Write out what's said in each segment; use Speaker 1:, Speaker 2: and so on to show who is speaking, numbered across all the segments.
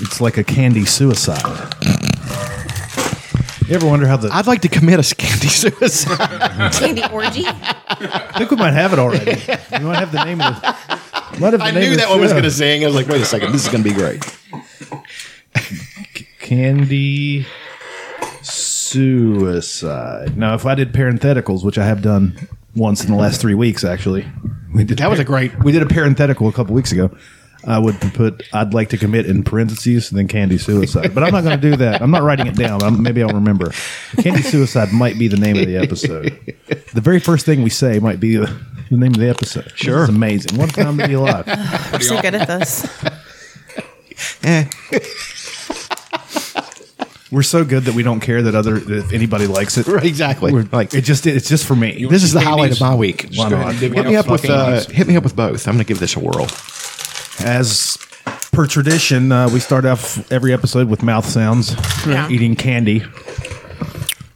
Speaker 1: It's like a candy suicide. You ever wonder how the? I
Speaker 2: I'd like to commit a candy suicide.
Speaker 3: Candy orgy.
Speaker 1: think we might have it already. We might have the name of. The, might have the
Speaker 2: I
Speaker 1: name
Speaker 2: knew
Speaker 1: of
Speaker 2: that
Speaker 1: the
Speaker 2: one was
Speaker 1: show.
Speaker 2: going to sing. I was like, wait a second, this is going to be great.
Speaker 1: Candy suicide. Now, if I did parentheticals, which I have done once in the last three weeks, actually, we did
Speaker 2: That was a great-
Speaker 1: We did a parenthetical a couple weeks ago. I would put I'd like to commit in parentheses and then candy suicide, but I'm not going to do that. I'm not writing it down. i maybe I'll remember. Candy suicide might be the name of the episode. The very first thing we say might be the, the name of the episode. Sure, it's amazing. What a time to be alive.
Speaker 3: We're so good at this.
Speaker 1: We're so good that we don't care that other if anybody likes it.
Speaker 2: Right, exactly.
Speaker 1: We're
Speaker 2: like
Speaker 1: like it just it's just for me.
Speaker 2: this is the highlight of my week.
Speaker 1: Why
Speaker 2: Just go
Speaker 1: not?
Speaker 2: ahead and dig
Speaker 1: Hit
Speaker 2: it
Speaker 1: me
Speaker 2: up
Speaker 1: up with,
Speaker 2: with uh,
Speaker 1: uh,
Speaker 2: hit me up with both. I'm going to give this a whirl.
Speaker 1: as per tradition, uh, we start off every episode with mouth sounds, uh,
Speaker 3: Yeah.
Speaker 1: eating candy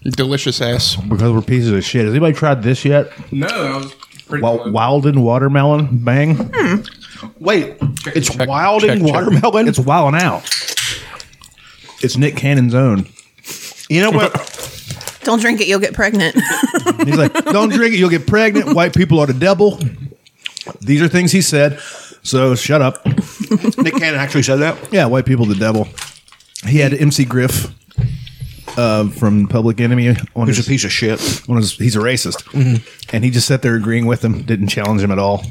Speaker 4: Delicious ass.
Speaker 1: because we're pieces of shit. Has anybody tried this yet?
Speaker 4: No, that was pretty
Speaker 1: Wild, Wilden watermelon bang.
Speaker 2: Hmm. Wait, it's
Speaker 4: check,
Speaker 2: wilding
Speaker 4: check, check.
Speaker 2: watermelon.
Speaker 1: It's wilding out. It's Nick Cannon's own.
Speaker 2: you know what?
Speaker 3: Don't drink it, you'll get pregnant.
Speaker 1: He's like, don't drink it, you'll get pregnant. White people are the devil. These are things he said. So shut up.
Speaker 2: Nick Cannon actually said that.
Speaker 1: Yeah, white people, the devil. He had MC Griff uh, from Public Enemy on
Speaker 2: Who's
Speaker 1: his,
Speaker 2: a piece of shit?
Speaker 1: on his. He's a racist, and he just sat there agreeing with him. Didn't challenge him at all.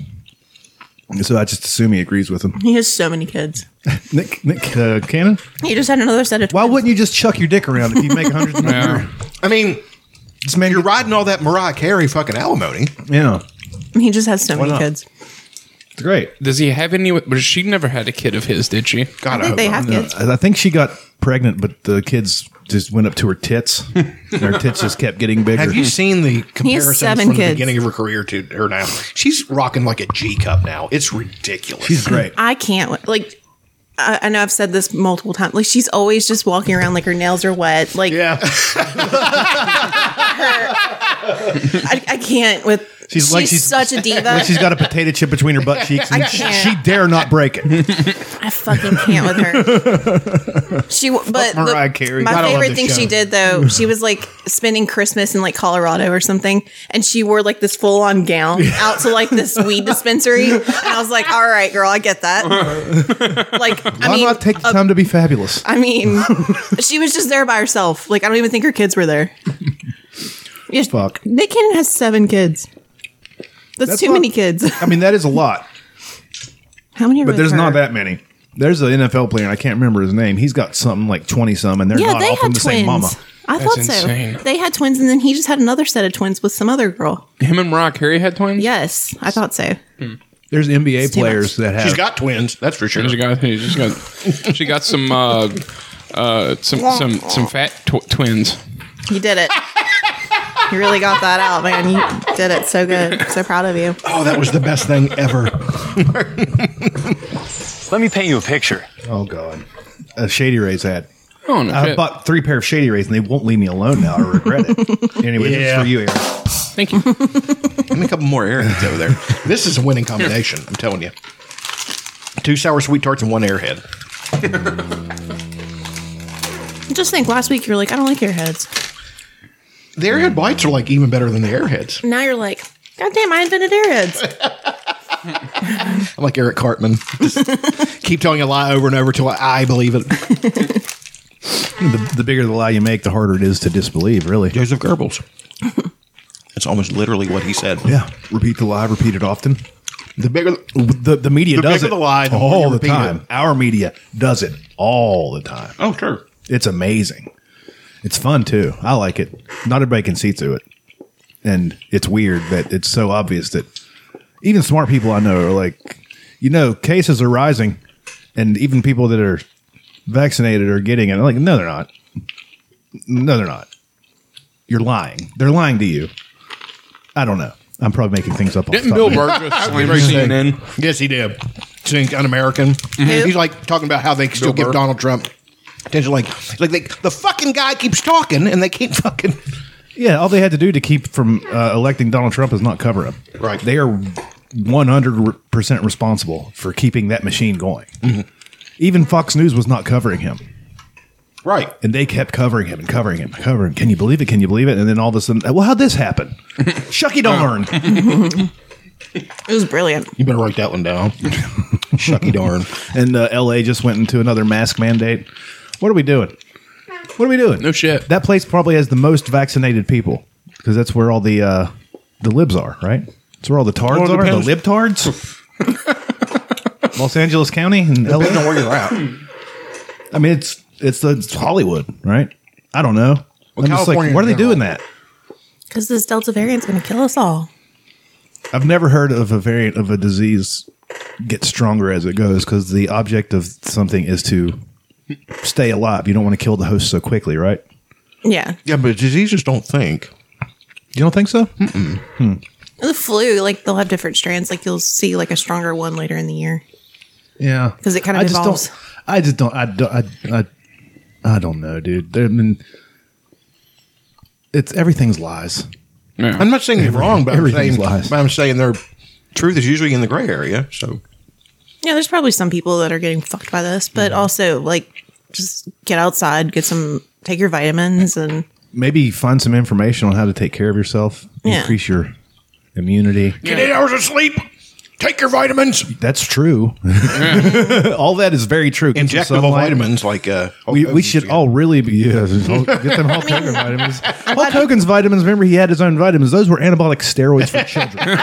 Speaker 1: So I just assume he agrees with him.
Speaker 3: he has so many kids.
Speaker 1: Nick Nick uh, Cannon,
Speaker 3: He just had another set of
Speaker 1: why wouldn't you just chuck your dick around if you make hundreds of
Speaker 4: Yeah.
Speaker 2: I mean,
Speaker 1: This man,
Speaker 2: you're riding all that Mariah Carey fucking alimony.
Speaker 1: Yeah,
Speaker 3: he just has so many
Speaker 1: not?
Speaker 3: kids.
Speaker 1: it's great.
Speaker 4: Does he have any? But she never had a kid of his, did she?
Speaker 2: God,
Speaker 3: I think
Speaker 2: hope
Speaker 3: they
Speaker 2: not.
Speaker 3: have kids.
Speaker 1: I I think she got pregnant, but the kids just went up to her tits. and her tits just kept getting bigger.
Speaker 2: Have you seen the comparison from
Speaker 3: seven
Speaker 2: the
Speaker 3: kids.
Speaker 2: beginning of her career to her now? She's rocking like a G cup now. It's ridiculous.
Speaker 1: She's great.
Speaker 3: I can't like. I, I know I've said this multiple times. Like she's always just walking around like her nails are wet. Like
Speaker 2: yeah,
Speaker 3: I, I can't with.
Speaker 1: She's like she's-
Speaker 3: such a diva.
Speaker 1: Like she's got a potato chip between her butt cheeks, and
Speaker 3: I
Speaker 1: she,
Speaker 3: can't.
Speaker 1: she dare not break it.
Speaker 3: I fucking can't with her. She, w- but the-
Speaker 1: Mariah Carey.
Speaker 3: my
Speaker 1: Gotta love
Speaker 3: favorite
Speaker 1: this
Speaker 3: thing
Speaker 1: show.
Speaker 3: she did though, she was like spending Christmas in like Colorado or something, and she wore like this full on gown out to like this weed dispensary, and I was like, all right, girl, I get that. Like, I
Speaker 1: Why
Speaker 3: mean,
Speaker 1: not take the time to be fabulous?
Speaker 3: I mean, she was just there by herself. Like, I don't even think her kids were there. Yes,
Speaker 1: Fuck.
Speaker 3: Nick Cannon has seven kids. That's,
Speaker 1: That's
Speaker 3: too
Speaker 1: not-
Speaker 3: many kids.
Speaker 1: I mean, that is a lot,
Speaker 3: How many? are
Speaker 1: but
Speaker 3: with
Speaker 1: there's
Speaker 3: her?
Speaker 1: not that many. There's an NFL player, and I can't remember his name. He's got something like 20 some, and they're
Speaker 3: Yeah,
Speaker 1: not
Speaker 3: they
Speaker 1: all
Speaker 3: had
Speaker 1: from the
Speaker 3: twins.
Speaker 1: same mama.
Speaker 3: I
Speaker 4: That's
Speaker 3: thought
Speaker 4: insane.
Speaker 3: so. They had twins, and then he just had another set of twins with some other girl.
Speaker 4: Him and Mariah Carey had twins.
Speaker 3: Yes, I thought so.
Speaker 1: There's NBA
Speaker 3: too much.
Speaker 1: players that have.
Speaker 2: she's got twins. That's for sure.
Speaker 4: She got, she just got, she got some, uh, uh, some, some, some fat tw- twins.
Speaker 3: You did it. you really got that out, man. You did it so good. So proud of you.
Speaker 2: Oh, that was the best thing ever.
Speaker 5: Let me paint you a picture.
Speaker 1: oh, God. A Shady Rays ad.
Speaker 4: Oh
Speaker 2: Uh,
Speaker 4: no!
Speaker 1: I
Speaker 4: shit.
Speaker 1: bought three pair of Shady Rays, and they won't leave me alone now. I regret it. anyway, this is
Speaker 2: Yeah.
Speaker 1: for you, Aaron.
Speaker 4: Thank you.
Speaker 2: Give me a couple more airheads over there. This is a winning combination. I'm telling you. Two sour sweet tarts and one airhead.
Speaker 3: Just think, last week you were like, I don't like airheads.
Speaker 2: The airhead bites are like even better than the airheads.
Speaker 3: Now you're like, God damn, I invented airheads.
Speaker 2: I'm like Eric Cartman. Just keep telling a lie over and over till I, I believe it.
Speaker 1: The, the bigger the lie you make, the harder it is to disbelieve, really.
Speaker 2: Joseph Goebbels. That's almost literally what he said.
Speaker 1: Yeah. Repeat the lie, repeat it often.
Speaker 2: The bigger,
Speaker 1: The, the media
Speaker 2: The
Speaker 1: does
Speaker 2: bigger
Speaker 1: it
Speaker 2: the lie, the more you
Speaker 1: all the
Speaker 2: repeat
Speaker 1: time.
Speaker 2: it.
Speaker 1: Our media does it all the time.
Speaker 2: oh sure,
Speaker 1: It's amazing. It's fun too. I like it. Not everybody can see through it, and it's weird that it's so obvious that even smart people I know are like, you know, cases are rising, and even people that are vaccinated are getting it. I'm like, no, they're not. No, they're not. You're lying. They're lying to you. I don't know. I'm probably making things up. off the
Speaker 4: Didn't
Speaker 1: top
Speaker 4: Bill
Speaker 1: of my head.
Speaker 4: Burr just slam CNN?
Speaker 2: yes he did. Think un-American. He's like talking about how they still give
Speaker 4: Burr.
Speaker 2: Donald Trump attention. Like, like they, the fucking guy keeps talking and they keep fucking.
Speaker 1: Yeah, all they had to do to keep from uh, electing Donald Trump is not cover him.
Speaker 2: Right.
Speaker 1: They are 100% responsible for keeping that machine going. Even Fox News was not covering him.
Speaker 2: Right.
Speaker 1: And they kept covering him and covering him and covering. him. Can you believe it? Can you believe it? And then all of a sudden, well, how'd this happen? Shucky darn.
Speaker 3: It was brilliant.
Speaker 2: You better write that one down. Shucky darn.
Speaker 1: and uh, LA just went into another mask mandate. What are we doing? What are we doing?
Speaker 4: No shit.
Speaker 1: That place probably has the most vaccinated people because that's where all the uh, the libs are, right? That's where all the tards
Speaker 2: Well, it
Speaker 1: are, the
Speaker 2: depends.
Speaker 1: libtards. Los Angeles County and LA.
Speaker 2: Depending on where you're at.
Speaker 1: I mean, it's it's, it's Hollywood, right? I don't know. I'm just like,
Speaker 2: California
Speaker 1: why are they
Speaker 2: in general.
Speaker 1: doing that?
Speaker 3: Because this Delta variant's going to kill us all.
Speaker 1: I've never heard of a variant of a disease get stronger as it goes because the object of something is to stay alive. You don't want to kill the host so quickly, right?
Speaker 3: Yeah.
Speaker 2: Yeah, but diseases don't think.
Speaker 1: You don't think so?
Speaker 3: The flu, like they'll have different strands. Like you'll see like a stronger one later in the year.
Speaker 1: Yeah,
Speaker 3: 'Cause it kind of
Speaker 1: I just
Speaker 3: evolves.
Speaker 1: don't. I just don't. I don't. I, I, I don't know, dude. I mean, it's everything's lies.
Speaker 2: I'm not saying they're wrong, but I'm
Speaker 1: everything's
Speaker 2: saying,
Speaker 1: lies.
Speaker 2: but I'm saying their truth is usually in the gray area. So
Speaker 3: Yeah, there's probably some people that are getting fucked by this, but also like just get outside, get some, take your vitamins, and
Speaker 1: Maybe find some information on how to take care of yourself,
Speaker 3: Yeah.
Speaker 1: increase your immunity.
Speaker 2: get eight hours of sleep. Take your vitamins.
Speaker 1: That's true. all that is very true. Get some
Speaker 2: Injectable
Speaker 1: sunlight.
Speaker 2: vitamins, like uh,
Speaker 1: We, we should all really be yeah, just Hulk- get them Hulk Hogan vitamins. Hulk Hogan's vitamins. Remember, he had his own vitamins. Those were anabolic steroids for children.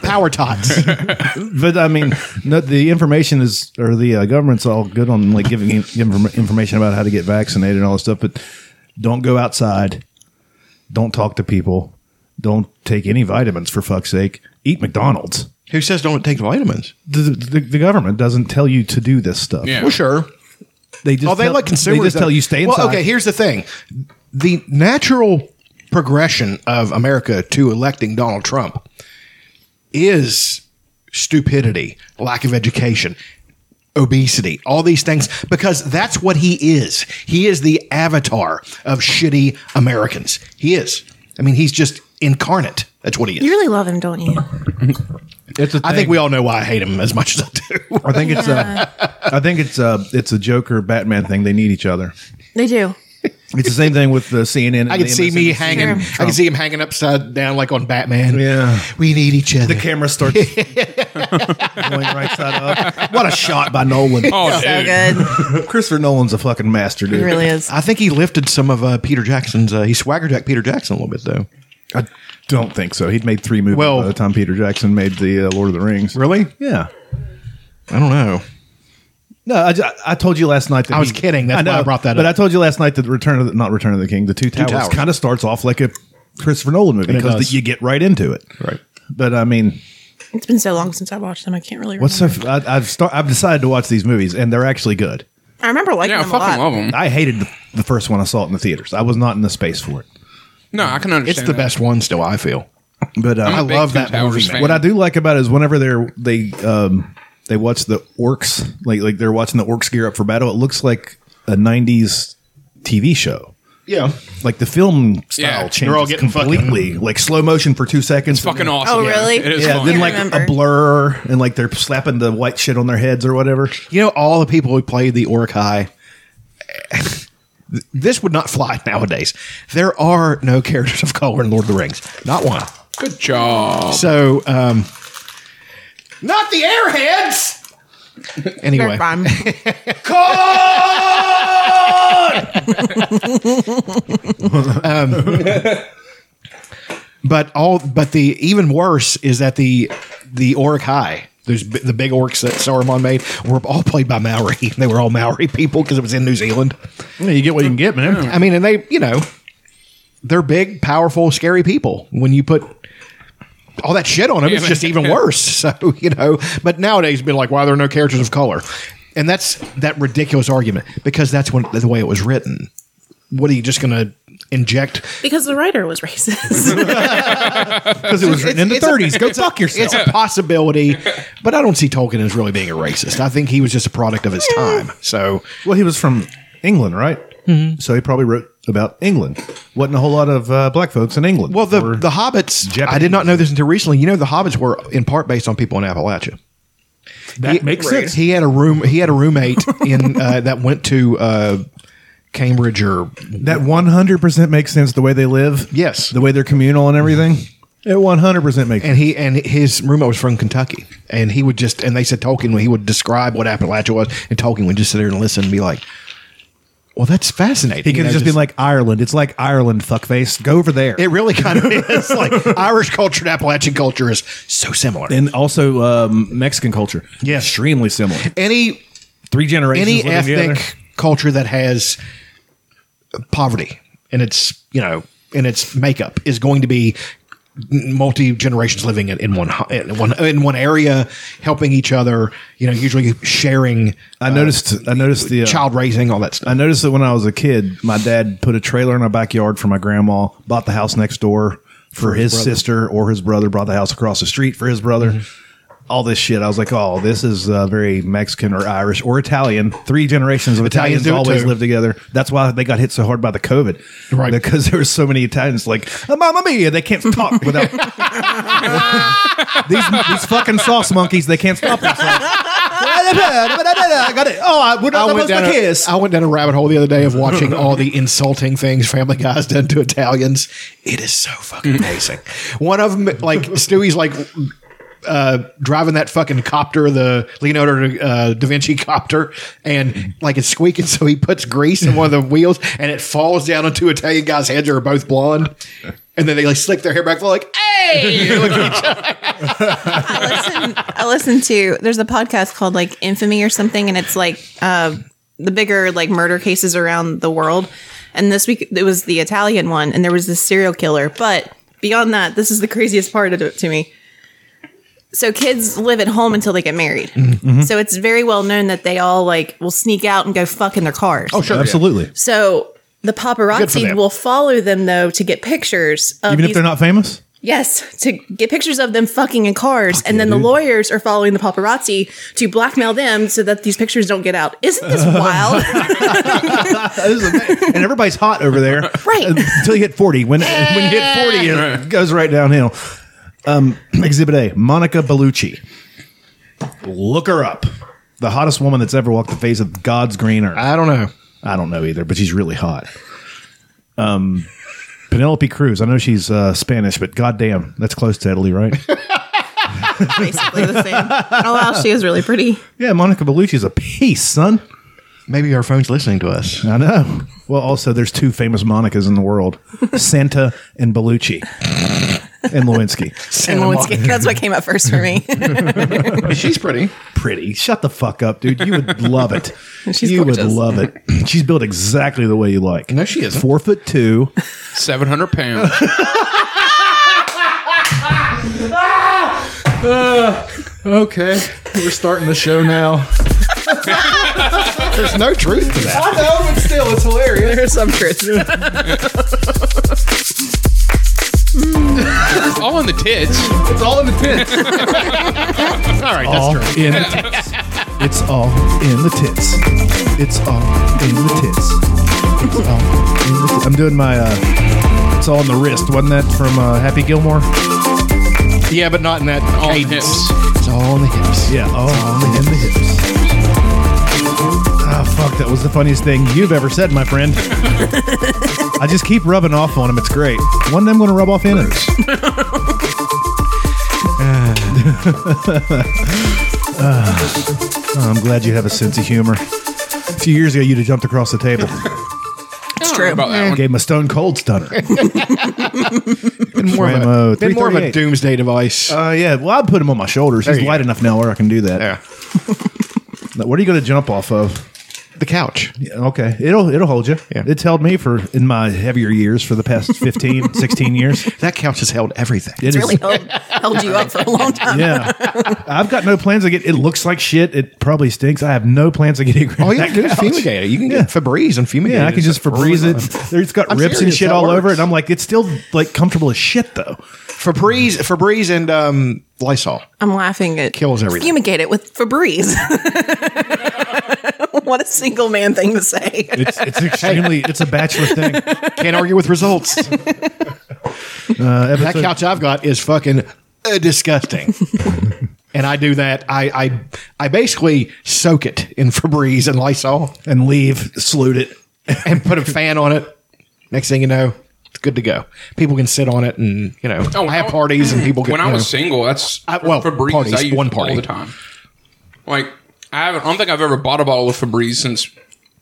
Speaker 2: power tots.
Speaker 1: but I mean, no, the information is or the uh, government's all good on like giving in- inform- information about how to get vaccinated and all this stuff. But don't go outside. Don't talk to people. Don't take any vitamins for fuck's sake. Eat McDonald's.
Speaker 2: Who says don't take vitamins?
Speaker 1: The, the, the government doesn't tell you to do this stuff.
Speaker 4: Yeah.
Speaker 2: Well, sure.
Speaker 1: They just
Speaker 2: Oh, they
Speaker 1: tell,
Speaker 2: let consumers.
Speaker 1: They just tell you stay inside.
Speaker 2: Well, okay. Here's the thing: the natural progression of America to electing Donald Trump is stupidity, lack of education, obesity, all these things, because that's what he is. He is the avatar of shitty Americans. He is. I mean, he's just incarnate. That's what he is.
Speaker 3: you really love him, don't you?
Speaker 1: It's a
Speaker 2: I
Speaker 1: thing.
Speaker 2: think we all know why I hate him as much as I do.
Speaker 1: I think it's a, I think it's a, it's a Joker Batman thing. They need each other.
Speaker 3: They do.
Speaker 1: It's the same thing with uh, the CNN. And
Speaker 2: I can
Speaker 1: the
Speaker 2: see me
Speaker 1: MSNBC.
Speaker 2: hanging.
Speaker 3: Sure.
Speaker 2: I can see him hanging upside down like on Batman.
Speaker 1: Yeah.
Speaker 2: we need each other.
Speaker 1: The camera starts going right side up. What a shot by Nolan!
Speaker 4: Oh,
Speaker 3: So
Speaker 4: dude.
Speaker 3: good.
Speaker 1: Christopher Nolan's a fucking master, dude.
Speaker 3: It really is.
Speaker 2: I think he lifted some of uh, Peter Jackson's. Uh, he swagger jacked Peter Jackson a little bit, though.
Speaker 1: I don't think so. He'd made three movies
Speaker 2: Well-
Speaker 1: by the time Peter Jackson made the uh, Lord of the Rings.
Speaker 2: Really?
Speaker 1: Yeah.
Speaker 2: I don't know.
Speaker 1: No, I, ju- I told you last night. That
Speaker 2: I was kidding. That's why I brought that
Speaker 1: But
Speaker 2: up.
Speaker 1: I told you last night that Return of the, not Return of the King, the Two Towers,
Speaker 2: Towers.
Speaker 1: kind of starts off like a Christopher Nolan movie
Speaker 2: And it
Speaker 1: because
Speaker 2: does.
Speaker 1: you get right into it.
Speaker 2: Right.
Speaker 1: But I mean,
Speaker 3: It's been so long since I watched them. I can't really remember.
Speaker 1: What's so? F- I, I've start, I've decided to watch these movies, and they're actually good.
Speaker 3: I remember liking
Speaker 4: Yeah, I
Speaker 3: them a lot.
Speaker 4: fucking love them.
Speaker 1: I hated the, the first one I saw it in the theaters. I was not in the space for it.
Speaker 4: No, I can understand.
Speaker 2: It's the
Speaker 4: that.
Speaker 2: best one still. I feel.
Speaker 1: But uh,
Speaker 4: I'm a
Speaker 1: I
Speaker 4: big
Speaker 1: love
Speaker 4: Two
Speaker 1: that
Speaker 4: Towers
Speaker 1: movie.
Speaker 4: fan.
Speaker 1: What I do like about it is whenever they're they um they watch the orcs like like they're watching the orcs gear up for battle. It looks like a '90s TV show.
Speaker 2: Yeah.
Speaker 1: Like the film style
Speaker 4: Yeah,
Speaker 1: changes
Speaker 2: they're all getting fucking-
Speaker 1: completely, like slow motion for two seconds. and
Speaker 4: Fucking
Speaker 1: then-
Speaker 4: awesome.
Speaker 3: Oh, really?
Speaker 4: It is
Speaker 1: Yeah,
Speaker 4: fun.
Speaker 1: then
Speaker 3: I
Speaker 1: like
Speaker 3: remember.
Speaker 1: a blur, and like they're slapping the white shit on their heads or whatever.
Speaker 2: You know, all the people who played the Orc High. this would not fly nowadays. There are no characters of color in Lord of the Rings. Not one.
Speaker 4: Good job.
Speaker 2: So, um, not the airheads. Anyway,
Speaker 3: Fun.
Speaker 2: Um, But all, but the even worse is that the the orc high, those b- the big orcs that Saruman made, were all played by Maori. They were all Maori people because it was in New Zealand.
Speaker 1: you get what you can get, man.
Speaker 2: I mean, and they, you know, they're big, powerful, scary people. When you put all that shit on them, it's just even worse. So you know, but nowadays, been like, why there are no characters of color, and that's that ridiculous argument because that's when the way it was written. What are you just going to inject?
Speaker 3: because the writer was racist.
Speaker 1: Because it was written in the
Speaker 2: It's a-
Speaker 1: 30s. Go
Speaker 2: it's a-
Speaker 1: fuck yourself.
Speaker 2: It's a possibility, but I don't see Tolkien as really being a racist. I think he was just a product of his time. So
Speaker 1: Well, he was from England, right?
Speaker 2: Mm-hmm.
Speaker 1: So he probably wrote about England. Wasn't a whole lot of uh, black folks in England.
Speaker 2: Well, the
Speaker 1: Or-
Speaker 2: the Hobbits. I
Speaker 1: Japanese.
Speaker 2: did not know this until recently. You know, the Hobbits were in part based on people in Appalachia.
Speaker 5: That makes sense.
Speaker 2: He had a room. He had a roommate in uh, that went to uh, Cambridge or
Speaker 1: That 100% makes sense the way they live.
Speaker 2: Yes. Mm-hmm.
Speaker 1: The way they're communal and everything. It 100% makes
Speaker 2: and he and his roommate was from Kentucky, and he would just and they said Tolkien he would describe what Appalachia was, and Tolkien would just sit there and listen and be like, "Well, that's fascinating."
Speaker 1: He could have just been like Ireland. It's like Ireland, fuckface. Go over there.
Speaker 2: "It really kind of is like Irish culture and Appalachian culture is so similar."
Speaker 1: and also um, Mexican culture.
Speaker 2: Yeah.
Speaker 1: Extremely similar.
Speaker 2: any
Speaker 1: Three generations.
Speaker 2: any
Speaker 1: living together.
Speaker 2: ethnic culture that has poverty and its you know in its makeup is going to be multi generations living in, in one hu- in one in one area, helping each other. You know, usually sharing
Speaker 1: I noticed. I noticed the uh,
Speaker 2: child raising, all that stuff.
Speaker 1: I noticed that when I was a kid, my dad put a trailer in our backyard for my grandma, bought the house next door for his sister or his brother, bought the house across the street for his brother.
Speaker 2: Mm-hmm.
Speaker 1: All this shit. I was like, oh, this is uh, very Mexican or Irish or Italian. Three generations of
Speaker 2: Italians
Speaker 1: Italians,
Speaker 2: do it
Speaker 1: always
Speaker 2: too.
Speaker 1: live together. That's why they got hit so hard by the COVID.
Speaker 2: Right.
Speaker 1: Because there were so many Italians like, oh, Mamma Mia, they can't talk without. these, these fucking sauce monkeys, they can't stop themselves. I got it. Oh, I, we're not
Speaker 2: I went,
Speaker 1: supposed
Speaker 2: down
Speaker 1: to
Speaker 2: a,
Speaker 1: kiss.
Speaker 2: I went down a rabbit hole the other day of watching all the insulting things Family Guy's done to Italians. It is so fucking amazing. One of them, like Stewie's, like uh, driving that fucking copter, the Leonardo uh, da Vinci copter, and like it's squeaking, so he puts grease in one of the wheels, and it falls down on two Italian guys' heads who are both blonde, and then they like slick their hair back, they're like, "Ah." "Hey!"
Speaker 3: I listen, I listen to there's a podcast called like Infamy or something, and it's like uh, the bigger like murder cases around the world. And this week it was the Italian one, and there was this serial killer. But beyond that, this is the craziest part of it to me. So kids live at home until they get married.
Speaker 1: Mm-hmm.
Speaker 3: So it's very well known that they all like will sneak out and go fuck in their cars.
Speaker 1: Oh.
Speaker 2: sure,
Speaker 1: Absolutely.
Speaker 3: So the paparazzi
Speaker 2: them.
Speaker 3: will follow them though to get pictures of
Speaker 1: Even if
Speaker 3: these
Speaker 1: they're not famous?
Speaker 3: Yes, to get pictures of them fucking in cars, and then the lawyers are following the paparazzi to blackmail them so that these pictures don't get out. Isn't this wild?
Speaker 1: and everybody's hot over there,
Speaker 3: Right.
Speaker 1: Until you hit forty. When when you hit forty, it goes right downhill. Um, exhibit A: Monica Bellucci. Look her up. The hottest woman that's ever walked the face of God's green earth.
Speaker 2: I don't know.
Speaker 1: I don't know either, but she's really hot. Um, Penelope Cruz. I know she's uh, Spanish, but goddamn, that's close to Italy, right?
Speaker 3: Basically the same. Oh wow, she is really pretty.
Speaker 1: yeah, Monica Bellucci's a piece, son.
Speaker 2: Maybe our phone's listening to us.
Speaker 1: I know. Well, also, there's two famous Monicas in the world Santa and Bellucci and Lewinsky.
Speaker 3: And once again, that's what came up first for me.
Speaker 2: She's pretty.
Speaker 1: Pretty. Shut the fuck up, dude. You would love it.
Speaker 3: She's
Speaker 1: you would
Speaker 3: gorgeous.
Speaker 1: love it. She's built exactly the way you like.
Speaker 2: No, she isn't.
Speaker 1: Four foot two.
Speaker 4: Seven hundred pounds.
Speaker 5: Okay, we're starting the show now.
Speaker 2: There's no truth to that.
Speaker 5: No, but still, it's hilarious.
Speaker 3: There's some truth.
Speaker 4: All on the tits.
Speaker 5: It's all in the tits.
Speaker 4: All right,
Speaker 1: all
Speaker 4: that's true.
Speaker 1: in the tits. It's all in the tits. It's all in the tits. It's all in the tits. I'm doing my. Uh, it's all in the wrist, wasn't that from uh, Happy Gilmore?
Speaker 2: Yeah, but not in that
Speaker 4: All in
Speaker 2: cadence.
Speaker 4: hips.
Speaker 2: It's all in the hips.
Speaker 1: Yeah, all in the hips. Ah, fuck, that was the funniest thing you've ever said, my friend. I just keep rubbing off on him. It's great. One day I'm going to rub off in it. Ah, I'm glad you have a sense of humor. A few years ago, you'd have jumped across the table.
Speaker 4: It's true about that one.
Speaker 1: Gave him a stone cold stunner.
Speaker 2: Been more, of a,
Speaker 1: Whammo,
Speaker 2: been more of a
Speaker 1: 338.
Speaker 2: doomsday device.
Speaker 1: Uh, yeah, well, I'd put him on my shoulders.
Speaker 2: There
Speaker 1: He's
Speaker 2: you
Speaker 1: light
Speaker 2: go.
Speaker 1: enough now where I can do that.
Speaker 2: yeah.
Speaker 1: Now, What are you going to jump off of?
Speaker 2: The couch.
Speaker 1: Okay, it'll it'll hold you.
Speaker 2: Yeah.
Speaker 1: It's held me for in my heavier years for the past 15, 16 years. It
Speaker 2: That couch has held everything.
Speaker 1: is-
Speaker 3: Really held, held you up for a long time.
Speaker 1: yeah. I've got no plans to get. It looks like shit. It probably stinks. I have no plans to get it.
Speaker 2: All you have to do is fumigate it. You can get Febreze and fumigate
Speaker 1: Yeah,
Speaker 2: it.
Speaker 1: I can just Febreze it. There- It's got
Speaker 2: I'm
Speaker 1: rips and
Speaker 2: serious,
Speaker 1: shit
Speaker 2: that
Speaker 1: all over it.
Speaker 2: works.
Speaker 1: And I'm like, it's still like comfortable as shit though.
Speaker 2: Febreze, Febreze and um, Lysol.
Speaker 3: I'm laughing at
Speaker 2: Kills everything.
Speaker 3: Fumigate it with Febreze. what a single man thing to say.
Speaker 1: It's it's extremely. it's a bachelor thing. Uh,
Speaker 2: Can't argue with results. Uh, that
Speaker 1: episode-
Speaker 2: couch I've got is fucking uh, disgusting. and I do that. I I, I basically soak it in Febreze and Lysol
Speaker 1: and leave, salute it.
Speaker 2: and put a fan on it. Next thing you know, it's good to go. People can sit on it and you know
Speaker 4: Oh, when
Speaker 2: I have
Speaker 4: I-
Speaker 2: parties and people can.
Speaker 4: when
Speaker 2: you
Speaker 4: I was
Speaker 2: know.
Speaker 4: single, that's
Speaker 2: I- well,
Speaker 4: Febreze.
Speaker 2: parties,
Speaker 4: I used
Speaker 2: one
Speaker 4: it
Speaker 2: party.
Speaker 4: all the time. Like I haven't. I don't think I've ever bought a bottle of Febreze since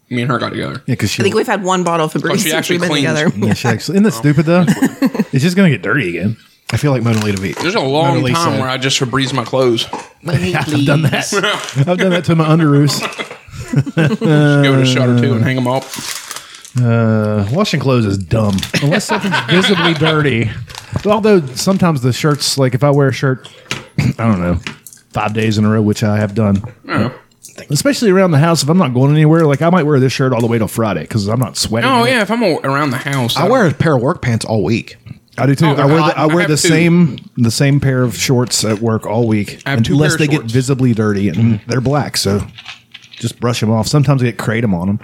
Speaker 4: me and her got together.
Speaker 1: Yeah, because
Speaker 3: I think
Speaker 1: she,
Speaker 3: we've had one bottle of
Speaker 4: Oh,
Speaker 3: Febreze
Speaker 4: she
Speaker 3: since
Speaker 4: actually
Speaker 3: we've been
Speaker 4: cleans.
Speaker 3: together.
Speaker 1: yeah, she actually, isn't that stupid though? it's just gonna get dirty again.
Speaker 2: I feel like Mona Lisa. Beach.
Speaker 4: There's a long
Speaker 2: Mona
Speaker 4: time
Speaker 2: Lisa.
Speaker 4: where I just Febreze my clothes.
Speaker 1: I've done that. I've done that to my underoos.
Speaker 4: Go to a shot or two and hang them up.
Speaker 1: Uh, washing clothes is dumb unless something's visibly dirty. Although sometimes the shirts, like if I wear a shirt, I don't know, five days in a row, which I have done,
Speaker 4: Yeah.
Speaker 1: especially around the house. If I'm not going anywhere, like I might wear this shirt all the way till Friday because I'm not sweating.
Speaker 4: Oh
Speaker 1: in it.
Speaker 4: yeah, if I'm a- around the house,
Speaker 2: I wear a pair of work pants all week.
Speaker 1: I do too.
Speaker 4: Oh,
Speaker 1: I wear
Speaker 4: I-
Speaker 1: the, I
Speaker 4: I
Speaker 1: wear
Speaker 4: have
Speaker 1: the
Speaker 4: two.
Speaker 1: same the same pair of shorts at work all week,
Speaker 4: I have two
Speaker 1: unless
Speaker 4: pair of
Speaker 1: they get
Speaker 4: shorts.
Speaker 1: visibly dirty and they're black. So just brush them off. Sometimes I get kratom on them.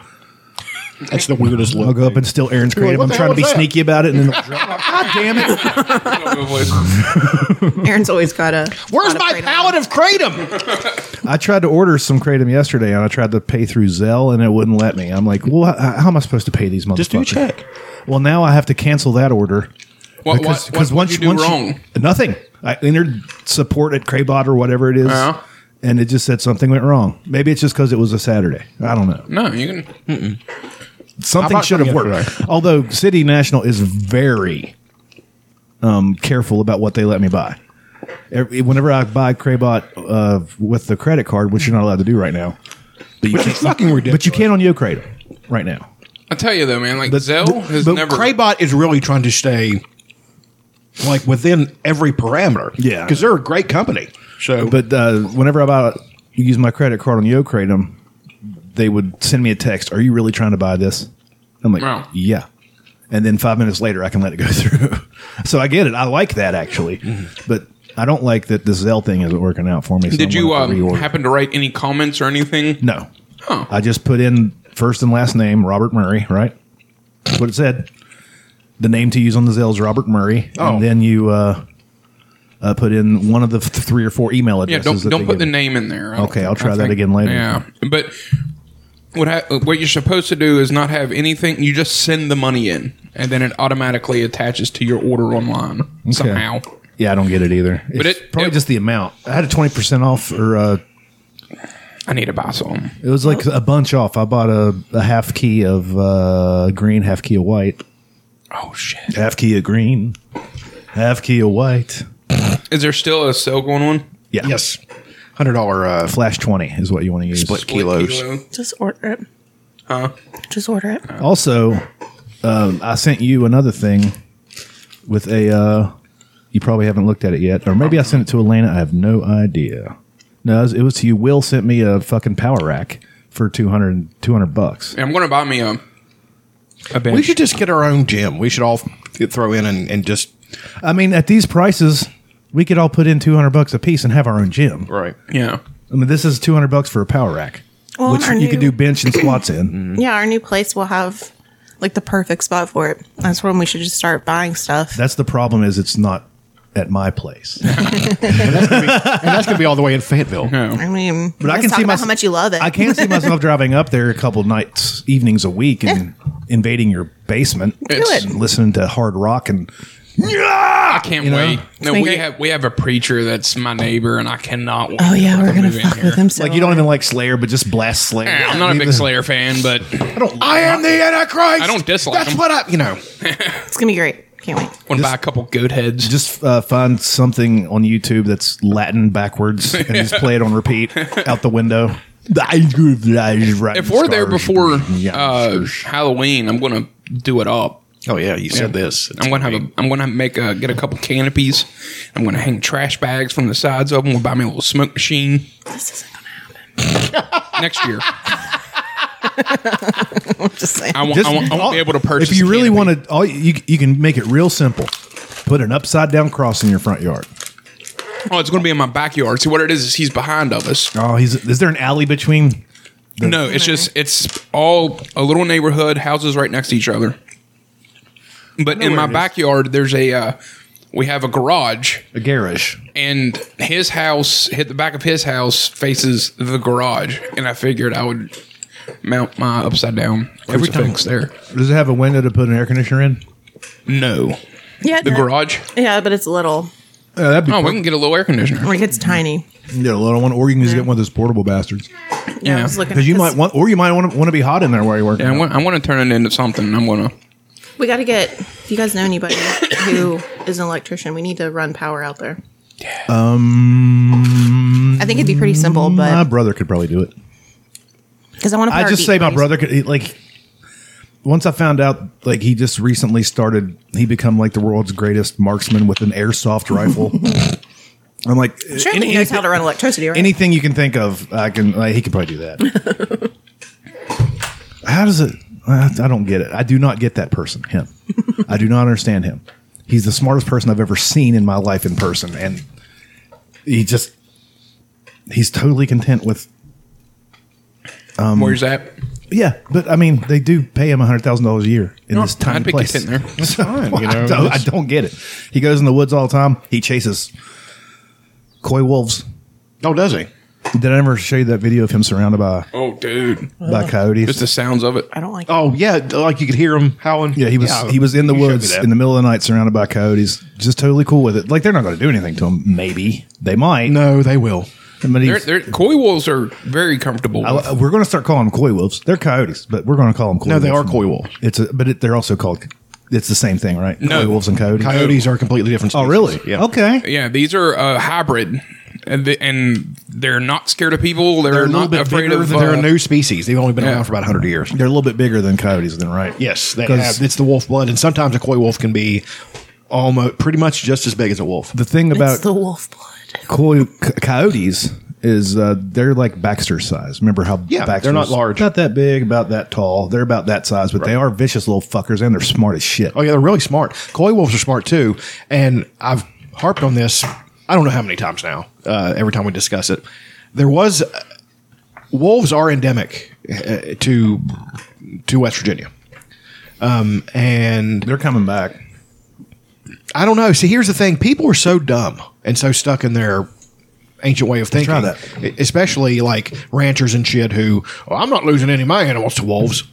Speaker 2: That's the weirdest
Speaker 1: I'll
Speaker 2: look.
Speaker 1: go up and steal Aaron's kratom.
Speaker 2: what
Speaker 1: I'm
Speaker 2: the
Speaker 1: trying to
Speaker 2: hell
Speaker 1: be
Speaker 2: was that?
Speaker 1: sneaky about it, and then they'll drop. God damn it!
Speaker 3: Aaron's always got a.
Speaker 2: Where's
Speaker 3: got a
Speaker 2: my
Speaker 3: Kratom.
Speaker 2: pallet of kratom?
Speaker 1: I tried to order some kratom yesterday, and I tried to pay through Zelle, and it wouldn't let me. I'm like, well, how, how am I supposed to pay these motherfuckers?
Speaker 2: Just do a check.
Speaker 1: Well, now I have to cancel that order because
Speaker 4: What, what, what,
Speaker 1: because once
Speaker 4: once you do
Speaker 1: once
Speaker 4: wrong,
Speaker 1: nothing. I entered support at Craybot or whatever it is,
Speaker 4: Yeah.
Speaker 1: and it just said something went wrong. Maybe it's just because it was a Saturday. I don't know.
Speaker 4: no, you can.
Speaker 1: Something
Speaker 2: bought
Speaker 1: should have
Speaker 2: some
Speaker 1: worked.
Speaker 2: yesterday.
Speaker 1: Although City National is very um, careful about what they let me buy. Every, whenever I buy Craybot uh, with the credit card, which you're not allowed to do right now, but you
Speaker 2: It's fucking ridiculous.
Speaker 1: but you can on Yo Kratom right now.
Speaker 4: I tell you though, man, like
Speaker 1: But-
Speaker 4: Zell
Speaker 1: but-
Speaker 4: has
Speaker 1: but
Speaker 4: never.
Speaker 2: Craybot is really trying to stay like within every parameter.
Speaker 1: Yeah.
Speaker 2: because they're a great company. So,
Speaker 1: But uh, whenever I buy, use my credit card on Yo Kratom, they would send me a text. Are you really trying to buy this? I'm like,
Speaker 4: Wow.
Speaker 1: yeah. And then five minutes later, I can let it go through. so I get it. I like that actually, but I don't like that the Zelle thing isn't working out for me. so
Speaker 4: Mm-hmm.
Speaker 1: I'm
Speaker 4: did you
Speaker 1: gonna have to
Speaker 4: um, Oh.
Speaker 1: reorder.
Speaker 4: happen to write any comments or anything?
Speaker 1: No.
Speaker 4: Huh.
Speaker 1: I just put in first and last name Robert Murray, right? That's what it said. The name to use on the Zelle is Robert Murray,
Speaker 2: Oh.
Speaker 1: and then you uh, uh, put in one of the th- three or four email
Speaker 4: Yeah,
Speaker 1: addresses.
Speaker 4: don't
Speaker 1: that
Speaker 4: don't
Speaker 1: they
Speaker 4: put the
Speaker 1: give you.
Speaker 4: name in there. I don't
Speaker 1: Okay,
Speaker 4: think-
Speaker 1: I'll try
Speaker 4: I
Speaker 1: that
Speaker 4: think-
Speaker 1: again later.
Speaker 4: Yeah, but what ha- what you're supposed to do is not have anything. You just send the money in, and then it automatically attaches to your order online somehow.
Speaker 1: Yeah, I don't get it either. But
Speaker 4: it-
Speaker 1: probably
Speaker 4: it-
Speaker 1: just the amount. I had a twenty percent off, or uh,
Speaker 4: I need to buy some.
Speaker 1: it was like a bunch off. I bought a, a half key of uh, green, half key of white,
Speaker 4: Oh shit!
Speaker 1: half key of green, half key of white.
Speaker 4: Is there still a sale going on?
Speaker 1: Yeah,
Speaker 2: yes, hundred dollar uh,
Speaker 1: Flash twenty is what you want to use.
Speaker 2: split
Speaker 4: Split
Speaker 2: kilos.
Speaker 4: kilo?
Speaker 3: Just order it.
Speaker 4: Huh?
Speaker 3: Just order it.
Speaker 1: Also, um, I sent you another thing with a. Uh, you probably haven't looked at it yet, or maybe I sent it to Elena. I have no idea. No, it was, it was to you. Will sent me a fucking power rack for 200, 200 bucks.
Speaker 4: Yeah, I'm going to buy me a a bench.
Speaker 2: We should just get our own gym. We should all th- throw in and, and just
Speaker 1: I mean, at these prices, we could all put in two hundred bucks a piece and have our own gym.
Speaker 2: right.
Speaker 4: yeah.
Speaker 1: I mean, this is two hundred bucks for a power rack,
Speaker 3: Well,
Speaker 1: which
Speaker 3: our
Speaker 1: you
Speaker 3: new,
Speaker 1: could do bench and squats
Speaker 4: Mm-hmm.
Speaker 1: in.
Speaker 3: Yeah, our new place will have like the perfect spot for it. That's when we should just start buying stuff.
Speaker 1: That's the problem. Is it's not at my place.
Speaker 2: And that's gonna be all the way in Fayetteville.
Speaker 3: I mean,
Speaker 1: But I can
Speaker 3: talk
Speaker 1: see
Speaker 3: about
Speaker 1: mys-
Speaker 3: how much you love it.
Speaker 1: I can see myself driving up there a couple nights, evenings a week, and invading your basement,
Speaker 4: It's-
Speaker 1: and listening to hard rock and
Speaker 4: I can't
Speaker 1: know?
Speaker 4: wait. No,
Speaker 3: Make
Speaker 4: we
Speaker 3: it-
Speaker 4: have we have a preacher that's my neighbor, and I cannot. wait
Speaker 3: Oh yeah,
Speaker 4: for
Speaker 3: we're
Speaker 4: him to
Speaker 3: gonna
Speaker 4: move in
Speaker 3: fuck
Speaker 4: here.
Speaker 3: with him. So
Speaker 1: like you don't even like Slayer, but just blast Slayer.
Speaker 4: Eh, I'm not a big Slayer fan, but
Speaker 2: I am the Antichrist.
Speaker 4: I don't dislike
Speaker 2: That's
Speaker 4: him.
Speaker 2: what I, you know.
Speaker 3: It's gonna be great. Can't wait.
Speaker 4: want to buy a couple goat heads.
Speaker 1: Just uh, find something on YouTube that's Latin backwards and just play it on repeat out the window.
Speaker 4: if
Speaker 1: If
Speaker 4: we're there before uh, Halloween, I'm gonna do it up.
Speaker 2: Oh yeah, you said this.
Speaker 4: I'm gonna have a. I'm gonna make a get a couple canopies. I'm gonna hang trash bags from the sides of them. We'll buy me a little smoke machine
Speaker 3: This isn't gonna happen.
Speaker 4: next year.
Speaker 3: Just saying.
Speaker 4: I won't. I won't, I won't be able to purchase.
Speaker 1: If you really want to, all you you can make it real simple. Put an upside down cross in your front yard.
Speaker 4: to, oh, it's gonna be in my backyard. See what it is? Is he's behind of us?
Speaker 1: Oh, he's is there an alley between?
Speaker 4: No, it's just it's all a little neighborhood houses right next to each other. But in my backyard, there's a uh, we have a garage,
Speaker 1: A garage.
Speaker 4: and his house, hit the back of his house faces the garage, and I figured I would mount my upside down crucifix there.
Speaker 1: Does it have a window to put an air conditioner in?
Speaker 4: No,
Speaker 3: Yeah,
Speaker 4: the
Speaker 3: no.
Speaker 4: garage.
Speaker 3: Yeah, but it's little.
Speaker 1: Yeah, that'd be
Speaker 4: Oh, we can get a little air conditioner.
Speaker 3: Like it's tiny.
Speaker 1: yeah, a little one, or you can just get one of those portable bastards.
Speaker 3: Yeah, I was looking
Speaker 1: Because you
Speaker 3: at
Speaker 1: might
Speaker 3: this.
Speaker 1: want, or you might want to, want to be hot in there while you're working.
Speaker 4: Yeah, I want, I want to turn it into something. I'm gonna.
Speaker 3: We got to get. If you guys know anybody who is an electrician, we need to run power out there. Um, I think it'd be pretty simple,
Speaker 1: my
Speaker 3: but
Speaker 1: brother could probably do it.
Speaker 3: because I want to.
Speaker 1: I just say my brother could he, like. Once I found out, like he just recently started, he become like the world's greatest marksman with an airsoft rifle. I'm like,
Speaker 3: Surely
Speaker 1: any-
Speaker 3: he knows how
Speaker 1: anything-
Speaker 3: to run electricity, right?
Speaker 1: anything you can think of, I can. Like, he could probably do that. How does it? I, I don't get it. I do not get that person. Him. I do not understand him. He's the smartest person I've ever seen in my life in person, and he just he's totally content with.
Speaker 2: Um,
Speaker 4: Where's that?
Speaker 1: Yeah, but I mean, they do pay him hundred thousand dollars a year in
Speaker 4: No,
Speaker 1: this tiny
Speaker 4: I'd be
Speaker 1: place.
Speaker 4: content there.
Speaker 1: That's fine.
Speaker 5: you
Speaker 1: I,
Speaker 5: know,
Speaker 1: don't, I
Speaker 5: that's-
Speaker 1: don't get it. He goes in the woods all the time. He chases coy wolves.
Speaker 2: Oh, does he?
Speaker 1: Did I ever show you that video of him surrounded by
Speaker 4: Oh, dude,
Speaker 1: by coyotes?
Speaker 4: just the sounds of it.
Speaker 3: I don't like.
Speaker 2: Oh, yeah. Like you could hear him howling.
Speaker 1: Yeah, he was he was in the
Speaker 2: you showed me
Speaker 1: woods
Speaker 2: that.
Speaker 1: in the middle of the night, surrounded by coyotes. Just totally cool with it. Like they're not going to do anything to him. Maybe they might.
Speaker 2: No, they will.
Speaker 1: But he's-
Speaker 4: They're, they're, koi wolves are very comfortable.
Speaker 1: I- I- we're going to start calling them coy wolves. They're coyotes, but we're going to call them. Coy
Speaker 2: No, they
Speaker 1: wolves.
Speaker 2: are coy wolves.
Speaker 1: It's a, but it, they're also called. It's the same thing, right?
Speaker 4: No.
Speaker 1: coy wolves and coyotes.
Speaker 2: Coyotes are completely different.
Speaker 1: Oh,
Speaker 2: species.
Speaker 1: really?
Speaker 2: Yeah.
Speaker 1: Okay.
Speaker 4: yeah, these are uh, hybrid, and, th- and they're not scared of people. They're,
Speaker 2: They're a little
Speaker 4: not
Speaker 2: bit
Speaker 4: afraid
Speaker 2: bigger
Speaker 4: of.
Speaker 2: than- they're
Speaker 4: uh,
Speaker 2: a new species. They've only been
Speaker 4: yeah.
Speaker 2: around for about 100 years.
Speaker 1: They're a little bit bigger than coyotes, then, right?
Speaker 2: Yes, they
Speaker 1: 'Cause
Speaker 2: have. It's the wolf blood, and sometimes a coy wolf can be almost pretty much just as big as a wolf.
Speaker 1: The thing
Speaker 3: It's
Speaker 1: about
Speaker 3: the wolf blood.
Speaker 1: coy co- coyotes is uh, they're like Baxter size. Remember how
Speaker 2: Yeah,
Speaker 1: Baxter's
Speaker 2: they're not large.
Speaker 1: not that big, about that tall. They're about that size, but they are vicious little fuckers, and they're smart as shit.
Speaker 2: Oh yeah, they're really smart. Coy wolves are smart too, and I've harped on this. I don't know how many times now. Uh, every time we discuss it, there was uh, wolves are endemic uh, to to West Virginia, um, and
Speaker 1: They're coming back.
Speaker 2: I don't know. See, here's the thing: people are so dumb and so stuck in their ancient way of thinking.
Speaker 1: try that.
Speaker 2: E- Especially like ranchers and shit who, "Oh, I'm not losing any of my animals to wolves.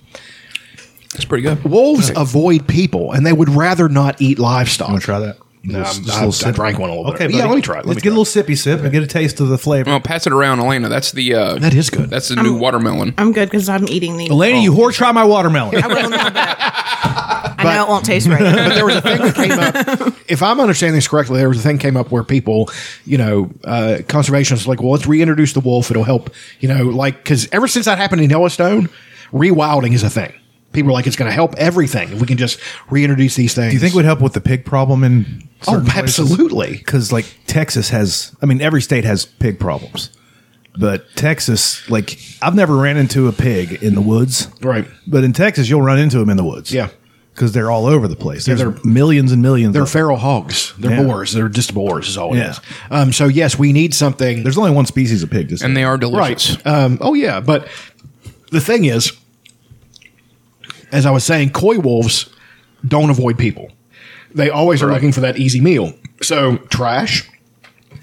Speaker 4: It's pretty good.
Speaker 2: Wolves avoid people, and they would rather not eat livestock.
Speaker 1: Want to try that?
Speaker 2: No,
Speaker 1: Just-
Speaker 2: I'm-
Speaker 1: just a
Speaker 2: Um, I-
Speaker 1: little
Speaker 2: I
Speaker 1: sip.
Speaker 2: drank one a little bit.
Speaker 1: Okay,
Speaker 2: Yeah,
Speaker 1: buddy.
Speaker 2: let me try it. Let
Speaker 1: Let's
Speaker 2: me
Speaker 1: get
Speaker 2: try Oh.
Speaker 1: a little sippy sip and get a taste of the flavor.
Speaker 4: Well, pass it around, Elena. That's the uh,
Speaker 2: That is good.
Speaker 4: That's the new watermelon.
Speaker 3: I'm good because I'm eating these.
Speaker 1: Elena, you
Speaker 2: Oh.
Speaker 1: whore, try my watermelon.
Speaker 3: I will not bet. I know it won't taste right.
Speaker 2: but there was a thing that came up. If I'm understanding this correctly, there was a thing came up where people, you know, uh, conservationists were like, well, let's reintroduce the wolf. It'll help, you know, like because ever since that happened in Yellowstone, rewilding is a thing. People are like, it's going to help everything if we can just reintroduce these things.
Speaker 1: Do you think it would help with the pig problem in?
Speaker 2: Oh, absolutely.
Speaker 1: Because like Texas has, I mean, every state has pig problems, but Texas, like, I've never ran into a pig in the woods,
Speaker 2: Right.
Speaker 1: But in Texas, you'll run into them in the woods,
Speaker 2: Yeah.
Speaker 1: because they're all over the place. There's
Speaker 2: they're-
Speaker 1: millions and millions.
Speaker 2: They're
Speaker 1: of them.
Speaker 2: feral hogs. They're
Speaker 1: Yeah.
Speaker 2: boars. They're just boars, is all it is.
Speaker 1: Yeah.
Speaker 2: Um, so, yes, we need something.
Speaker 1: There's only one species of pig, just
Speaker 4: and they are delicious.
Speaker 2: Right. Um, oh yeah, but the thing is, as I was saying, coy wolves don't avoid people. They always are looking for that easy meal. So trash,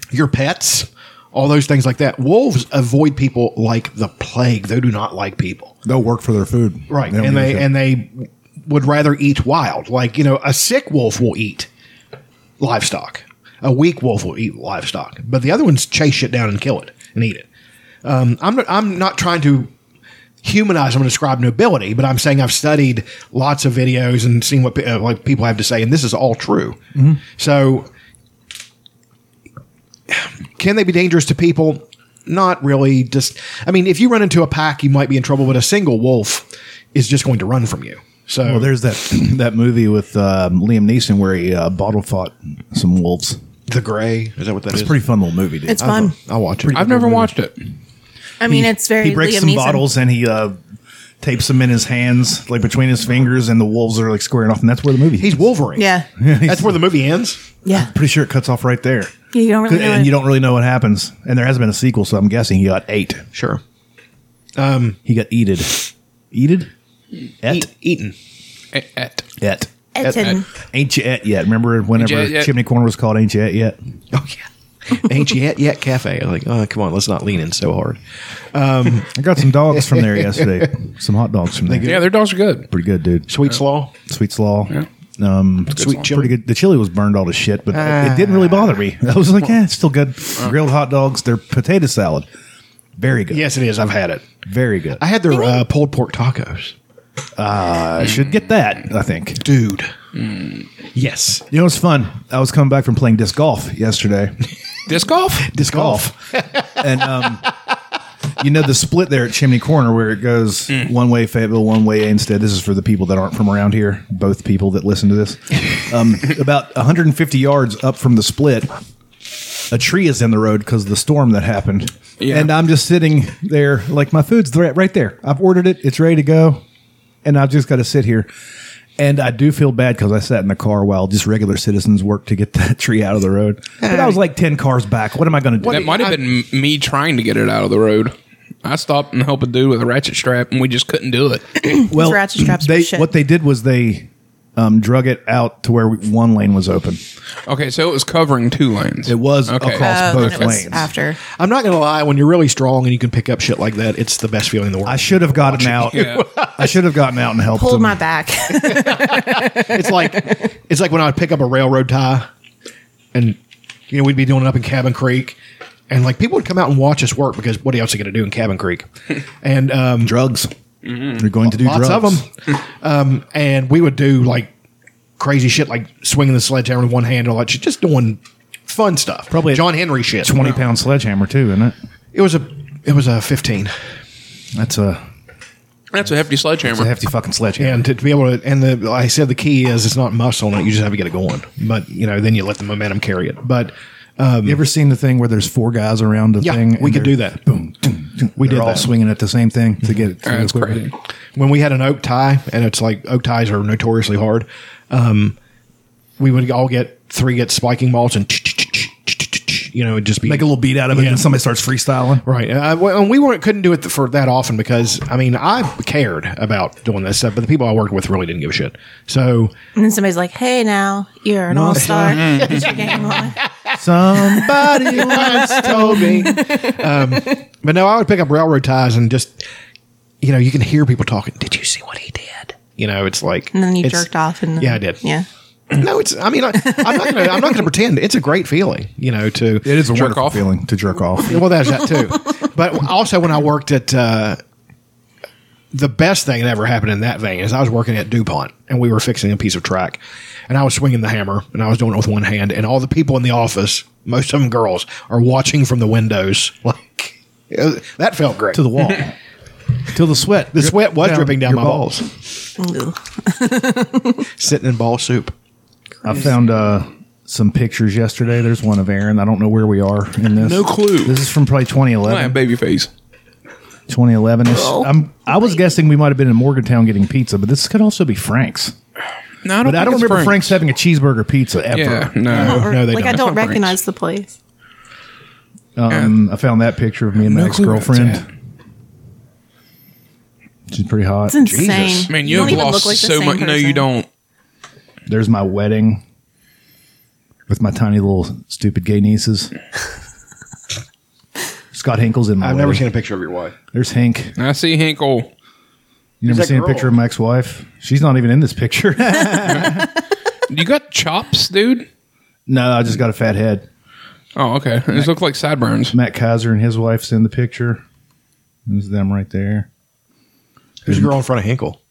Speaker 2: your pets, all those things like that. Wolves avoid people like the plague. They do not like people.
Speaker 1: They'll work for their food,
Speaker 2: Right.
Speaker 1: don't
Speaker 2: and
Speaker 1: give a
Speaker 2: they
Speaker 1: shit.
Speaker 2: and they would rather eat wild. Like, you know, a sick wolf will eat livestock. A weak wolf will eat livestock. But the other ones chase shit down and kill it and eat it. Um, I'm not, I'm not trying to humanize them and describe nobility, but I'm saying I've studied lots of videos and seen what pe- uh, like people have to say, and this is all true.
Speaker 1: Mm-hmm.
Speaker 2: So, can they be dangerous to people? Not really. Just, I mean, if you run into a pack, you might be in trouble, but a single wolf is just going to run from you. So,
Speaker 1: Well, Oh, there's that that movie with um, Liam Neeson where he uh, bottle fought some wolves.
Speaker 2: the gray is that what that
Speaker 1: It's a pretty fun little movie, dude.
Speaker 3: It's fun.
Speaker 2: I'll watch it.
Speaker 4: I've never watched it.
Speaker 3: I mean, it's very.
Speaker 1: he breaks
Speaker 3: Liam
Speaker 1: some
Speaker 3: Neeson.
Speaker 1: bottles and he uh, tapes them in his hands, like between his fingers, and the wolves are like squaring off, and that's where the movie.
Speaker 2: He's Wolverine.
Speaker 3: Yeah.
Speaker 2: that's where the movie ends.
Speaker 3: Yeah.
Speaker 1: pretty sure it cuts off right there,
Speaker 3: Yeah, you don't really know.
Speaker 1: and
Speaker 3: it.
Speaker 1: you don't really know what happens. And there hasn't been a sequel, so I'm guessing he got eight.
Speaker 2: Sure.
Speaker 1: He got eated, eated, et
Speaker 2: Eaten.
Speaker 4: Et- et.
Speaker 1: et.
Speaker 3: Etten.
Speaker 1: Ain't you at yet? Remember whenever
Speaker 4: Ain't you at yet?
Speaker 1: Chimney Corner was called Ain't You at yet?
Speaker 2: Oh yeah. Ain't yet yet cafe. Like, oh come on, let's not lean in so hard.
Speaker 1: I got some dogs from there yesterday. Some hot dogs from there.
Speaker 4: Yeah, their dogs are good.
Speaker 1: Pretty good, dude.
Speaker 2: Sweet slaw.
Speaker 1: Sweet slaw. Um,
Speaker 2: Sweet chili. Ah.
Speaker 1: Pretty good. The chili was burned all to shit, but it- it didn't really bother me. I was like, yeah, it's still good. Grilled hot dogs, their potato salad. Very good.
Speaker 2: Yes, it is. I've had it.
Speaker 1: Very good.
Speaker 2: I had their uh, pulled pork tacos.
Speaker 1: I should get that, I think.
Speaker 2: Dude. Mm. Yes.
Speaker 1: You know what's fun? I was coming back from playing disc golf yesterday.
Speaker 4: Disc golf?
Speaker 1: disc golf. and um, you know the split there at Chimney Corner where it goes one way Fayetteville, one way Ainstead. This is for the people that aren't from around here. Both people that listen to this. Um, about 150 yards up from the split, a tree is in the road because of the storm that happened.
Speaker 4: Yeah.
Speaker 1: And I'm just sitting there, like my food's right, right there. I've ordered it. It's ready to go, and I've just got to sit here. And I do feel bad because I sat in the car while just regular citizens worked to get that tree out of the road. But I was like ten cars back. What am I going to do?
Speaker 4: That might have been m- me trying to get it out of the road. I stopped and helped a dude with a ratchet strap, and we just couldn't do it.
Speaker 1: well,
Speaker 3: ratchet straps are
Speaker 1: they,
Speaker 3: shit.
Speaker 1: what they did was they um, drug it out to where one lane was open.
Speaker 4: Okay, so it was covering two lanes.
Speaker 1: It was
Speaker 4: Okay.
Speaker 1: across
Speaker 3: Oh, then
Speaker 1: both
Speaker 3: it was
Speaker 1: lanes.
Speaker 3: after.
Speaker 2: I'm not gonna lie, when you're really strong and you can pick up shit like that, it's the best feeling in the world.
Speaker 1: I should have gotten out.
Speaker 4: Yeah.
Speaker 1: I should have gotten out and helped.
Speaker 3: Pulled
Speaker 1: them.
Speaker 3: my back.
Speaker 2: it's like it's like when I would pick up a railroad tie, and you know we'd be doing it up in Cabin Creek, and like people would come out and watch us work because what else are you going to do in Cabin Creek? And um,
Speaker 1: drugs. They're going to do
Speaker 2: lots
Speaker 1: drugs.
Speaker 2: of them, um, and we would do like crazy shit like swinging the sledgehammer with one hand and all that shit, just doing fun stuff. Probably John Henry shit.
Speaker 1: Twenty pound sledgehammer too, isn't it?
Speaker 2: It was a it was a fifteen,
Speaker 1: That's a,
Speaker 4: That's a
Speaker 1: that's
Speaker 4: hefty
Speaker 1: a
Speaker 4: sledgehammer.
Speaker 1: hefty fucking sledgehammer.
Speaker 2: and to, to be able to and the like I said the key is it's not muscle in it. You just have to get it going, but you know then you let the momentum carry it, but.
Speaker 1: You ever seen the thing where there's four guys around a
Speaker 2: Yeah,
Speaker 1: thing? and
Speaker 2: we could
Speaker 1: they're-
Speaker 2: do that.
Speaker 1: Boom, boom, boom. We
Speaker 2: did
Speaker 1: did all
Speaker 2: that.
Speaker 1: swinging at the same thing to get it.
Speaker 4: Mm-hmm. That's
Speaker 1: through the
Speaker 4: crazy.
Speaker 2: when we had an oak tie, and it's like oak ties are notoriously hard. Um, we would all get three get spiking balls and you know it'd just be
Speaker 1: Make a little beat out of it,
Speaker 2: Yeah.
Speaker 1: and somebody starts freestyling.
Speaker 2: right. Uh, well, and we weren't couldn't do it for that often because I mean I cared about doing this stuff, but the people I worked with really didn't give a shit. So
Speaker 3: and then somebody's like, hey, now, you're an all star. Get your game on.
Speaker 1: Somebody
Speaker 2: once told me. Um, but no, I would pick up railroad ties and just, you know, you can hear people talking. Did you see what he did? You know, it's like
Speaker 3: And then you
Speaker 2: it's-
Speaker 3: jerked off. And then-
Speaker 2: yeah, I did.
Speaker 3: Yeah.
Speaker 2: No, it's. I mean, I, I'm not. Gonna, I'm not going to pretend. It's a great feeling, you know. To
Speaker 1: It is a
Speaker 4: Jerk
Speaker 1: wonderful
Speaker 4: off.
Speaker 1: feeling to jerk off.
Speaker 2: well, there's that too. But also, when I worked at uh, the best thing that ever happened in that vein is I was working at Dupont and we were fixing a piece of track, and I was swinging the hammer and I was doing it with one hand, and all the people in the office, most of them girls, are watching from the windows. Like uh, that felt great.
Speaker 1: to the wall till the sweat.
Speaker 2: The sweat was dripping down
Speaker 1: your
Speaker 2: my balls. sitting in ball soup.
Speaker 1: I found uh, some pictures yesterday. There's one of Aaron. I don't know where we are in this.
Speaker 4: No clue.
Speaker 1: This is from probably
Speaker 4: I have
Speaker 1: 2011.
Speaker 4: baby face.
Speaker 1: 2011 ish. I'm, I was guessing we might have been in Morgantown getting pizza, but this could also be Frank's.
Speaker 4: No, I don't,
Speaker 1: But I don't
Speaker 4: think it's
Speaker 1: remember Frank's.
Speaker 4: Frank's.
Speaker 1: having a cheeseburger pizza ever.
Speaker 4: Yeah, no.
Speaker 3: Or,
Speaker 2: no, they
Speaker 3: like,
Speaker 2: don't.
Speaker 3: I don't
Speaker 4: That's not
Speaker 3: recognize the place.
Speaker 1: Um, I found that picture of me and my
Speaker 4: No
Speaker 1: ex
Speaker 4: clue where it's at.
Speaker 1: girlfriend. She's pretty hot.
Speaker 3: It's insane.
Speaker 4: Man, you,
Speaker 3: don't
Speaker 4: have
Speaker 3: even look
Speaker 4: lost
Speaker 3: like the
Speaker 4: so
Speaker 3: same
Speaker 4: much. No, you
Speaker 3: person.
Speaker 4: don't.
Speaker 1: There's my wedding with my tiny little stupid gay nieces. Scott Hinkle's in my.
Speaker 2: I've never
Speaker 1: wedding.
Speaker 2: seen a picture of your wife.
Speaker 1: There's Hank.
Speaker 4: I see Hinkle.
Speaker 1: You never
Speaker 2: that
Speaker 1: seen
Speaker 2: girl?
Speaker 1: a picture of my ex-wife? She's not even in this picture.
Speaker 4: You got chops, dude?
Speaker 1: no, I just got a fat head.
Speaker 4: Oh, okay. These look like sideburns.
Speaker 1: Matt Kaiser and his wife's in the picture. There's them right there.
Speaker 2: Who's the girl in front of Hinkle?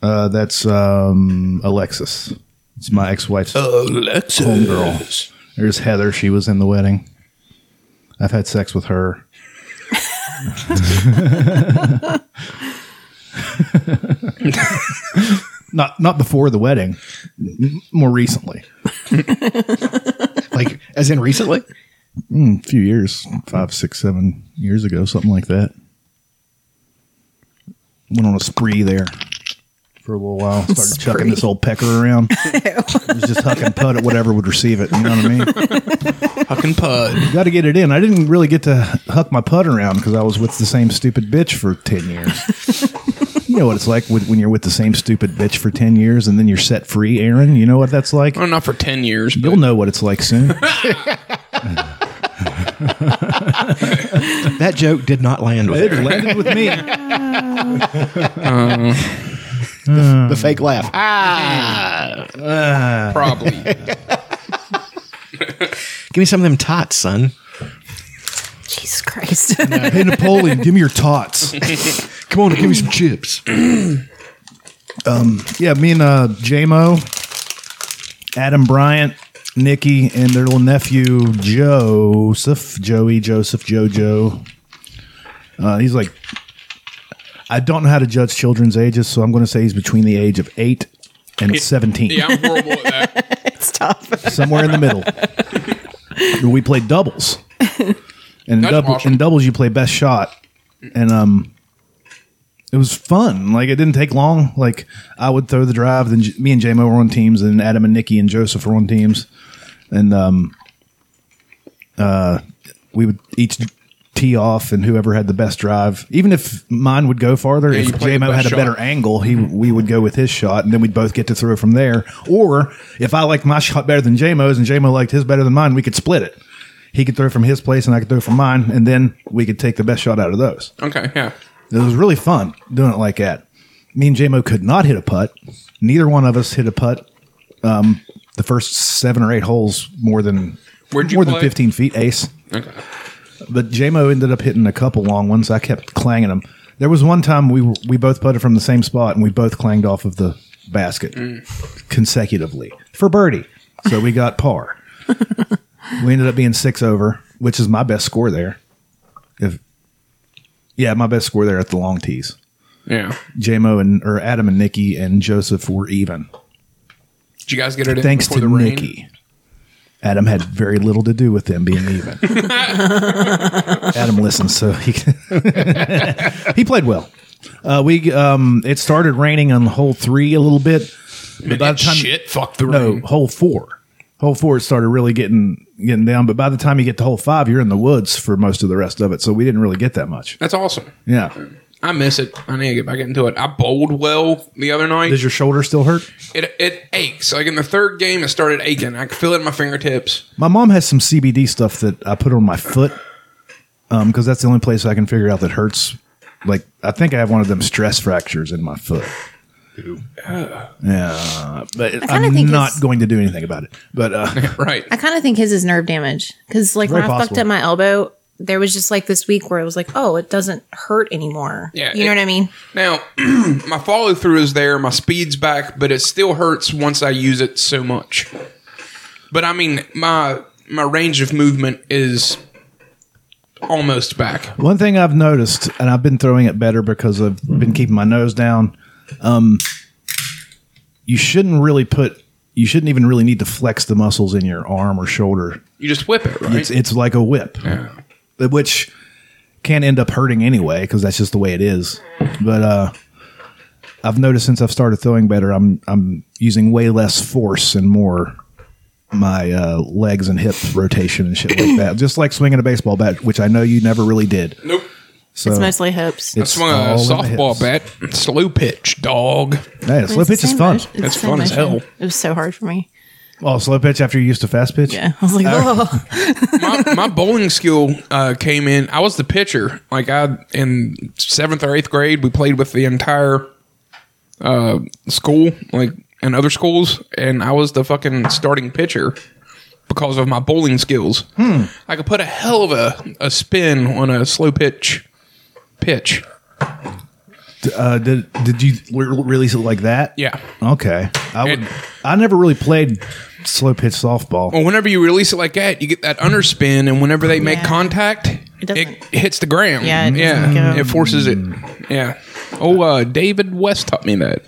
Speaker 1: Uh, that's um, Alexis. It's my ex-wife's homegirl. There's Heather. She was in the wedding. I've had sex with her. not not before the wedding. M- More recently,
Speaker 2: Like, as in recently?
Speaker 1: a few years, five, six, seven years ago, something like that. Went on a spree there for a little while. Started chucking this old pecker around. it was just huck and putt at whatever would receive it. You know what I mean?
Speaker 4: Fucking pud.
Speaker 1: Got to get it in. I didn't really get to huck my putt around because I was with the same stupid bitch for 10 years. You know what it's like with, when you're with the same stupid bitch for 10 years and then you're set free, Aaron. You know what that's like?
Speaker 4: Well, not for ten years. But
Speaker 1: You'll know what it's like soon.
Speaker 2: That joke did not land with
Speaker 1: it
Speaker 2: her.
Speaker 1: landed with me.
Speaker 2: the fake laugh. Ah,
Speaker 4: probably.
Speaker 2: give me some of them tots, son.
Speaker 3: Jesus Christ.
Speaker 1: Hey, Napoleon, give me your tots.
Speaker 2: Come on, give me some chips.
Speaker 1: Yeah, me and uh, JMO, Adam Bryant, Nikki, and their little nephew Joseph, Joey, Joseph, JoJo. Uh, he's like, I don't know how to judge children's ages, so I'm going to say he's between the age of eight and seventeen,
Speaker 4: Yeah, I'm horrible at that.
Speaker 3: it's tough.
Speaker 1: somewhere in the middle. we played doubles, and in,
Speaker 4: That's
Speaker 1: double,
Speaker 4: awesome.
Speaker 1: in doubles you play best shot, and um. it was fun. Like it didn't take long. Like I would throw the drive, then J- me and JMO were on teams, and Adam and Nikki and Joseph were on teams, and um, uh, we would each tee off, and whoever had the best drive, even if mine would go farther, if
Speaker 4: you played the
Speaker 1: JMO
Speaker 4: best
Speaker 1: had a
Speaker 4: shot.
Speaker 1: better angle, he we would go with his shot, and then we'd both get to throw from there. Or if I liked my shot better than JMO's, and JMO liked his better than mine, we could split it. He could throw from his place, and I could throw from mine, and then we could take the best shot out of those.
Speaker 4: Okay, yeah.
Speaker 1: It was really fun doing it like that. Me and JMO could not hit a putt. Neither one of us hit a putt. Um, the first seven or eight holes more than
Speaker 4: Where'd you
Speaker 1: more
Speaker 4: play?
Speaker 1: than fifteen feet ace.
Speaker 4: Okay.
Speaker 1: But JMO ended up hitting a couple long ones. I kept clanging them. There was one time we were, we both putted from the same spot and we both clanged off of the basket
Speaker 4: Mm.
Speaker 1: consecutively for birdie. So we got par. we ended up being six over, which is my best score there. If yeah, my best score there at the long tees.
Speaker 4: Yeah.
Speaker 1: JMO and or Adam and Nikki and Joseph were even.
Speaker 4: Did you guys get it in
Speaker 1: Thanks
Speaker 4: before
Speaker 1: to
Speaker 4: the rain?
Speaker 1: Nikki. Adam had very little to do with them being even. Adam listens, so he he played well. Uh, we um, it started raining on hole three a little bit, but by the time
Speaker 4: Shit, fuck the
Speaker 1: no
Speaker 4: rain.
Speaker 1: hole four, hole four it started really getting getting down. But by the time you get to hole five, you're in the woods for most of the rest of it. So we didn't really get that much.
Speaker 4: That's awesome.
Speaker 1: Yeah,
Speaker 4: I miss it. I need to get back into it. I bowled well the other night.
Speaker 1: does your shoulder still hurt?
Speaker 4: it it aches. Like in the third game, it started aching. I could feel it in my fingertips.
Speaker 1: My mom has some CBD stuff that I put on my foot because that's the only place I can figure out that hurts. Like I think I have one of them stress fractures in my foot. Yeah, but
Speaker 3: kinda
Speaker 1: I'm
Speaker 3: think
Speaker 1: not
Speaker 3: it's-
Speaker 1: going to do anything about it. But uh,
Speaker 4: Right.
Speaker 3: I kind of think his is nerve damage because, like,
Speaker 1: Very
Speaker 3: when I fucked
Speaker 1: possible.
Speaker 3: up my elbow, there was just like this week where it was like, oh, it doesn't hurt anymore.
Speaker 4: Yeah,
Speaker 3: you know
Speaker 4: it-
Speaker 3: what I mean.
Speaker 4: Now, my follow through is there, my speed's back, but it still hurts once I use it so much. But I mean, my my range of movement is almost back.
Speaker 1: One thing I've noticed, and I've been throwing it better because I've been keeping my nose down. Um, you shouldn't really put. You shouldn't even really need to flex the muscles in your arm or shoulder.
Speaker 4: You just whip it, right?
Speaker 1: It's it's like a whip, which can end up hurting anyway because that's just the way it is. But uh, I've noticed since I've started throwing better, I'm I'm using way less force and more my uh, legs and hip rotation and shit like that. Just like swinging a baseball bat, which I know you never really did.
Speaker 4: nope.
Speaker 1: So
Speaker 3: It's mostly hips.
Speaker 1: it's
Speaker 4: I swung a
Speaker 1: all in the
Speaker 4: softball
Speaker 1: hips.
Speaker 4: bat, slow pitch, dog.
Speaker 1: Hey, slow pitch is fun.
Speaker 4: That's fun as hell.
Speaker 3: It was so hard for me.
Speaker 1: Oh, slow pitch after you're used to fast pitch.
Speaker 3: Yeah, I was like,
Speaker 1: Uh,
Speaker 3: oh,
Speaker 4: my, my bowling skill uh, came in. I was the pitcher. Like I in seventh or eighth grade, we played with the entire uh, school, like and other schools, and I was the fucking starting pitcher because of my bowling skills. I could put a hell of a, a spin on a slow pitch pitch.
Speaker 1: Uh, did did you re- release it like that?
Speaker 4: Yeah.
Speaker 1: Okay. I would.
Speaker 4: And-
Speaker 1: I never really played slow pitch softball.
Speaker 4: Well, whenever you release it like that, you get that underspin, and whenever they make
Speaker 3: Oh, Yeah.
Speaker 4: contact,
Speaker 3: It
Speaker 4: it,
Speaker 3: doesn't-
Speaker 4: hits the ground.
Speaker 3: Yeah, it doesn't
Speaker 4: yeah,
Speaker 3: go.
Speaker 4: it forces it.
Speaker 1: Mm.
Speaker 4: Yeah. Oh, uh, David West taught me that.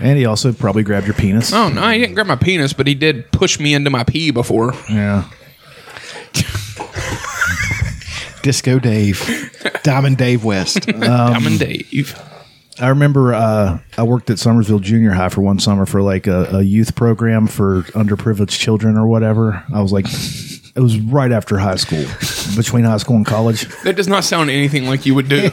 Speaker 1: And he also probably grabbed your penis.
Speaker 4: Oh no, he didn't grab my penis, but he did push me into my pee before.
Speaker 1: Yeah.
Speaker 2: Disco Dave, Diamond Dave West.
Speaker 1: Um,
Speaker 4: I'm in Dave.
Speaker 1: I remember uh, I worked at Somersville Junior High for one summer for like a, a youth program for underprivileged children or whatever. I was like It was right after high school, between high school and college.
Speaker 4: That does not sound anything like you would do.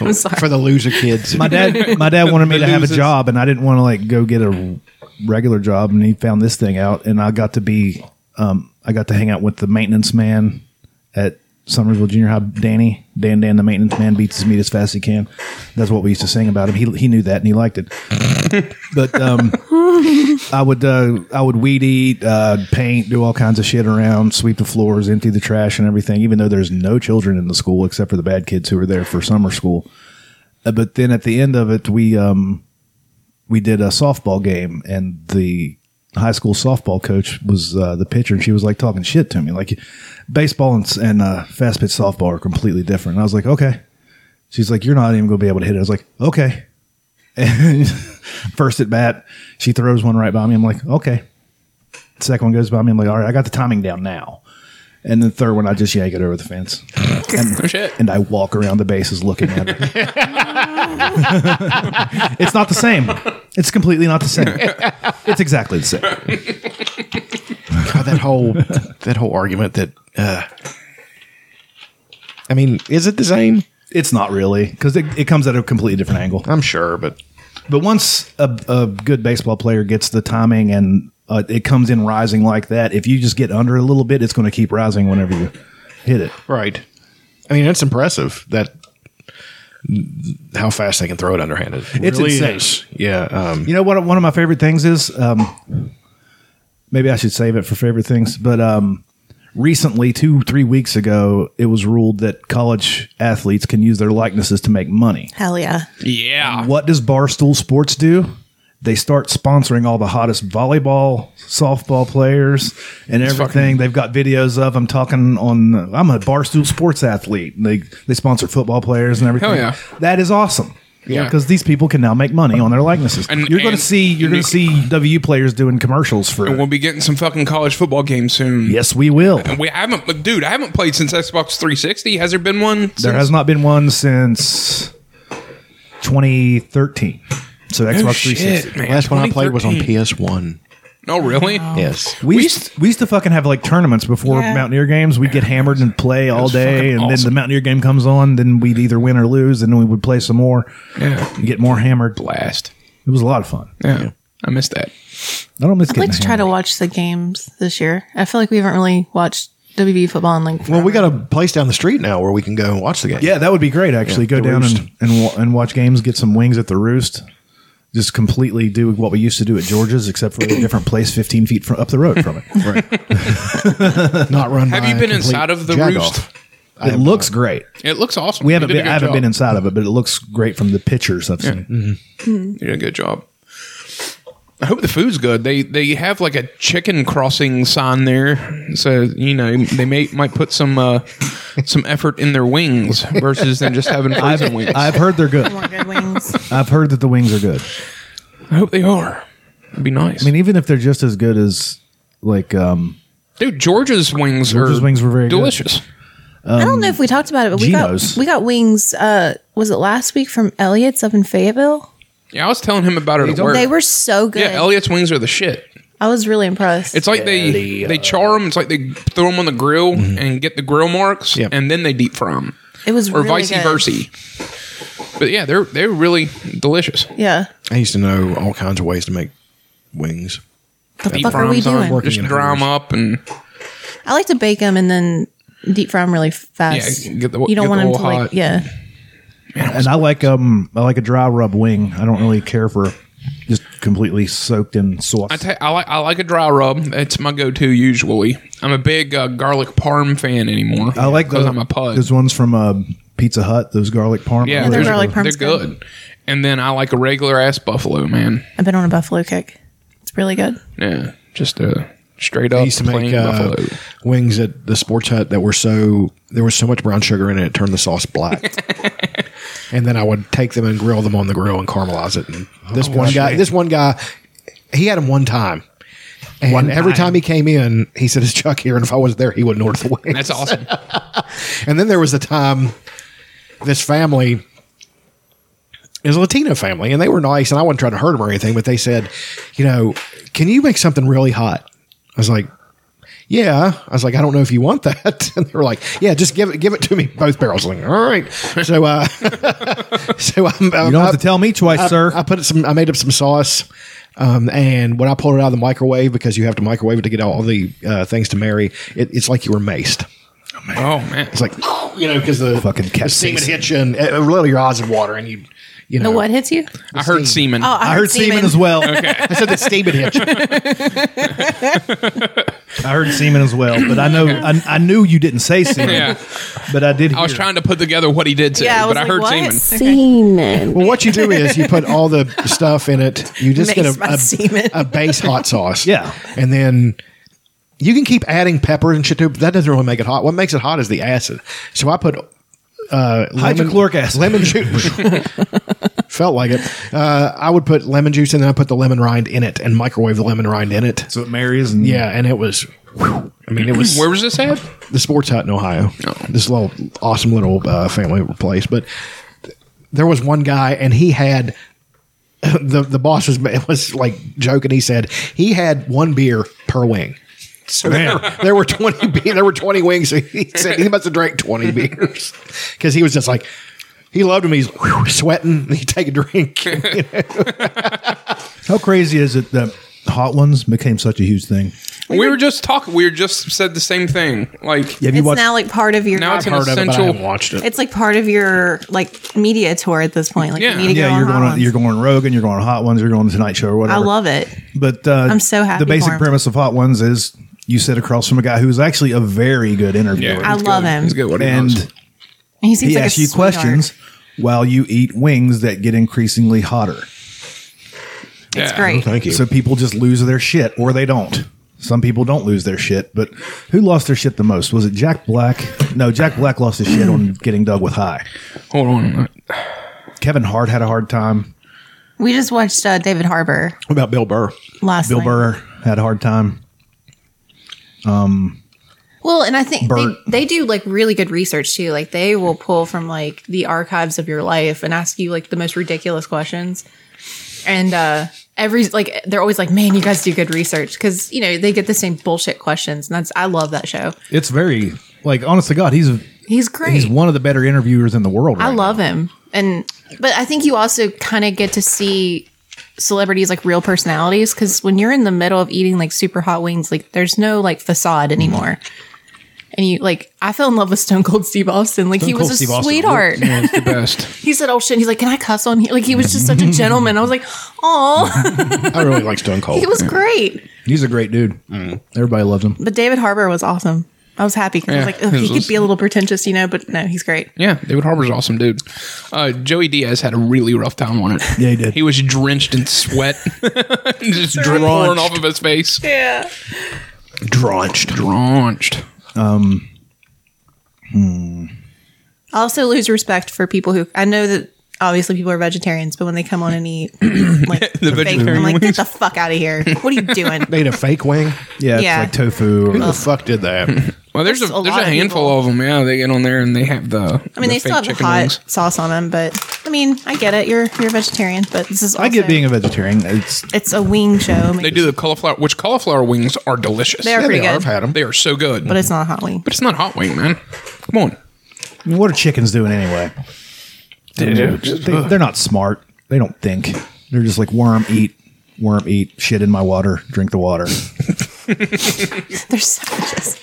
Speaker 3: I'm sorry.
Speaker 2: for the loser kids.
Speaker 1: My dad, my dad wanted me to have a
Speaker 4: losers.
Speaker 1: job, and I didn't want to like go get a regular job. And he found this thing out, and I got to be, um, I got to hang out with the maintenance man at Somersville Junior High, Danny Dan Dan, the maintenance man beats his meat as fast as he can. That's what we used to sing about him. He he knew that and he liked it. but um, I would uh, I would weed eat, uh, paint, do all kinds of shit around, sweep the floors, empty the trash, and everything. Even though there's no children in the school except for the bad kids who are there for summer school. Uh, but then at the end of it, we um, we did a softball game, and the high school softball coach was uh, the pitcher, and she was like talking shit to me, like baseball and, s- and uh, fast pitch softball are completely different. And I was like, okay. She's like, you're not even going to be able to hit it. I was like, okay. And first at bat, she throws one right by me. I'm like, okay. Second one goes by me. I'm like, all right, I got the timing down now. And the third one, I just yank it over the fence.
Speaker 4: No shit.
Speaker 1: And I walk around the bases looking at her. it's not the same. It's completely not the same. It's exactly the same.
Speaker 2: God, oh, that whole that whole argument that uh, I mean, is it the same?
Speaker 1: It's not really because it, it comes at a completely different angle.
Speaker 2: I'm sure, but
Speaker 1: But once a, a good baseball player gets the timing and uh, it comes in rising like that, if you just get under it a little bit, it's going to keep rising whenever you hit it.
Speaker 2: right. I mean, it's impressive that how fast they can throw it underhanded. It
Speaker 1: It's
Speaker 2: really
Speaker 1: insane.
Speaker 2: is. Yeah. Um,
Speaker 1: You know what? One of my favorite things is um, maybe I should save it for favorite things, but um, recently, two three weeks ago, it was ruled that college athletes can use their likenesses to make money.
Speaker 3: Hell yeah.
Speaker 4: Yeah.
Speaker 1: What does Barstool Sports do? They start sponsoring all the hottest volleyball, softball players, and everything. They've got videos of them talking on. I'm a Barstool Sports athlete. And they they sponsor football players and everything.
Speaker 4: Hell yeah.
Speaker 1: that is awesome.
Speaker 4: Yeah.
Speaker 1: because these people can now make money on their likenesses.
Speaker 4: And-
Speaker 1: you're going
Speaker 4: and-
Speaker 1: to see you're going
Speaker 4: and
Speaker 1: to see W players doing commercials for.
Speaker 4: We'll be getting some fucking college football games soon.
Speaker 1: Yes, we will.
Speaker 4: We I haven't, but dude. I haven't played since Xbox 360. Has there been one?
Speaker 1: There has not been one since 2013. So Xbox 360.
Speaker 4: man.
Speaker 2: last one I played was on
Speaker 4: 2013.
Speaker 2: PS1.
Speaker 4: No, really?
Speaker 2: Yes.
Speaker 1: We used, we used to fucking have like tournaments before
Speaker 3: Yeah.
Speaker 1: Mountaineer games. We'd get hammered and play all
Speaker 4: was
Speaker 1: day,
Speaker 4: fucking
Speaker 1: and then the
Speaker 4: awesome.
Speaker 1: Mountaineer game comes on. Then we'd either win or lose, and then we would play some more,
Speaker 4: Yeah.
Speaker 1: and get more hammered.
Speaker 4: Blast.
Speaker 1: It was a lot of fun.
Speaker 4: Yeah. I missed that.
Speaker 1: I don't miss
Speaker 3: I'd
Speaker 1: getting
Speaker 3: like to try to
Speaker 1: hammered.
Speaker 3: watch the games this year. I feel like we haven't really watched WB football in like.
Speaker 2: Well, we got a place down the street now where we can go and watch the game.
Speaker 1: Yeah, that would be great. Actually, go
Speaker 2: the
Speaker 1: down
Speaker 2: Roost.
Speaker 1: and and, wa- and watch games. Get some wings at the Roost. Just completely do what we used to do at George's, except for a different place, fifteen feet fr- up the road from it.
Speaker 2: Not run.
Speaker 4: Have
Speaker 2: by
Speaker 4: you
Speaker 2: a complete
Speaker 4: been inside of the
Speaker 2: jagoff.
Speaker 4: roost?
Speaker 1: It looks great.
Speaker 4: It looks awesome.
Speaker 1: We
Speaker 4: You
Speaker 1: haven't
Speaker 4: uh, did a
Speaker 1: been,
Speaker 4: good
Speaker 1: I haven't
Speaker 4: job. Mm-hmm.
Speaker 1: been inside of it, but it looks great from the pictures I've seen.
Speaker 4: You did a good job. I hope the food's good. They they have like a chicken crossing sign there, so you know they may might put some uh, some effort in their wings versus than just having frozen wings.
Speaker 1: I've heard they're good.
Speaker 3: more good wings.
Speaker 1: I've heard that the wings are good.
Speaker 4: I hope they are. It'd be nice.
Speaker 1: I mean, even if they're just as good as like um
Speaker 4: Dude, Georgia's wings
Speaker 1: Georgia's
Speaker 4: are
Speaker 1: wings were very good.
Speaker 4: delicious.
Speaker 3: I don't know if we talked about it, but we
Speaker 1: Um, Geno's.
Speaker 3: got we got wings. Uh, was it last week from Elliot's up in Fayetteville?
Speaker 4: Yeah, I was telling him about it at work.
Speaker 3: They were so good.
Speaker 4: yeah, Elliot's wings are the shit.
Speaker 3: I was really impressed.
Speaker 4: It's like they they char them. It's like they throw them on the grill
Speaker 1: Mm-hmm.
Speaker 4: and get the grill marks,
Speaker 2: Yep.
Speaker 4: and then they deep fry them,
Speaker 3: it was
Speaker 4: or
Speaker 3: really
Speaker 4: vice
Speaker 3: good.
Speaker 4: versa. But yeah, they're they're really delicious.
Speaker 3: Yeah.
Speaker 2: I used to know all kinds of ways to make wings.
Speaker 3: The
Speaker 4: Deep
Speaker 3: fuck
Speaker 4: fry
Speaker 3: are we
Speaker 4: 'em's on,
Speaker 3: doing?
Speaker 2: working
Speaker 4: Just
Speaker 2: in
Speaker 4: dry them up and
Speaker 3: I like to bake them and then deep fry them really fast.
Speaker 4: Yeah, get the-
Speaker 3: you
Speaker 4: get
Speaker 3: don't
Speaker 4: the
Speaker 3: want them
Speaker 4: oil
Speaker 3: to
Speaker 4: hot.
Speaker 3: like yeah.
Speaker 1: and I like um I like a dry rub wing. I don't really care for just completely soaked in sauce.
Speaker 4: I, ta- I like I like a dry rub. It's my go-to usually. I'm a big uh, garlic parm fan anymore.
Speaker 1: I like
Speaker 4: because
Speaker 1: those-
Speaker 4: I'm a pug.
Speaker 1: Those ones from uh, Pizza Hut, those garlic parm.
Speaker 4: yeah,
Speaker 3: Yeah,
Speaker 4: they're,
Speaker 3: those garlic
Speaker 4: they're
Speaker 3: parm's
Speaker 4: good.
Speaker 3: good.
Speaker 4: And then I like a regular ass buffalo man.
Speaker 3: I've been on a buffalo kick. It's really good.
Speaker 4: Yeah, just a straight
Speaker 2: I
Speaker 4: up
Speaker 2: used to
Speaker 4: plain
Speaker 2: make uh,
Speaker 4: buffalo.
Speaker 2: wings at the sports hut that were so there was so much brown sugar in it, it turned the sauce black. and then I would take them and grill them on the grill and caramelize it. And
Speaker 4: Oh,
Speaker 2: this one guy, this one guy, he had them one time. And every time he came in, he said, "Is Chuck here?" And if I was there, he wouldn't order the wings.
Speaker 4: That's awesome.
Speaker 2: And then there was a time this family is a Latino family, and they were nice, and I wasn't trying to hurt them or anything, but they said, you know, can you make something really hot? I was like, yeah. I was like, I don't know if you want that. And they were like, yeah, just give it, give it to me. Both barrels. I was like, all right. So, uh, so I'm, um,
Speaker 1: You don't have to tell me twice,
Speaker 2: I,
Speaker 1: sir.
Speaker 2: I put some. I made up some sauce, um, and when I pulled it out of the microwave, because you have to microwave it to get all the uh, things to marry, it, it's like you were maced.
Speaker 4: Oh man,
Speaker 2: It's like you know, because the
Speaker 1: Fucking
Speaker 2: the
Speaker 1: cat
Speaker 2: semen
Speaker 1: season.
Speaker 2: hits you, and uh, really your eyes in water, and you you know
Speaker 6: The what hits you?
Speaker 4: I heard semen.
Speaker 3: Oh,
Speaker 1: I heard semen as well.
Speaker 2: I said the semen hit you.
Speaker 1: I heard semen as well, but I know I, I knew you didn't say semen,
Speaker 4: Yeah.
Speaker 1: but I did. Hear
Speaker 4: I was trying to put together what he did to,
Speaker 3: Yeah, I was
Speaker 4: but I
Speaker 3: like,
Speaker 4: heard
Speaker 3: what?
Speaker 4: semen.
Speaker 6: Semen.
Speaker 2: Well, what you do is you put all the stuff in it. You just
Speaker 3: Mace my semen.
Speaker 2: get a, a, a base hot sauce.
Speaker 1: Yeah.
Speaker 2: And then you can keep adding pepper and shit to it, but that doesn't really make it hot. What makes it hot is the acid. So I put uh, lemon,
Speaker 1: Hydrochloric acid.
Speaker 2: Lemon juice. Felt like it. Uh, I would put lemon juice and then I put the lemon rind in it and microwave the lemon rind in it.
Speaker 1: So it marries, and
Speaker 2: Yeah, and it was. whew, I mean, it was
Speaker 4: Where was this at?
Speaker 2: the sports hut in Ohio. This little awesome little uh, family place, but th- there was one guy and he had the the boss was was like joking. He said he had one beer per wing. So there, there were twenty be- there were twenty wings. So he said he must have drank twenty beers because he was just like he loved him. He's whew, sweating. He take a drink.
Speaker 1: How crazy is it that hot ones became such a huge thing?
Speaker 4: We, were just talking. We were just said the same thing. Like
Speaker 1: Have you
Speaker 3: It's
Speaker 1: watched?
Speaker 3: now like part of your.
Speaker 4: now, it's an
Speaker 2: Heard of it, but I
Speaker 4: essential.
Speaker 2: haven't watched it.
Speaker 3: it's like part of your like media tour at this point. Like
Speaker 4: Yeah.
Speaker 3: you need to go
Speaker 1: yeah,
Speaker 3: on
Speaker 1: you're
Speaker 3: hot
Speaker 1: going on,
Speaker 3: ones.
Speaker 1: you're going on Rogan, you're going on Hot Ones, you're going on Tonight Show or
Speaker 3: I
Speaker 1: whatever.
Speaker 3: love it.
Speaker 1: But uh,
Speaker 3: I'm so happy
Speaker 1: The basic
Speaker 3: for him.
Speaker 1: premise of Hot Ones is you sit across from a guy who's actually a very good interviewer,
Speaker 4: Yeah,
Speaker 3: I
Speaker 4: he's
Speaker 3: love
Speaker 4: good.
Speaker 3: him.
Speaker 4: He's good. at What he
Speaker 1: and
Speaker 4: knows.
Speaker 3: He seems
Speaker 1: he
Speaker 3: like a
Speaker 1: asks you
Speaker 3: sweetheart.
Speaker 1: questions while you eat wings that get increasingly hotter.
Speaker 3: It's
Speaker 4: Yeah.
Speaker 3: great.
Speaker 2: Thank you.
Speaker 1: So people just lose their shit, or they don't. Some people don't lose their shit, but who lost their shit the most? Was it Jack Black? No, Jack Black lost his shit
Speaker 3: Mm.
Speaker 1: on getting dug with high.
Speaker 4: Hold on.
Speaker 1: Kevin Hart had a hard time.
Speaker 3: We just watched uh, David Harbor
Speaker 2: what about Bill Burr?
Speaker 3: last.
Speaker 1: Bill
Speaker 3: night.
Speaker 1: Burr had a hard time.
Speaker 6: Well, and I think they,
Speaker 1: Bert.
Speaker 6: they do like really good research too. Like they will pull from like the archives of your life and ask you like the most ridiculous questions. And uh every like they're always like, "Man, you guys do good research" cuz you know, they get the same bullshit questions. And that's I love that show.
Speaker 1: It's very like honest to God, he's
Speaker 6: He's great.
Speaker 1: he's one of the better interviewers in the world.
Speaker 6: I
Speaker 1: right
Speaker 6: love him. And but I think you also kind of get to see celebrities like real personalities cuz when you're in the middle of eating like super hot wings, like there's no like facade anymore. And you like I fell in love with Stone Cold Steve Austin. Like he was
Speaker 1: Cold
Speaker 6: a
Speaker 1: Steve Austin.
Speaker 6: sweetheart.
Speaker 4: Oh, it's the best.
Speaker 6: He said, "Oh shit." He's like, "Can I cuss on here?" Like he was just such a gentleman. I was like, "Oh,
Speaker 2: I really like Stone Cold.
Speaker 6: he was great."
Speaker 1: now. He's a great dude. Everybody loves him.
Speaker 3: But David Harbor was awesome. I was happy because
Speaker 4: Yeah.
Speaker 3: I was like, Ugh,
Speaker 4: He was
Speaker 3: he could be a little pretentious, you know, but no, he's great.
Speaker 4: Yeah, David Harbour's an awesome dude. Uh, Joey Diaz had a really rough time on it.
Speaker 1: Yeah, he did.
Speaker 4: He was drenched in sweat, just drip pouring off of his face.
Speaker 3: Yeah.
Speaker 2: drenched.
Speaker 4: Drenched.
Speaker 3: I also lose respect for people who I know that obviously people are vegetarians, but when they come on and eat like
Speaker 4: The
Speaker 3: fake,
Speaker 4: vegetarian
Speaker 3: I'm like, get
Speaker 4: wings.
Speaker 3: the fuck out of here. What are you doing?
Speaker 2: They had a fake wing.
Speaker 1: Yeah,
Speaker 3: Yeah.
Speaker 1: it's like tofu. Or,
Speaker 2: Who the fuck did that?
Speaker 4: Well, there's,
Speaker 3: There's
Speaker 4: a,
Speaker 3: a
Speaker 4: there's
Speaker 3: lot
Speaker 4: a
Speaker 3: of
Speaker 4: handful
Speaker 3: people.
Speaker 4: of them. Yeah, they get on there and they have the.
Speaker 3: I mean, they still have the hot sauce on them, but I mean, I get it. You're you're a vegetarian, but this is also,
Speaker 1: I get being a vegetarian. It's
Speaker 3: it's a wing show.
Speaker 4: They do the cauliflower, which cauliflower wings are delicious.
Speaker 3: They are pretty
Speaker 2: they are.
Speaker 3: good,
Speaker 2: I've had them.
Speaker 4: They are so good,
Speaker 3: but
Speaker 4: but
Speaker 3: it's not a hot wing.
Speaker 4: it's not hot wing, man. Come on.
Speaker 1: I mean, what are chickens doing anyway? They they, are not smart. They don't think. They're just like worm eat, worm eat, shit in my water, drink the water.
Speaker 3: They're savages.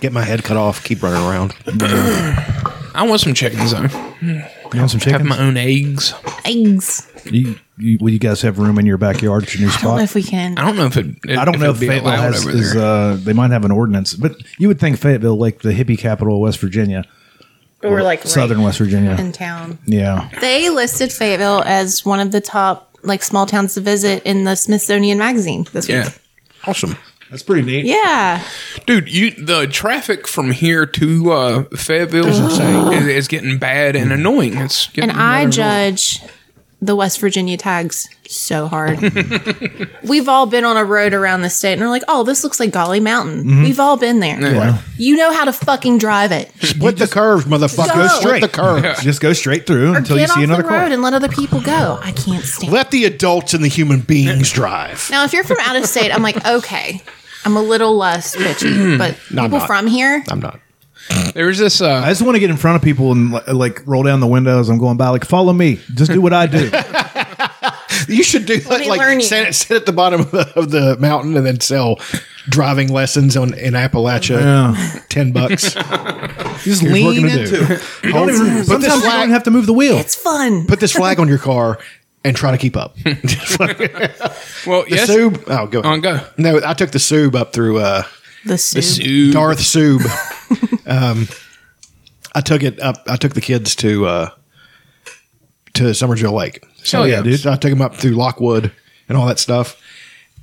Speaker 2: Get my head cut off. Keep running around.
Speaker 4: I want some chickens though.
Speaker 1: You want some
Speaker 4: Have
Speaker 1: chicken?
Speaker 4: my own eggs.
Speaker 6: Eggs.
Speaker 1: You, you, will you guys have room in your backyard at your new
Speaker 3: I don't know
Speaker 1: spot?
Speaker 3: if we can.
Speaker 4: I don't know if it. it
Speaker 1: I don't know
Speaker 4: it'd
Speaker 1: if
Speaker 4: be
Speaker 1: Fayetteville
Speaker 4: allowed
Speaker 1: has
Speaker 4: over
Speaker 1: is
Speaker 4: there.
Speaker 1: uh, they might have an ordinance, but you would think Fayetteville, like the hippie capital of West Virginia,
Speaker 3: We're like right
Speaker 1: southern West Virginia,
Speaker 3: in town.
Speaker 1: yeah,
Speaker 6: They listed Fayetteville as one of the top like small towns to visit in the Smithsonian magazine this
Speaker 4: yeah.
Speaker 6: week.
Speaker 2: Awesome.
Speaker 1: that's pretty neat.
Speaker 6: Yeah.
Speaker 1: uh,
Speaker 4: Dude, you the traffic from here to uh, Fayetteville is, is, getting bad and annoying. It's getting
Speaker 6: And I
Speaker 4: rather
Speaker 6: judge the West Virginia tags so hard. We've all been on a road around the state and we're like, "Oh, this looks like Golly Mountain." We've all been there.
Speaker 1: Yeah.
Speaker 6: You know how to fucking drive it.
Speaker 2: Split the curve, motherfucker.
Speaker 6: Go.
Speaker 2: Split the curve.
Speaker 1: Just go straight through until you
Speaker 6: Get
Speaker 1: see
Speaker 6: off
Speaker 1: another
Speaker 6: the road
Speaker 1: car.
Speaker 6: and let other people go. I can't stand. it.
Speaker 2: Let the adults and the human beings drive.
Speaker 6: Now, if you're from out of state, I'm like, okay, I'm a little less bitchy, but
Speaker 2: No, I'm
Speaker 6: people
Speaker 2: not.
Speaker 6: from here,
Speaker 2: I'm not.
Speaker 4: There's this.
Speaker 1: I
Speaker 4: Uh,
Speaker 1: just want to get in front of people and li- like roll down the windows. I'm going by like, follow me. Just do what I do.
Speaker 2: You should do that,
Speaker 3: me
Speaker 2: like
Speaker 3: learn you.
Speaker 2: sit, sit at the bottom of the, of the mountain and then sell driving lessons on in Appalachia. Ten bucks.
Speaker 1: Just
Speaker 2: Here's what we're
Speaker 1: lean
Speaker 2: gonna
Speaker 1: into it.
Speaker 2: do. Hold- put
Speaker 1: Sometimes
Speaker 2: this
Speaker 1: you don't even
Speaker 2: flag.
Speaker 1: have to move the wheel.
Speaker 3: It's fun.
Speaker 2: Put this flag on your car and try to keep up.
Speaker 4: well,
Speaker 2: The
Speaker 4: yes.
Speaker 2: Soob. Oh, go. Ahead.
Speaker 4: On go.
Speaker 2: No, I took the Soob up through uh,
Speaker 3: The soup.
Speaker 4: Ooh.
Speaker 2: Darth Soob. um, I took it up. I took the kids to uh, to Summergill Lake. So
Speaker 4: Hell Oh, yeah, dude.
Speaker 2: So I took them up through Lockwood and all that stuff.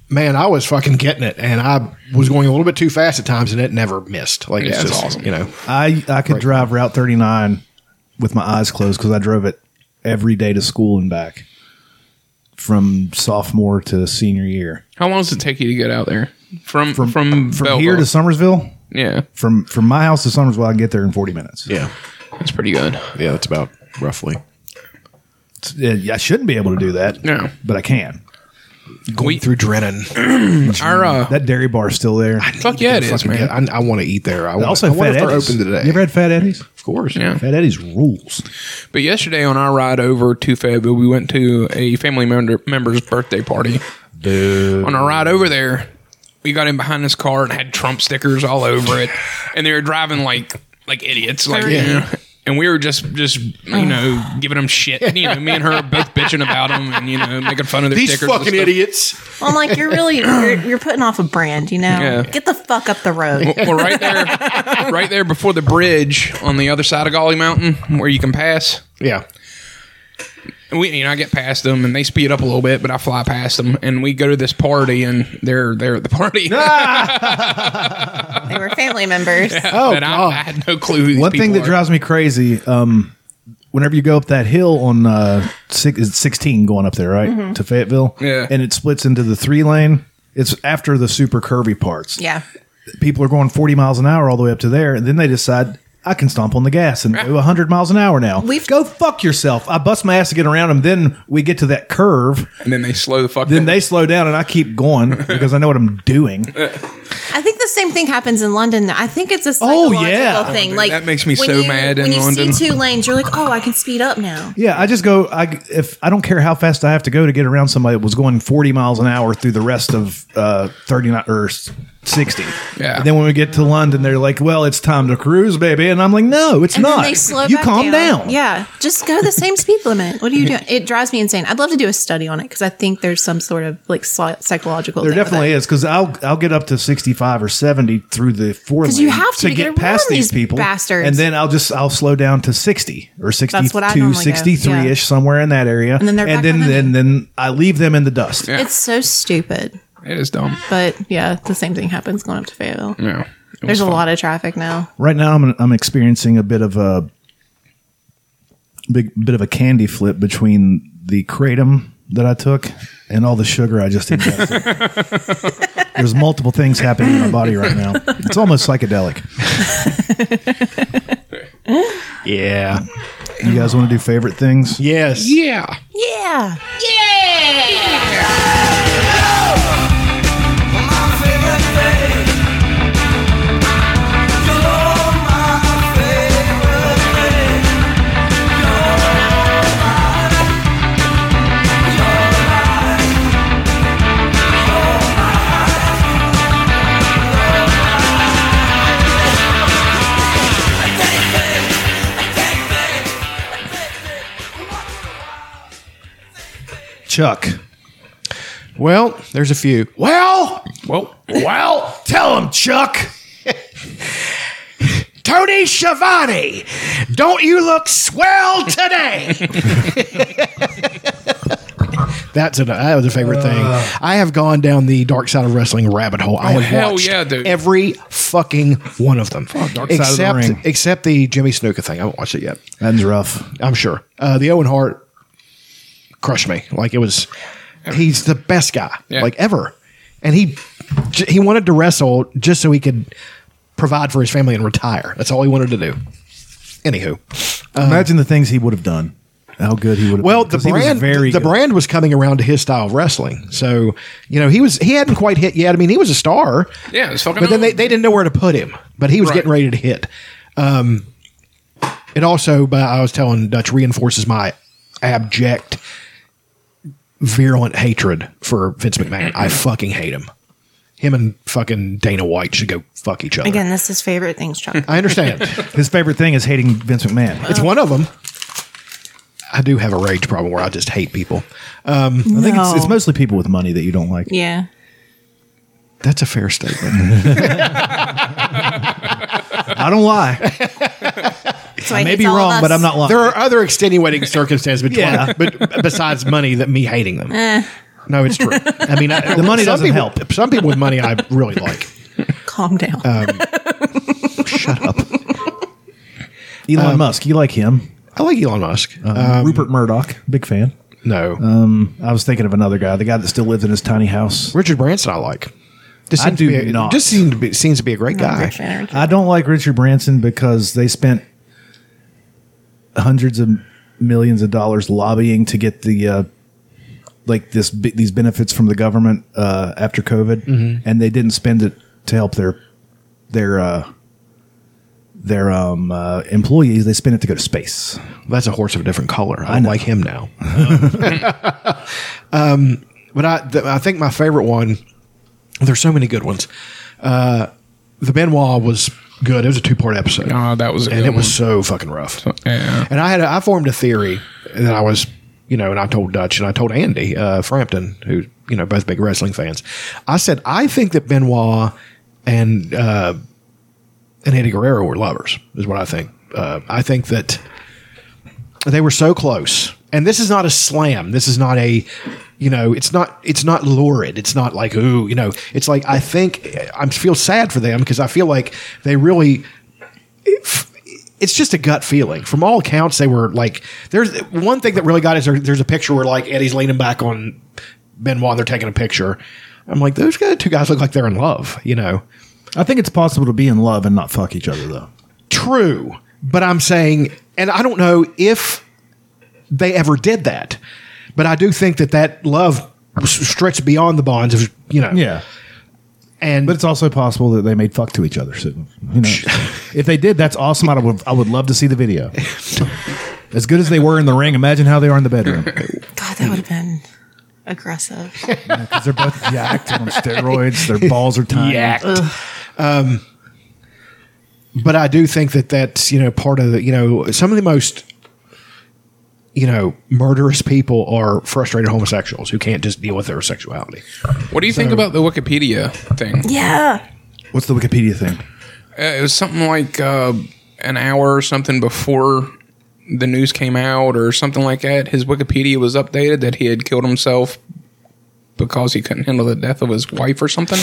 Speaker 2: Man, I was fucking getting it, and I was going a little bit too fast at times, and it never missed. Like
Speaker 4: Yeah,
Speaker 2: it's
Speaker 4: it's
Speaker 2: just
Speaker 4: awesome.
Speaker 2: you know.
Speaker 1: I I could drive Route 39 with my eyes closed because I drove it every day to school and back from sophomore to senior year.
Speaker 4: How long does it take you to get out there from from from,
Speaker 1: From here to Somersville,
Speaker 4: Yeah,
Speaker 1: from from my house to Somersville, I can get there in 40 minutes.
Speaker 2: Yeah,
Speaker 4: that's pretty good.
Speaker 2: yeah, that's about roughly.
Speaker 1: It's- I shouldn't be able to do that,
Speaker 4: No.
Speaker 1: but I can.
Speaker 2: Going
Speaker 4: We-
Speaker 2: through Drennan.
Speaker 4: Our
Speaker 2: Oh.
Speaker 4: uh,
Speaker 1: That dairy bar's still there.
Speaker 4: fuck yeah, it is,
Speaker 2: Fucking
Speaker 4: man.
Speaker 2: get- I, I want to eat there. I want,
Speaker 1: Also,
Speaker 2: also I wonder
Speaker 1: Fat
Speaker 2: if they're
Speaker 1: Eddie's.
Speaker 2: open today.
Speaker 1: You ever had Fat Eddie's?
Speaker 2: of course.
Speaker 4: Yeah.
Speaker 1: Fat Eddie's rules.
Speaker 4: But yesterday on our ride over to Fayetteville, we went to a family member, member's birthday party. Dude. On our ride over there, we got in behind this car and had Trump stickers all over it, and they were driving like like idiots, like you know, And we were just, just you know, giving them shit. You know, me and her are both bitching about them, and you know, making fun of their
Speaker 2: These
Speaker 4: stickers. and
Speaker 2: fucking
Speaker 4: stuff.
Speaker 2: idiots.
Speaker 3: I'm like, you're really you're, you're putting off a brand, you know?
Speaker 4: Yeah.
Speaker 3: Get the fuck up the road.
Speaker 4: Well, right there, right there before the bridge on the other side of Golly Mountain, where you can pass.
Speaker 2: Yeah.
Speaker 4: And we you know I get past them and they speed up a little bit, but I fly past them and we go to this party and they're they're at the party
Speaker 1: Oh,
Speaker 3: they were family members.
Speaker 2: Oh,
Speaker 4: that I, I had no clue. Who these
Speaker 1: One thing
Speaker 4: people
Speaker 1: that
Speaker 4: are.
Speaker 1: drives me crazy, um, whenever you go up that hill on uh, six, is it 16 going up there, right?
Speaker 3: Mm-hmm.
Speaker 1: To Fayetteville.
Speaker 4: Yeah.
Speaker 1: And it splits into the three lane. It's after the super curvy parts.
Speaker 3: Yeah.
Speaker 1: People are going 40 miles an hour all the way up to there. And then they decide, I can stomp on the gas and go 100 miles an hour now.
Speaker 3: We've-
Speaker 1: go fuck yourself. I bust my ass to get around them. Then we get to that curve.
Speaker 4: and then they slow the fuck.
Speaker 1: Then
Speaker 4: down.
Speaker 1: they slow down and I keep going because I know what I'm doing.
Speaker 3: I think the same thing happens in London. I think it's a
Speaker 1: Oh,
Speaker 3: psychological
Speaker 1: yeah.
Speaker 3: thing.
Speaker 4: Dude,
Speaker 3: Like
Speaker 4: that makes me
Speaker 3: when
Speaker 4: so
Speaker 3: you-
Speaker 4: mad in
Speaker 3: When you
Speaker 4: London.
Speaker 3: see two lanes, you're like, oh, I can speed up now.
Speaker 1: Yeah, I just go. I if I don't care how fast I have to go to get around somebody that was going forty miles an hour through the rest of uh, thirty nine or s- sixty.
Speaker 4: Yeah.
Speaker 1: And then when we get to London, they're like, "Well, it's time to cruise, baby," and I'm like, "No, it's
Speaker 3: And
Speaker 1: not.
Speaker 3: then they slow
Speaker 1: you
Speaker 3: back
Speaker 1: calm down.
Speaker 3: Yeah, just go the same speed limit. What are you doing? It drives me insane. I'd love to do a study on it because I think there's some sort of like psy- psychological.
Speaker 1: There definitely is because I'll I'll get up to sixty five or seventy through the four
Speaker 3: 'Cause you
Speaker 1: lane
Speaker 3: have to to get
Speaker 1: past
Speaker 3: around
Speaker 1: these
Speaker 3: these
Speaker 1: people
Speaker 3: bastards.
Speaker 1: and then I'll just I'll slow down to sixty or sixty
Speaker 3: what I
Speaker 1: two,
Speaker 3: normally do,
Speaker 1: sixty three ish
Speaker 3: yeah.
Speaker 1: somewhere in that area, and
Speaker 3: then they're
Speaker 1: and
Speaker 3: back
Speaker 1: then,
Speaker 3: behind
Speaker 1: then then I leave them in the dust.
Speaker 4: Yeah.
Speaker 3: It's so stupid,
Speaker 4: it is dumb.
Speaker 3: but yeah, the same thing happens going up to Fayetteville.
Speaker 4: Yeah. It
Speaker 3: There's
Speaker 4: was
Speaker 3: a
Speaker 4: fun.
Speaker 3: lot of traffic now.
Speaker 1: right now I'm I'm experiencing a bit of a big bit of a candy flip between the kratom that I took and all the sugar I just ingested. There's multiple things happening in my body right now. It's almost psychedelic.
Speaker 2: Yeah.
Speaker 1: You guys want to do favorite things?
Speaker 2: Yes.
Speaker 4: Yeah.
Speaker 3: Yeah,
Speaker 1: Chuck.
Speaker 2: Well, there's a few. Well,
Speaker 4: Well,
Speaker 2: well, tell him, Chuck. Tony Schiavone, don't you look swell today? That's a, that was a favorite thing. I have gone down the dark side of wrestling rabbit hole. I have
Speaker 4: Oh, hell
Speaker 2: watched
Speaker 4: yeah, dude.
Speaker 2: every fucking one of them,
Speaker 1: Side of the
Speaker 2: except
Speaker 1: Ring.
Speaker 2: except the Jimmy Snuka thing. I haven't watched it yet.
Speaker 1: That's rough.
Speaker 2: I'm sure. Uh, the Owen Hart crushed me. Like it was, he's the best guy
Speaker 4: Yeah.
Speaker 2: like ever, and he j- he wanted to wrestle just so he could provide for his family and retire. That's all he wanted to do. Anywho,
Speaker 1: Imagine the things he would have done. how good he would have
Speaker 2: Uh, Well,
Speaker 1: been,
Speaker 2: the
Speaker 1: 'cause he was
Speaker 2: brand
Speaker 1: very
Speaker 2: the
Speaker 1: good.
Speaker 2: brand was coming around to his style of wrestling. So, you know, he was he hadn't quite hit yet. I mean, he was a star.
Speaker 4: Yeah, it was fucking
Speaker 2: But then they,
Speaker 4: awesome.
Speaker 2: they didn't know where to put him. But he was
Speaker 4: Right.
Speaker 2: getting ready to hit. Um it also but I was telling Dutch reinforces my abject virulent hatred for Vince McMahon. I fucking hate him. Him and fucking Dana White should go fuck each other.
Speaker 3: Again, that's his favorite things, Chuck.
Speaker 2: I understand.
Speaker 1: His favorite thing is hating Vince McMahon.
Speaker 2: it's one of them. I do have a rage problem where I just hate people.
Speaker 1: I think it's,
Speaker 3: No.
Speaker 1: it's mostly people with money that you don't like.
Speaker 3: yeah.
Speaker 2: That's a fair statement.
Speaker 1: I don't lie.
Speaker 3: So
Speaker 1: I may be wrong, but I'm not lying.
Speaker 2: There are other extenuating circumstances between,
Speaker 1: Yeah.
Speaker 2: but besides money, that me hating them. No, it's true. I mean, I,
Speaker 1: The money
Speaker 2: some
Speaker 1: doesn't
Speaker 2: people,
Speaker 1: help.
Speaker 2: Some people with money, I really like.
Speaker 3: Calm down.
Speaker 1: Oh, Elon
Speaker 2: um,
Speaker 1: Musk, you like him?
Speaker 2: I like Elon Musk.
Speaker 1: Uh-huh.
Speaker 2: Uh,
Speaker 1: Um, Rupert Murdoch, big fan.
Speaker 2: no,
Speaker 1: Uh, I was thinking of another guy, the guy that still lives in his tiny house.
Speaker 2: Richard Branson, I like. Just
Speaker 1: I
Speaker 2: seems to
Speaker 1: do
Speaker 2: be a-
Speaker 1: not.
Speaker 2: Just seems to be seems to be a great guy.
Speaker 1: I don't like Richard Branson because they spent hundreds of millions of dollars lobbying to get the uh, like this bi- these benefits from the government uh, after COVID, and they didn't spend it to help their their uh, their um, uh, employees. They spent it to go to space.
Speaker 2: That's a horse of a different color. I, don't like him now. um, but I, th- I think my favorite one. There's so many good ones. Uh, the Benoit was good. It was a two part episode.
Speaker 4: Ah, that was a
Speaker 2: and
Speaker 4: good
Speaker 2: it was so fucking rough.
Speaker 4: yeah.
Speaker 2: And I had a, I formed a theory that I was, you know, and I told Dutch and I told Andy uh, Frampton, who you know both big wrestling fans. I said I think that Benoit and uh, and Eddie Guerrero were lovers. Is what I think. Uh, I think that they were so close. And this is not a slam. This is not a, you know, it's not it's not lurid. It's not like ooh, you know. It's like I think I feel sad for them because I feel like they really it's just a gut feeling. From all accounts, they were like, there's one thing that really got is there, there's a picture where like Eddie's leaning back on Benoit, and they're taking a picture. I'm like, those guys, two guys look like they're in love, you know?
Speaker 1: I think it's possible to be in love and not fuck each other, though.
Speaker 2: True, but I'm saying, and I don't know if they ever did that, but I do think that that love s- stretched beyond the bonds of, you know, And
Speaker 1: But it's also possible that they made fuck to each other. So, you know, if they did, that's awesome. I would, I would love to see the video. As good as they were in the ring, imagine how they are in the bedroom.
Speaker 3: God, that would have been aggressive.
Speaker 1: 'Cause they're both jacked and on steroids. Their balls are tiny.
Speaker 2: yacked. Um, but I do think that that's you know part of the you know some of the most you know murderous people are frustrated homosexuals who can't just deal with their sexuality.
Speaker 4: What do you think about the Wikipedia thing?
Speaker 3: yeah.
Speaker 1: What's the Wikipedia thing?
Speaker 4: Uh, it was something like uh, an hour or something before the news came out or something like that. His Wikipedia was updated that he had killed himself because he couldn't handle the death of his wife or something.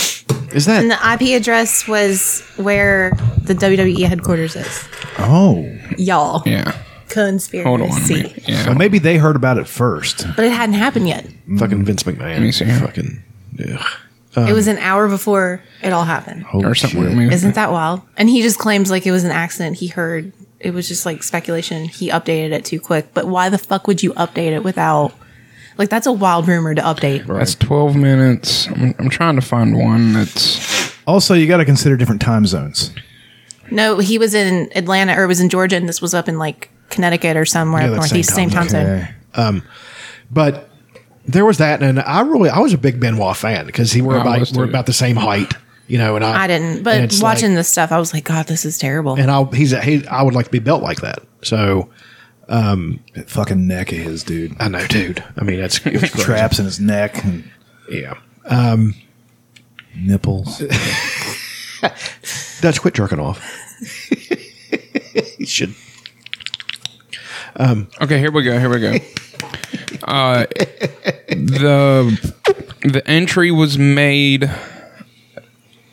Speaker 2: Is that
Speaker 3: And the IP address was where the WWE headquarters is.
Speaker 1: Oh,
Speaker 3: Y'all.
Speaker 4: Yeah. Hold on. a
Speaker 3: Conspiracy.
Speaker 4: minute. Yeah.
Speaker 1: well, maybe they heard about it first.
Speaker 3: But it hadn't happened yet.
Speaker 2: fucking Vince McMahon?
Speaker 4: me see here.
Speaker 2: Fucking ugh.
Speaker 3: it was an hour before it all happened.
Speaker 4: Or something. I mean,
Speaker 3: Isn't that wild? And he just claims like it was an accident. He heard it was just like speculation. He updated it too quick. But why the fuck would you update it without? Like that's a wild rumor to update.
Speaker 4: that's 12 minutes. I'm, I'm trying to find one that's.
Speaker 1: Also, you got to consider different time zones.
Speaker 3: No, he was in Atlanta or was in Georgia, and this was up in like Connecticut or somewhere up
Speaker 2: that's same
Speaker 3: northeast, same
Speaker 2: time
Speaker 3: time zone.
Speaker 1: Okay.
Speaker 2: But there was that, and I really I was a big Benoit fan because he were
Speaker 4: I
Speaker 2: about
Speaker 4: was
Speaker 2: we're
Speaker 4: too.
Speaker 2: about the same height, you know. And I
Speaker 3: I didn't,
Speaker 2: and
Speaker 3: but
Speaker 2: it's
Speaker 3: watching
Speaker 2: like-
Speaker 3: this stuff, I was like, God, this is terrible.
Speaker 2: and I he's a, he, I would like to be built like that. So
Speaker 1: That fucking neck of his, dude.
Speaker 2: I know, dude. I mean, that's it was crazy.
Speaker 1: Traps in his neck and
Speaker 2: Yeah.
Speaker 1: nipples.
Speaker 2: Dutch, quit jerking off. you should.
Speaker 4: Okay, here we go. Here we go. Uh, the the entry was made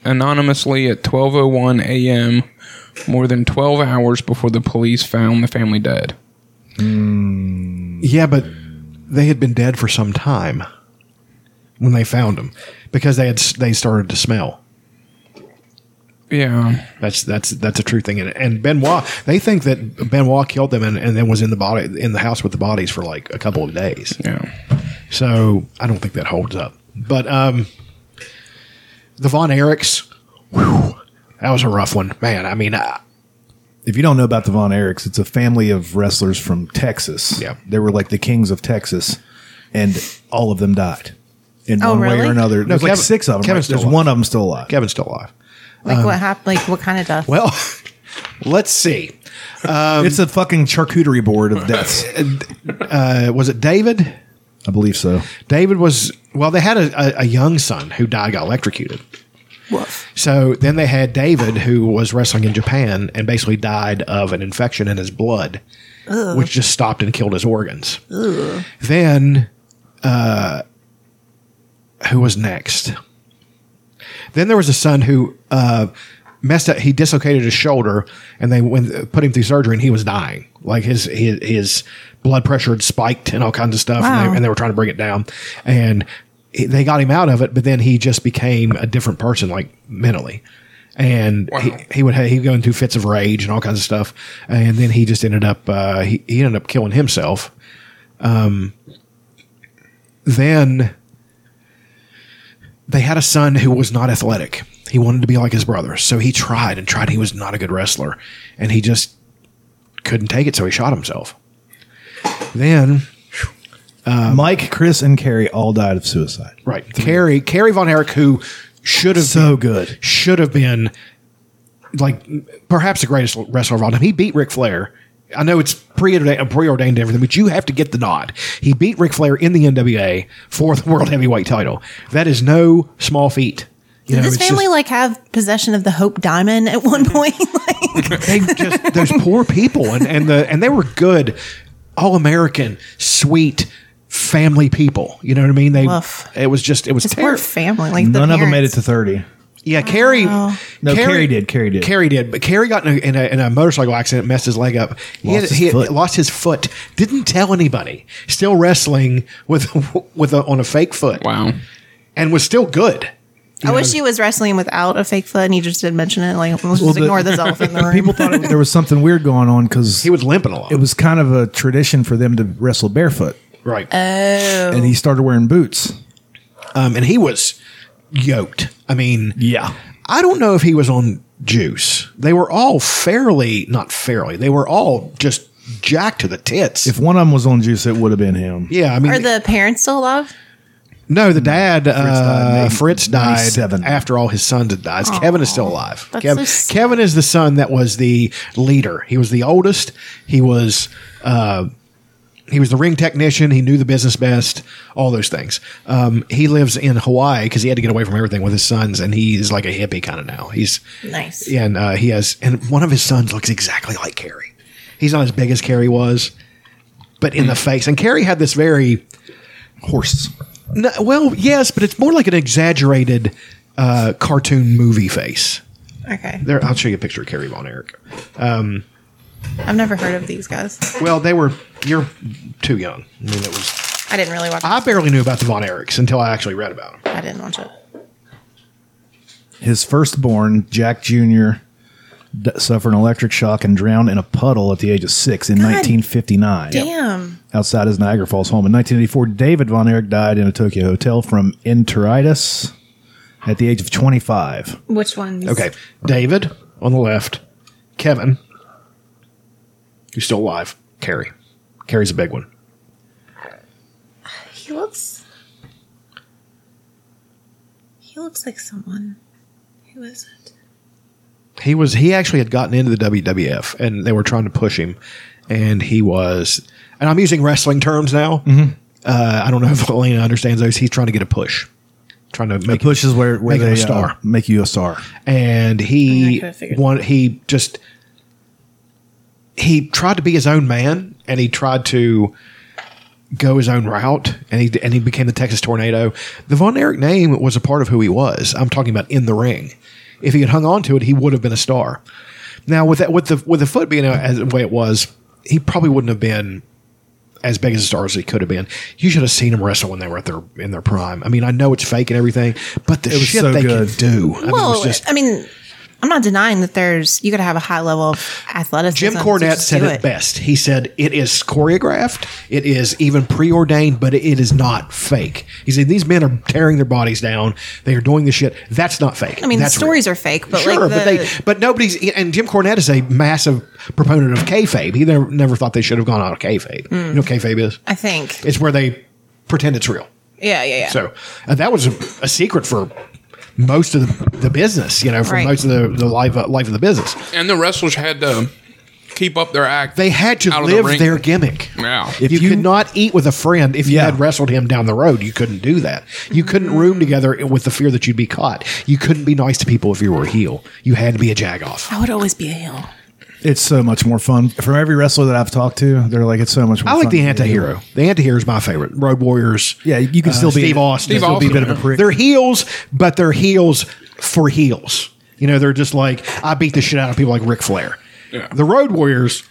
Speaker 4: anonymously at 12:01 a.m. more than 12 hours before the police found the family dead.
Speaker 2: Yeah, but they had been dead for some time when they found them because they had they started to smell.
Speaker 4: Yeah.
Speaker 2: That's that's that's a true thing. And, and Benoit, they think that Benoit killed them and, and then was in the body in the house with the bodies for like a couple of days.
Speaker 4: Yeah.
Speaker 2: So I don't think that holds up. But um, the Von Erichs, whew, that was a rough one, man. I mean, uh, I,
Speaker 1: If you don't know about the Von Erichs, it's a family of wrestlers from Texas.
Speaker 2: Yeah.
Speaker 1: They were like the kings of Texas, and all of them died in
Speaker 3: Oh,
Speaker 1: one way
Speaker 3: really?
Speaker 1: or another. There's like
Speaker 2: Kevin-
Speaker 1: six of them.
Speaker 2: Kevin's
Speaker 1: Right? There's
Speaker 2: still alive.
Speaker 1: one of them still alive.
Speaker 2: Kevin's still alive.
Speaker 3: Like what happened? Like what kind of death?
Speaker 2: Um, Well, let's see.
Speaker 1: it's a fucking charcuterie board of deaths.
Speaker 2: Uh, was it David?
Speaker 1: I believe so.
Speaker 2: David was well. They had a, a, a young son who died got electrocuted. So then they had David, who was wrestling in Japan and basically died of an infection in his blood, which just stopped and killed his organs. Then, uh, who was next? Then there was a son who uh, messed up. He dislocated his shoulder, and they went, put him through surgery, and he was dying. Like his his, his blood pressure had spiked and all kinds of stuff, and,
Speaker 3: Wow.
Speaker 2: they, and they were trying to bring it down. And he- they got him out of it, but then he just became a different person, like mentally. And he,
Speaker 4: Wow.
Speaker 2: he would ha- he'd go into fits of rage and all kinds of stuff, and then he just ended up uh, he, he ended up killing himself. Um, Then they had a son who was not athletic. He wanted to be like his brother. So he tried and tried. He was not a good wrestler. And he just couldn't take it. So he shot himself. Then,
Speaker 1: Mike, Chris, and Carrie all died of suicide.
Speaker 2: right, Carrie, Carrie Von Erich, who should have
Speaker 1: So good.
Speaker 2: should have been like perhaps the greatest wrestler of all time. He beat Ric Flair. I know it's preordained, uh, preordained and everything, but you have to get the nod. He beat Ric Flair in the NWA for the world heavyweight title. That is no small feat. You
Speaker 3: Did this
Speaker 2: it's just- Mm-hmm.
Speaker 3: family like have possession of the Hope Diamond at one point? like,
Speaker 2: they just those poor people and, and the and they were good all american sweet family people you know what i mean they
Speaker 3: Woof.
Speaker 2: it was just it was
Speaker 3: just poor
Speaker 2: terrible
Speaker 3: family. Like the
Speaker 1: None of them made it
Speaker 3: parents.
Speaker 1: to 30.
Speaker 2: yeah carrie
Speaker 1: No, Carrie did, Carrie did.
Speaker 2: carrie did but carrie got in a, in a, in a motorcycle accident messed his leg up he,
Speaker 1: Lost
Speaker 2: had,
Speaker 1: his
Speaker 2: he had
Speaker 1: foot.
Speaker 2: lost his foot didn't tell anybody still wrestling with with a, on a fake foot
Speaker 4: Wow.
Speaker 2: and was still good
Speaker 3: I wish he was wrestling without a fake foot, and he just didn't mention it. Like, let's just
Speaker 1: the-
Speaker 3: ignore this elephant in the room.
Speaker 1: People thought it, there was something weird going on because
Speaker 2: he was limping a lot
Speaker 1: it was kind of a tradition for them to wrestle barefoot.
Speaker 2: right
Speaker 1: And he started wearing boots.
Speaker 2: um, and he was yoked i mean
Speaker 1: Yeah.
Speaker 2: I don't know if he was on juice. They were all fairly, not fairly, they were all just jacked to the tits.
Speaker 1: If one of them was on juice, it would have been him.
Speaker 2: yeah, I mean,
Speaker 3: are the parents still alive?
Speaker 2: no, the dad, Fritz uh,
Speaker 1: died in
Speaker 2: Fritz died
Speaker 1: 97.
Speaker 2: after all his sons had died. Kevin is still alive.
Speaker 3: that's
Speaker 2: Kev-
Speaker 3: so sad.
Speaker 2: Kevin is the son that was the leader. He was the oldest. He was, uh, he was the ring technician. He knew the business best. All those things. Um, he lives in Hawaii because he had to get away from everything with his sons, and he's like a hippie kind of now. He's
Speaker 3: Nice.
Speaker 2: and uh, he has and one of his sons looks exactly like Carrie. He's not as big as Carrie was, but in the face. And Carrie had this very
Speaker 1: Horse.
Speaker 2: no, well, yes, but it's more like an exaggerated uh, cartoon movie face.
Speaker 3: Okay,
Speaker 2: There, I'll show you a picture of Carrie Von Erich.
Speaker 3: I've never heard of these guys.
Speaker 2: Well, they were you're too young. I mean, it was
Speaker 3: I didn't really watch.
Speaker 2: I barely knew about the Von Erichs until I actually read about them.
Speaker 3: I didn't watch it.
Speaker 1: His firstborn, Jack Jr., d- suffered an electric shock and drowned in a puddle at the age of six in 1959
Speaker 3: Damn.
Speaker 1: outside his Niagara Falls home. In 1984, David Von Erich died in a Tokyo hotel from enteritis at the age of 25.
Speaker 6: Which ones?
Speaker 2: Okay, David on the left, Kevin, who's still alive. Carrie, Carrie's a big one.
Speaker 3: He looks. He looks like someone. Who is it?
Speaker 2: he was he actually had gotten into the WWF and they were trying to push him, and he was. And I'm using wrestling terms now. Uh, I don't know if Elena understands those. He's trying to get a push, trying to make
Speaker 1: Pushes where, where
Speaker 2: make him
Speaker 1: they
Speaker 2: a
Speaker 1: uh,
Speaker 2: star.
Speaker 1: make you a star.
Speaker 2: and
Speaker 3: I mean, I
Speaker 2: he
Speaker 3: could've figured
Speaker 2: want, he just he tried to be his own man and he tried to go his own route and he and he became the Texas Tornado. The Von Erich name was a part of who he was. I'm talking about in the ring. If he had hung on to it, he would have been a star. Now with that with the with the foot being out as the way it was, he probably wouldn't have been as big as a star as he could have been. You should have seen him wrestle when they were at their in their prime. I mean, I know it's fake and everything, but the
Speaker 1: was
Speaker 2: shit
Speaker 1: so
Speaker 2: they
Speaker 1: good.
Speaker 2: could do. I mean, it
Speaker 3: Well,
Speaker 2: was just
Speaker 3: I mean, I'm not denying that there's you got to have a high level of athleticism.
Speaker 2: Jim
Speaker 3: to
Speaker 2: Cornette
Speaker 3: just
Speaker 2: said
Speaker 3: do
Speaker 2: it best. He said it is choreographed, it is even preordained, but it is not fake. He said these men are tearing their bodies down. They are doing this shit. That's not fake.
Speaker 3: I mean, the
Speaker 2: That's
Speaker 3: stories
Speaker 2: real.
Speaker 3: are fake, but
Speaker 2: sure,
Speaker 3: like the,
Speaker 2: but they, but nobody's. And Jim Cornette is a massive proponent of kayfabe. He never, never thought they should have gone out of kayfabe.
Speaker 3: Hmm.
Speaker 2: You know, what kayfabe is
Speaker 3: I think,
Speaker 2: it's where they pretend it's real.
Speaker 3: yeah, yeah, yeah.
Speaker 2: So uh, that was a, a secret for most of the, the business. You know, for
Speaker 3: Right.
Speaker 2: most of the, the life uh, life of the business,
Speaker 4: And the wrestlers had to keep up their act.
Speaker 2: they had to
Speaker 4: out of the
Speaker 2: live
Speaker 4: ring.
Speaker 2: their gimmick.
Speaker 4: Yeah.
Speaker 2: If you, could not eat with a friend, if you
Speaker 1: Yeah.
Speaker 2: had wrestled him down the road, you couldn't do that. You couldn't room together with the fear that you'd be caught. You couldn't be nice to people if you were a heel. You had to be a jagoff.
Speaker 3: I would always be a heel.
Speaker 1: It's so much more fun. From every wrestler that I've talked to, they're like, it's so much more
Speaker 2: I like
Speaker 1: fun
Speaker 2: the
Speaker 1: to be a
Speaker 2: anti-hero.
Speaker 1: heel.
Speaker 2: The anti-hero is my favorite. Road Warriors. uh,
Speaker 1: Yeah, you can still be
Speaker 2: Steve Austin.
Speaker 4: Steve
Speaker 1: still be a bit of a
Speaker 4: Austin,
Speaker 1: prick.
Speaker 2: They're heels, but they're heels for heels. You know, they're just like I beat the shit out of people like Ric Flair.
Speaker 4: Yeah.
Speaker 2: The Road Warriors.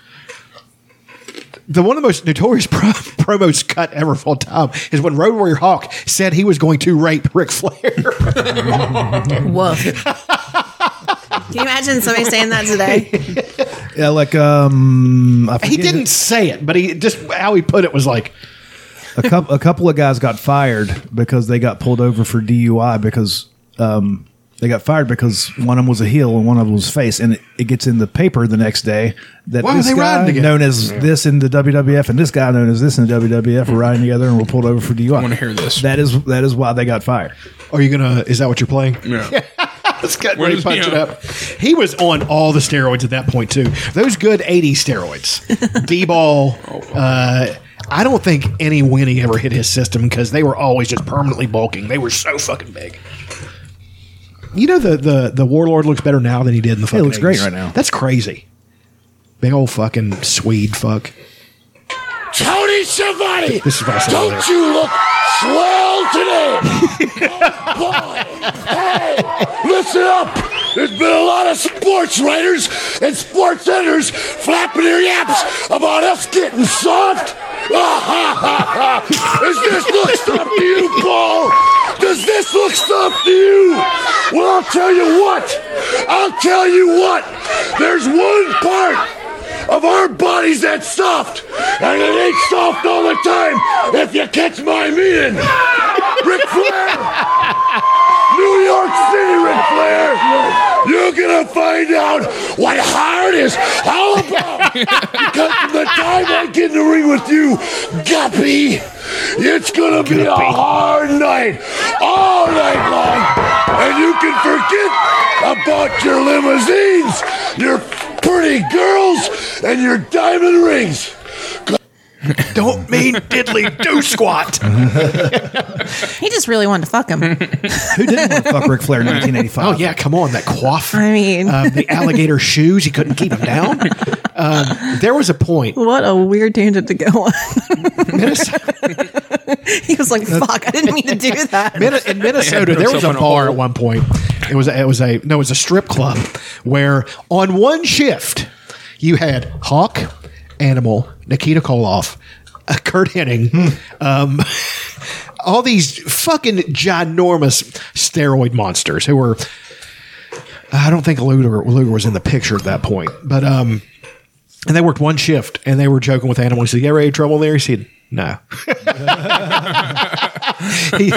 Speaker 2: The one of the most notorious pro- promos cut ever of all time is when Road Warrior Hawk said he was going to rape Ric Flair.
Speaker 6: Woof.
Speaker 3: Can you imagine somebody saying that today?
Speaker 1: Yeah, like um, I
Speaker 2: he
Speaker 1: forget-
Speaker 2: didn't say it, but he just how he put it was like,
Speaker 1: A couple, a couple of guys got fired because they got pulled over for DUI because um, they got fired because one of them was a heel and one of them was face, and it, it gets in the paper the next day that
Speaker 2: Why were
Speaker 1: this
Speaker 2: they
Speaker 1: guy
Speaker 2: riding together?
Speaker 1: known as this in the WWF and this guy known as this in the WWF were riding together and were pulled over for DUI. I
Speaker 4: wanna hear this.
Speaker 1: That is that is why they got fired.
Speaker 2: "Are you gonna? Is that what you're playing?"
Speaker 4: Yeah.
Speaker 2: Let's get
Speaker 4: Where's-
Speaker 2: ready to punch it
Speaker 4: yeah.
Speaker 2: up. He was on all the steroids at that point too. Those good '80s steroids, D-ball. Uh, I don't think any Winnie ever hit his system because they were always just permanently bulking. They were so fucking big. You know the the the warlord looks better now than he did in the fucking.
Speaker 1: looks great
Speaker 2: 80s.
Speaker 1: right now.
Speaker 2: That's crazy. Big old fucking Swede fuck.
Speaker 7: Tony Schiavone,
Speaker 2: This is what I said
Speaker 7: don't
Speaker 2: earlier.
Speaker 7: you look swell today? oh, boy. Hey, listen up. There's been a lot of sports writers and sports editors flapping their yaps about us getting soft. Does this look soft to you, Paul? Does this look soft to you? Well, I'll tell you what. I'll tell you what. There's one part of our bodies that's soft, and it ain't soft all the time. If you catch my meaning, Ric Flair, New York City, Ric Flair, you're gonna find out what hard is all about. because from the time I get in the ring with you, Guppy, it's gonna be a hard night all night long, and you can forget about your limousines, your pretty girls, and your diamond rings.
Speaker 2: Don't mean diddly do squat.
Speaker 3: He just really wanted to fuck him.
Speaker 1: Who didn't want to fuck Ric Flair in 1985?
Speaker 2: Oh yeah, come on, that quaff.
Speaker 3: I mean,
Speaker 2: uh, the alligator shoes. He couldn't keep them down. Um, there was a point.
Speaker 3: what a weird tangent to go on.
Speaker 2: Minnesota,
Speaker 3: he was like, "Fuck, I didn't mean to do that."
Speaker 2: Min- in Minnesota, there was a
Speaker 4: himself in a
Speaker 2: bar
Speaker 4: hole.
Speaker 2: at one point. It was a, it was a no, it was a strip club where on one shift you had Hawk, Animal, Nikita Koloff, uh, Kurt Hennig, um, all these fucking ginormous steroid monsters who were. I don't think Luger, Luger was in the picture at that point, but um, and they worked one shift, and they were joking with Animal. He said, "You ever had trouble there?" He said, "No." He-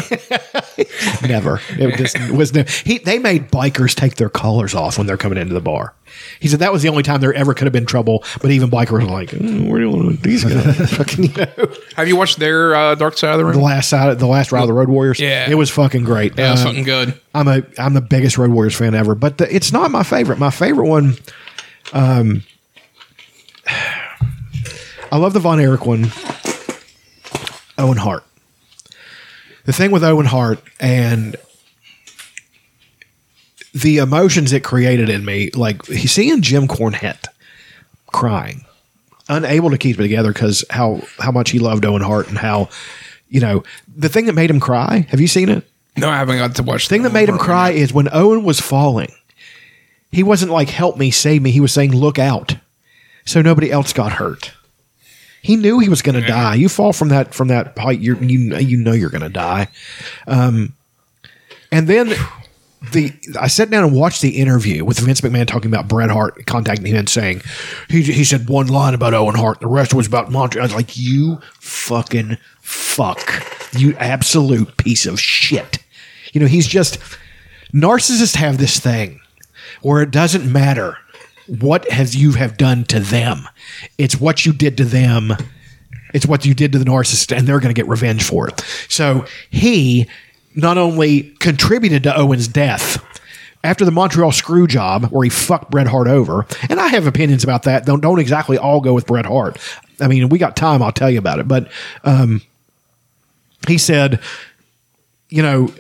Speaker 2: never. It just was no. He, they made bikers take their collars off when they're coming into the bar. He said that was the only time there ever could have been trouble. But even bikers were like, mm, "We're dealing with these guys." fucking, you know,
Speaker 4: Have you watched their uh, Dark Side of the Ring?
Speaker 2: the last side, the last ride of the Road Warriors.
Speaker 4: Yeah.
Speaker 2: it was fucking great.
Speaker 4: yeah,
Speaker 2: Uh,
Speaker 4: it's something good.
Speaker 2: I'm a I'm the biggest Road Warriors fan ever, but the, it's not my favorite. My favorite one, um, I love the Von Erich one. Owen Hart. The thing with Owen Hart and the emotions it created in me, like seeing Jim Cornette crying, unable to keep it together because how how much he loved Owen Hart and how you know the thing that made him cry. Have you seen it?
Speaker 4: No, I haven't got to watch.
Speaker 2: thing that made him cry is when Owen was falling, he wasn't like, help me, save me. He was saying, look out. So nobody else got hurt. He knew he was going to die. You fall from that from that height, you're, you you know you're going to die. Um, and then the I sat down and watched the interview with Vince McMahon talking about Bret Hart contacting him and saying he he said one line about Owen Hart, the rest was about Montreal. I was like, you fucking fuck, you absolute piece of shit. You know, he's just narcissists have this thing where it doesn't matter what has you have done to them. It's what you did to them. It's what you did to the narcissist, and they're going to get revenge for it. So he not only contributed to Owen's death after the Montreal screw job, where he fucked Bret Hart over, and I have opinions about that. Don't don't exactly all go with Bret Hart. I mean, we got time. I'll tell you about it. But um, he said, you know,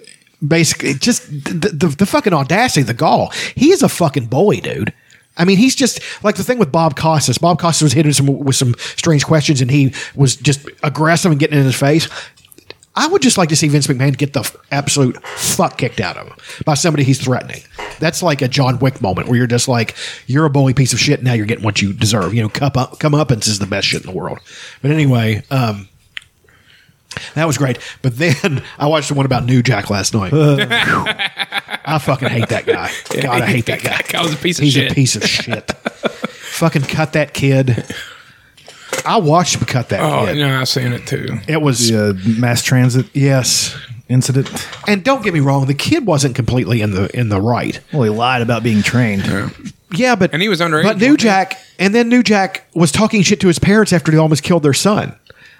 Speaker 2: basically just the, the, the fucking audacity, the gall. He is a fucking bully, dude. I mean, he's just like the thing with Bob Costas. Bob Costas was hitting some with some strange questions, and he was just aggressive and getting in his face. I would just like to see Vince McMahon get the f- absolute fuck kicked out of him by somebody he's threatening. That's like a John Wick moment where you're just like, you're a bully piece of shit. Now you're getting what you deserve. You know, cup up, come up, and this is the best shit in the world. But anyway, um, that was great. But then I watched the one about New Jack last night. I fucking hate that guy. God, I hate that guy.
Speaker 4: That guy was a piece of
Speaker 2: He's
Speaker 4: shit.
Speaker 2: a piece of shit. fucking cut that kid. I watched him cut that
Speaker 4: Oh,
Speaker 2: kid.
Speaker 4: no, I've seen it too.
Speaker 2: It was
Speaker 1: The uh, mass transit
Speaker 2: yes.
Speaker 1: incident.
Speaker 2: And don't get me wrong, the kid wasn't completely in the in the right.
Speaker 1: Well, he lied about being trained.
Speaker 2: Yeah, but
Speaker 4: And he was underage,
Speaker 2: But
Speaker 4: wasn't
Speaker 2: New
Speaker 4: he?
Speaker 2: Jack, and then New Jack was talking shit to his parents after he almost killed their son.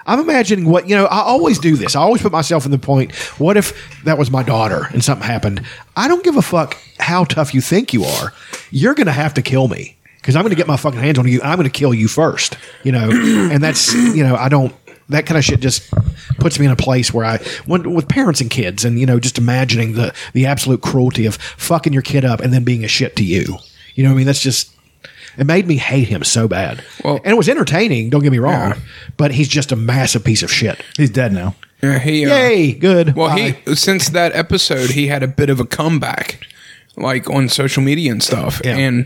Speaker 2: I'm imagining what you know. I always do this. I always put myself in the point. What if that was my daughter and something happened? I don't give a fuck how tough you think you are. You're gonna have to kill me because I'm gonna get my fucking hands on you. I'm gonna kill you first. You know, and that's you know I don't. That kind of shit just puts me in a place where I, when, with parents and kids, and you know, just imagining the the absolute cruelty of fucking your kid up and then being a shit to you. You know, what I mean, that's just it made me hate him so bad.
Speaker 4: Well-
Speaker 2: and it was entertaining, don't get me wrong,
Speaker 4: Yeah.
Speaker 2: but he's just a massive piece of shit.
Speaker 1: He's dead now.
Speaker 4: Yeah, he. Uh,
Speaker 2: Yay, good.
Speaker 4: Well,
Speaker 2: Bye.
Speaker 4: he since that episode, he had a bit of a comeback, like on social media and stuff.
Speaker 2: Yeah.
Speaker 4: And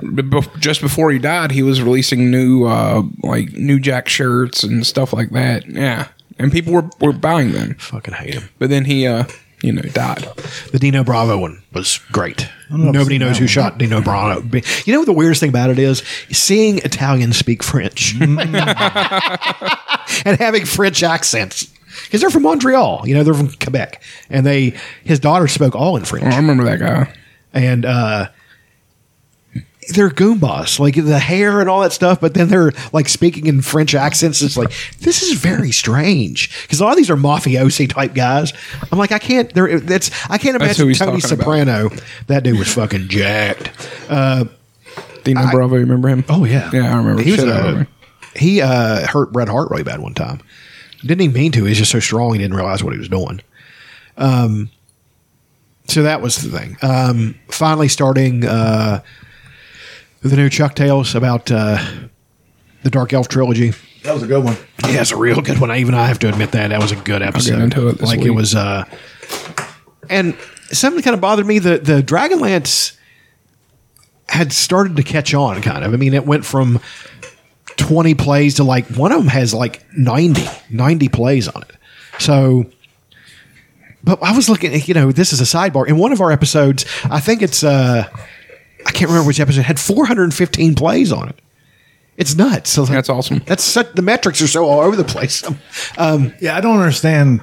Speaker 4: b- bef- just before he died, he was releasing new uh, like New Jack shirts and stuff like that. Yeah, and people were were buying them.
Speaker 2: fucking hate him.
Speaker 4: But then he, uh, you know, died.
Speaker 2: The Dino Bravo one was great.
Speaker 1: if
Speaker 2: Nobody
Speaker 1: I've seen
Speaker 2: knows
Speaker 1: that
Speaker 2: who
Speaker 1: one.
Speaker 2: shot Dino Bravo. Be- You know what the weirdest thing about it is? Seeing Italians speak French
Speaker 1: Mm.
Speaker 2: and having French accents. Because they're from Montreal, you know, they're from Quebec. And they his daughter spoke all in French.
Speaker 4: I remember that guy.
Speaker 2: and uh they're goombas, like the hair and all that stuff, but then they're like speaking in French accents. It's like this is very strange because a lot of these are mafiosi type guys. I'm like, I can't. There, that's I can't
Speaker 4: That's who
Speaker 2: imagine
Speaker 4: he's
Speaker 2: Tony
Speaker 4: talking about.
Speaker 2: Soprano. That dude was fucking jacked. Uh,
Speaker 4: Dino Bravo, you remember him?
Speaker 2: oh yeah,
Speaker 4: yeah, I remember.
Speaker 2: He was
Speaker 4: Shit, I
Speaker 2: a,
Speaker 4: remember.
Speaker 2: he uh, hurt Bret Hart really bad one time. Didn't even mean to. He's just so strong. He didn't realize what he was doing. Um, so that was the thing. Um, finally, starting uh, the new Chuck Tales about uh, the Dark Elf trilogy.
Speaker 1: That was a good one.
Speaker 2: Yeah, it's a real good one. I even I have to admit that that was a good episode.
Speaker 4: into it this
Speaker 2: like it
Speaker 4: week.
Speaker 2: was, uh, and something kind of bothered me. The the Dragonlance had started to catch on, kind of. I mean, it went from twenty plays to like one of them has like 90, 90 plays on it. So, but I was looking. at, You know, this is a sidebar. In one of our episodes, I think it's uh, I can't remember which episode had four hundred and fifteen plays on it. It's nuts. So like,
Speaker 4: That's awesome.
Speaker 2: that's such, the metrics are so all over the place.
Speaker 1: Yeah, I don't understand.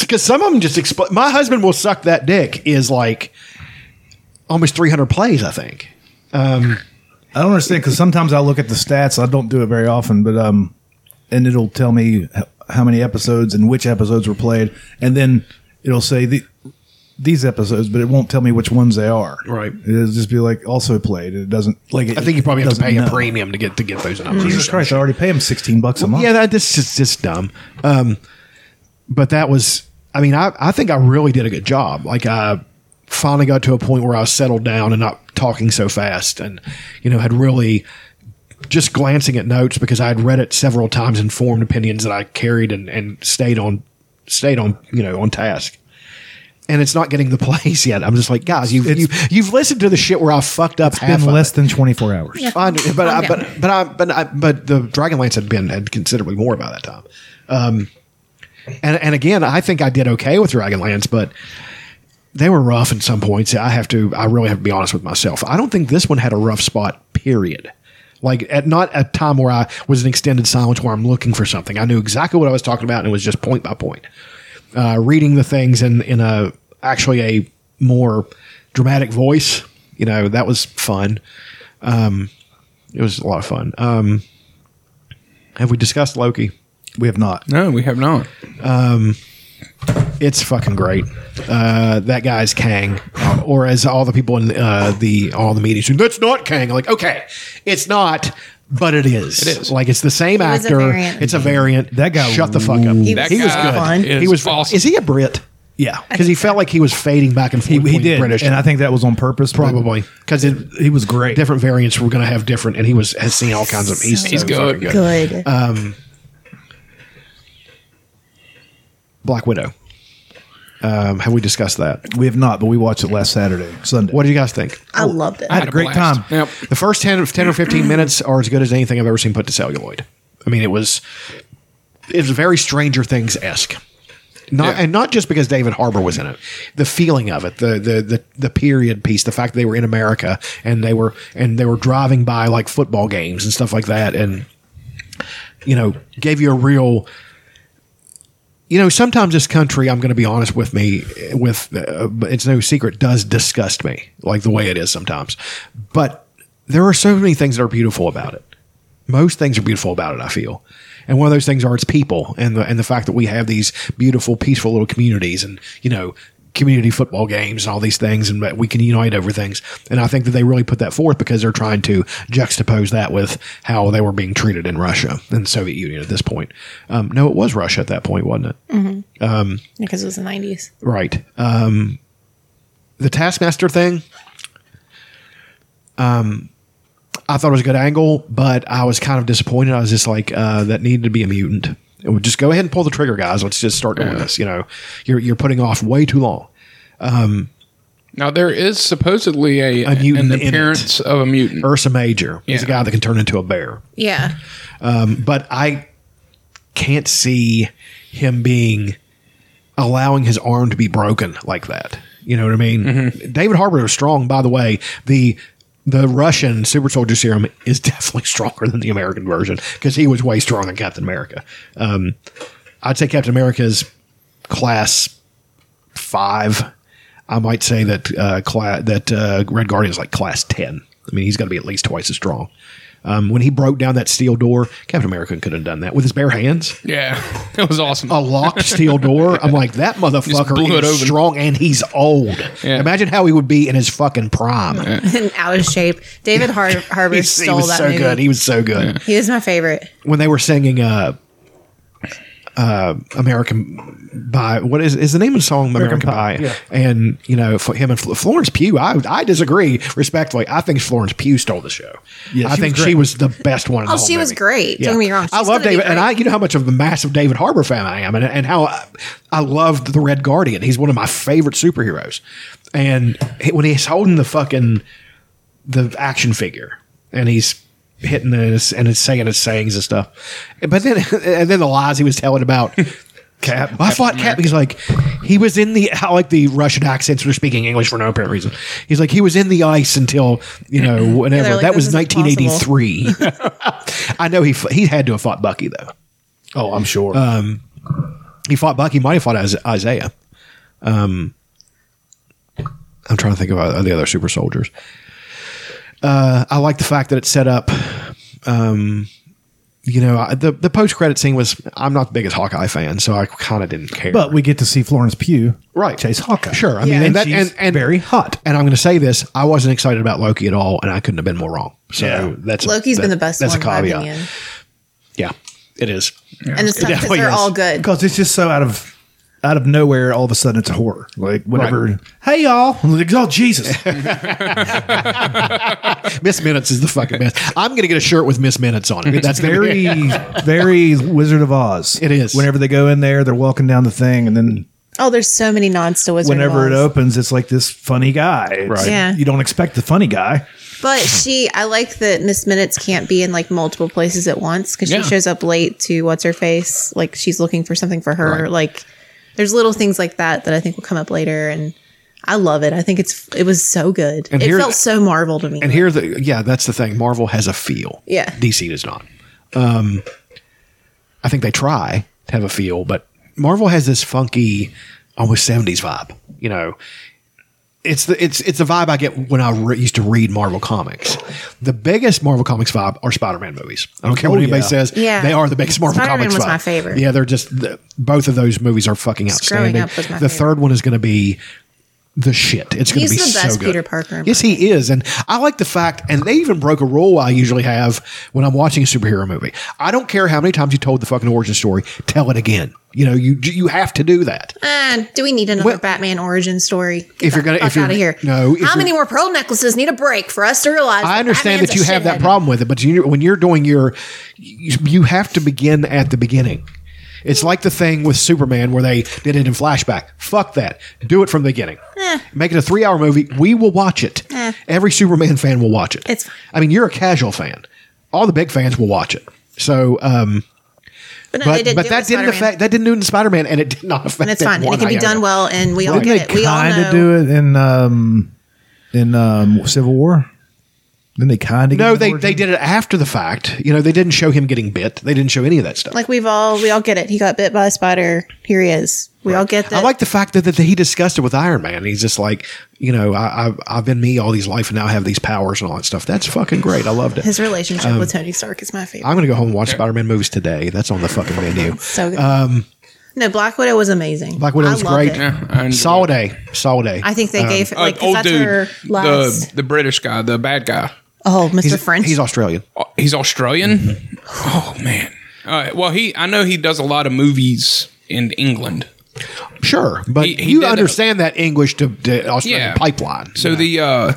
Speaker 2: Because some of them just explode. My husband will suck that dick is like almost 300 plays, I think.
Speaker 1: I don't understand because sometimes I look at the stats. I don't do it very often, but um, and it'll tell me h- how many episodes and which episodes were played, and then it'll say the these episodes, but it won't tell me which ones they are.
Speaker 2: Right.
Speaker 1: It'll just be like also played. It doesn't like. It,
Speaker 2: I think you probably have to
Speaker 1: doesn't
Speaker 2: pay a
Speaker 1: know.
Speaker 2: premium to get to get those numbers.
Speaker 1: Jesus Christ! I already pay him sixteen bucks a month.
Speaker 2: Yeah, that, this is just dumb. Um, but that was, I mean, I, I think I really did a good job. Like, I finally got to a point where I was settled down and not talking so fast and, you know, had really just glancing at notes because I had read it several times and formed opinions that I carried and, and stayed on, stayed on, you know, on task. And it's not getting the place yet. I'm just like, guys, you've,
Speaker 1: It's-
Speaker 2: you've, you've listened to the shit where I fucked up half
Speaker 1: it's been
Speaker 2: of
Speaker 1: less than twenty four hours.
Speaker 2: I under- but, I,
Speaker 3: Calm
Speaker 2: but but I but I but the Dragonlance had been had considerably more by that time. Um, and and again, I think I did okay with Dragonlance, but they were rough in some points. I have to. I really have to be honest with myself. I don't think this one had a rough spot. Period. Like at not a time where I was an extended silence where I'm looking for something. I knew exactly what I was talking about, and it was just point by point. Uh, reading the things in in a actually a more dramatic voice. You know that was fun. Um, it was a lot of fun. Um, have we discussed Loki?
Speaker 1: We have not.
Speaker 4: No, we have not.
Speaker 2: It's fucking great. Uh, that guy's Kang, Uh, or as all the people in uh, the all the meetings, that's not Kang. Like, okay, it's not, but it is. It
Speaker 4: is.
Speaker 2: Like, it's the same
Speaker 3: was a
Speaker 2: actor.
Speaker 3: variant.
Speaker 2: it's a variant.
Speaker 1: That guy
Speaker 2: shut the fuck up.
Speaker 3: He was,
Speaker 4: That guy
Speaker 3: fun.
Speaker 4: is
Speaker 2: he was
Speaker 4: awesome.
Speaker 2: Is he a Brit?
Speaker 1: Yeah,
Speaker 2: Because he felt like he was fading back and forth.
Speaker 1: he, he
Speaker 2: between
Speaker 1: did,
Speaker 2: British
Speaker 1: and I think that was on purpose. but
Speaker 2: probably because
Speaker 1: he was great.
Speaker 2: different variants were going to have different, and he was has seen all kinds of. He's,
Speaker 4: He's
Speaker 2: so
Speaker 4: good.
Speaker 2: fucking
Speaker 3: Good.
Speaker 2: Black Widow. Um, have we discussed that?
Speaker 1: We have not, but we watched it last Saturday, Sunday.
Speaker 2: What do you guys think?
Speaker 3: I loved it.
Speaker 1: I had a great
Speaker 4: Blast.
Speaker 1: time.
Speaker 4: Yep.
Speaker 2: The first 10, or- 10 or 15 minutes are as good as anything I've ever seen put to celluloid. I mean, it was it was very Stranger Things esque. Not
Speaker 4: Yeah.
Speaker 2: and not just because David Harbour was in it. The feeling of it, the, the the the period piece, the fact that they were in America and they were and they were driving by like football games and stuff like that and you know, gave you a real you know, sometimes this country, I'm going to be honest with me, with uh, but it's no secret, does disgust me, like the way it is sometimes. But there are so many things that are beautiful about it. Most things are beautiful about it. I feel, and one of those things are its people, and the and the fact that we have these beautiful, peaceful little communities, and you know, community football games and all these things, and that we can unite over things. And I think that they really put that forth because they're trying to juxtapose that with how they were being treated in Russia and Soviet Union at this point. Um, no, it was Russia at that point, wasn't it?
Speaker 3: because it was the 90s.
Speaker 2: Right. Um, the Taskmaster thing. Um, I thought it was a good angle, but I was kind of disappointed. I was just like, uh, that needed to be a mutant. It would just go ahead and pull the trigger, guys. Let's just start doing this. You know, you're you're putting off way too long.
Speaker 4: Now there is supposedly a,
Speaker 2: A mutant in
Speaker 4: an
Speaker 2: it. Er,
Speaker 4: appearance of a mutant.
Speaker 2: Ursa Major is a
Speaker 4: Yeah.
Speaker 2: guy that can turn into a bear,
Speaker 3: Yeah.
Speaker 2: but I can't see him being allowing his arm to be broken like that. You know what I mean? David Harbour is strong, by the way. The the Russian super soldier serum is definitely stronger than the American version because he was way stronger than Captain America. Um, I'd say Captain America's class five. I might say that uh, cla- that uh, Red Guardian is like class ten. I mean, he's got to be at least twice as strong. Um, when he broke down that steel door, Captain America could have done that with his bare hands
Speaker 4: Yeah, it was awesome.
Speaker 2: a locked steel door. I'm like, that
Speaker 4: blew
Speaker 2: motherfucker
Speaker 4: it
Speaker 2: is
Speaker 4: open.
Speaker 2: strong and he's old.
Speaker 4: Yeah.
Speaker 2: Imagine how he would be in his fucking prime.
Speaker 3: and out of shape. David Har- Harbour
Speaker 2: He's- he
Speaker 3: stole
Speaker 2: was
Speaker 3: that
Speaker 2: so
Speaker 3: movie.
Speaker 2: good. He was so good.
Speaker 3: He was my favorite.
Speaker 2: When they were singing uh uh American Pie, what is is the name of the song American, Pie? And you know, for him and Fl- Florence Pugh, I I disagree respectfully. I think Florence Pugh stole the show.
Speaker 1: Yeah,
Speaker 2: I
Speaker 1: she
Speaker 2: think
Speaker 1: was
Speaker 2: she
Speaker 1: great.
Speaker 2: was the best one. in the
Speaker 3: Oh,
Speaker 2: whole
Speaker 3: she was
Speaker 2: movie.
Speaker 3: great.
Speaker 2: Yeah.
Speaker 3: Don't get me wrong.
Speaker 2: I
Speaker 3: She's
Speaker 2: love
Speaker 3: gonna be
Speaker 2: David, and I
Speaker 3: great.
Speaker 2: you know how much of a massive David Harbor fan I am, and, and how I, I loved the Red Guardian. He's one of my favorite superheroes, and he- when he's holding the fucking the action figure, and he's hitting this and it's saying his sayings and stuff, but then and then the lies he was telling about. Cap, I fought Cap. He's like, he was in the I like the Russian accents. We're speaking English for no apparent reason. He's like, he was in the ice until you know whatever.
Speaker 3: like,
Speaker 2: that
Speaker 3: this
Speaker 2: was
Speaker 3: isn't possible.
Speaker 2: 1983. I know he f- he had to have fought Bucky though.
Speaker 1: Oh, I'm sure.
Speaker 8: Uh,
Speaker 2: He fought Bucky. Might have fought Is- Isaiah. Um, I'm trying to think of uh, the other super soldiers. Uh, I like the fact that it set up. Um, you know, I, the the post credit scene was. I'm not the biggest Hawkeye fan, so I kind of didn't care.
Speaker 1: but we get to see Florence Pugh,
Speaker 2: Right.
Speaker 1: Chase Hawkeye.
Speaker 2: Sure.
Speaker 1: Yeah.
Speaker 2: I mean, and,
Speaker 1: And
Speaker 2: that,
Speaker 1: she's
Speaker 2: and, and
Speaker 1: very hot.
Speaker 2: And I'm going to say this: I wasn't excited about Loki at all, and I couldn't have been more wrong. So
Speaker 1: Yeah.
Speaker 2: that's
Speaker 3: Loki's
Speaker 2: that-
Speaker 3: been the best
Speaker 2: That's
Speaker 3: one,
Speaker 2: a
Speaker 3: in my
Speaker 2: caveat.
Speaker 3: opinion.
Speaker 2: Yeah, it is.
Speaker 3: And it's tough because
Speaker 2: definitely
Speaker 3: they're
Speaker 2: is.
Speaker 3: all good.
Speaker 1: because it's just so out of out of nowhere. All of a sudden, it's a horror. Like whenever,
Speaker 2: Right.
Speaker 1: hey y'all, I'm like, oh Jesus,
Speaker 2: Miss Minutes is the fucking best. I'm going to get a shirt with Miss Minutes on it. That's very.
Speaker 1: very very Wizard of Oz.
Speaker 2: It is.
Speaker 1: Whenever they go in there, they're walking down the thing, and then
Speaker 3: Oh, there's so many nods to Wizard
Speaker 1: whenever
Speaker 3: of
Speaker 1: it
Speaker 3: Oz.
Speaker 1: opens, it's like this funny guy. It's-
Speaker 2: Right.
Speaker 3: Yeah.
Speaker 1: You don't expect the funny guy.
Speaker 3: But
Speaker 2: Hmm.
Speaker 3: she, I like that Miss Minutes can't be in like multiple places at once because
Speaker 4: Yeah.
Speaker 3: she shows up late to what's her face. Like she's looking for something for her. Like there's little things like that that I think will come up later. And I love it. I think it's it was so good.
Speaker 2: And
Speaker 3: it
Speaker 2: here-
Speaker 3: felt so Marvel to me.
Speaker 2: And here, the yeah, that's the thing. Marvel has a feel.
Speaker 3: Yeah.
Speaker 2: DC does not. Um, I think they try to have a feel, but Marvel has this funky, almost seventies vibe. You know, it's the it's it's the vibe I get when I re- used to read Marvel comics. The biggest Marvel comics vibe are Spider Man movies. I don't care what anybody
Speaker 1: yeah.
Speaker 2: says.
Speaker 3: Yeah.
Speaker 2: they are the biggest Marvel
Speaker 3: Spider-Man
Speaker 2: comics.
Speaker 3: was
Speaker 2: vibe.
Speaker 3: my favorite.
Speaker 2: Yeah, they're just the, both of those movies are fucking
Speaker 3: Growing
Speaker 2: outstanding.
Speaker 3: Up was my
Speaker 2: the
Speaker 3: favorite.
Speaker 2: third one is going to be the shit. It's going to
Speaker 3: He's
Speaker 2: be
Speaker 3: the
Speaker 2: so
Speaker 3: best
Speaker 2: good.
Speaker 3: Peter Parker.
Speaker 2: Yes, he is, and I like the fact. And they even broke a rule I usually have when I'm watching a superhero movie. I don't care how many times you told the fucking origin story. Tell it again. You know, you you have to do that.
Speaker 3: Man, do we need another
Speaker 2: Well-
Speaker 3: Batman origin story? Get
Speaker 2: If you're
Speaker 3: the
Speaker 2: gonna-
Speaker 3: fuck
Speaker 2: if you're-
Speaker 3: out of here,
Speaker 2: no, if
Speaker 3: How
Speaker 2: you're-
Speaker 3: many more pearl necklaces need a break for us to realize?
Speaker 2: I understand
Speaker 3: Batman's
Speaker 2: that you
Speaker 3: a
Speaker 2: have that
Speaker 3: shithead?
Speaker 2: problem with it, but you, when you're doing your, you, you have to begin at the beginning. It's like the thing with Superman where they did it in flashback. Fuck that. Do it from the beginning.
Speaker 3: Eh.
Speaker 2: Make it a three hour movie. We will watch it. Every Superman fan will watch it.
Speaker 3: It's fine.
Speaker 2: I mean, you're a casual fan. All the big fans will watch it. So, um,
Speaker 3: But, no, they
Speaker 2: but but
Speaker 3: didn't do
Speaker 2: that
Speaker 3: it with
Speaker 2: didn't
Speaker 3: Spider-Man.
Speaker 2: affect that didn't do it in Spider Man, and it did not affect.
Speaker 3: And it's fine. And it can be done well, and we all
Speaker 2: Didn't
Speaker 1: Didn't
Speaker 3: get
Speaker 1: they
Speaker 3: it. We all
Speaker 1: kind
Speaker 3: know.
Speaker 1: of do it in um, in um, Civil War? Then they kind of
Speaker 2: No, they, they did it after the fact. You know, they didn't show him getting bit. They didn't show any of that stuff.
Speaker 3: Like we've all we all get it. He got bit by a spider. Here he is. We all get that.
Speaker 2: I like the fact that, that he discussed it with Iron Man. He's just like, you know, I, I've, I've been me all these life and now I have these powers and all that stuff. That's fucking great. I loved it.
Speaker 3: his relationship with
Speaker 2: um,
Speaker 3: Tony Stark is my favorite.
Speaker 2: I'm going to go home and watch Spider Man movies today. That's on the fucking menu.
Speaker 3: so good. no, Black Widow was amazing.
Speaker 2: um, Black Widow
Speaker 3: I
Speaker 2: was
Speaker 3: loved
Speaker 2: great. Um,
Speaker 3: it.
Speaker 4: I enjoy it.
Speaker 2: Soliday. Soliday.
Speaker 3: I think they gave
Speaker 4: Uh,
Speaker 3: like 'cause
Speaker 4: old
Speaker 3: that's her
Speaker 4: dude,
Speaker 3: last.
Speaker 4: the the British guy, the bad guy.
Speaker 3: oh, Mr.
Speaker 2: he's,
Speaker 3: French.
Speaker 2: he's Australian.
Speaker 4: Oh, He's Australian.
Speaker 2: Mm-hmm.
Speaker 4: Oh man. Uh, well, he I know he does a lot of movies in England.
Speaker 2: Sure. But
Speaker 4: He- he
Speaker 2: you
Speaker 4: did a-
Speaker 2: understand that English to, to Australian
Speaker 4: Yeah.
Speaker 2: pipeline.
Speaker 4: So the uh,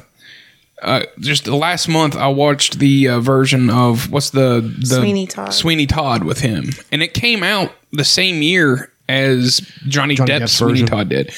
Speaker 4: uh, just the last month, I watched the uh, version of what's the, the
Speaker 3: Sweeney Todd.
Speaker 4: Sweeney Todd with him, and it came out the same year as Johnny,
Speaker 2: Johnny
Speaker 4: Depp's
Speaker 2: Depp's
Speaker 4: Sweeney
Speaker 2: version.
Speaker 4: Todd did,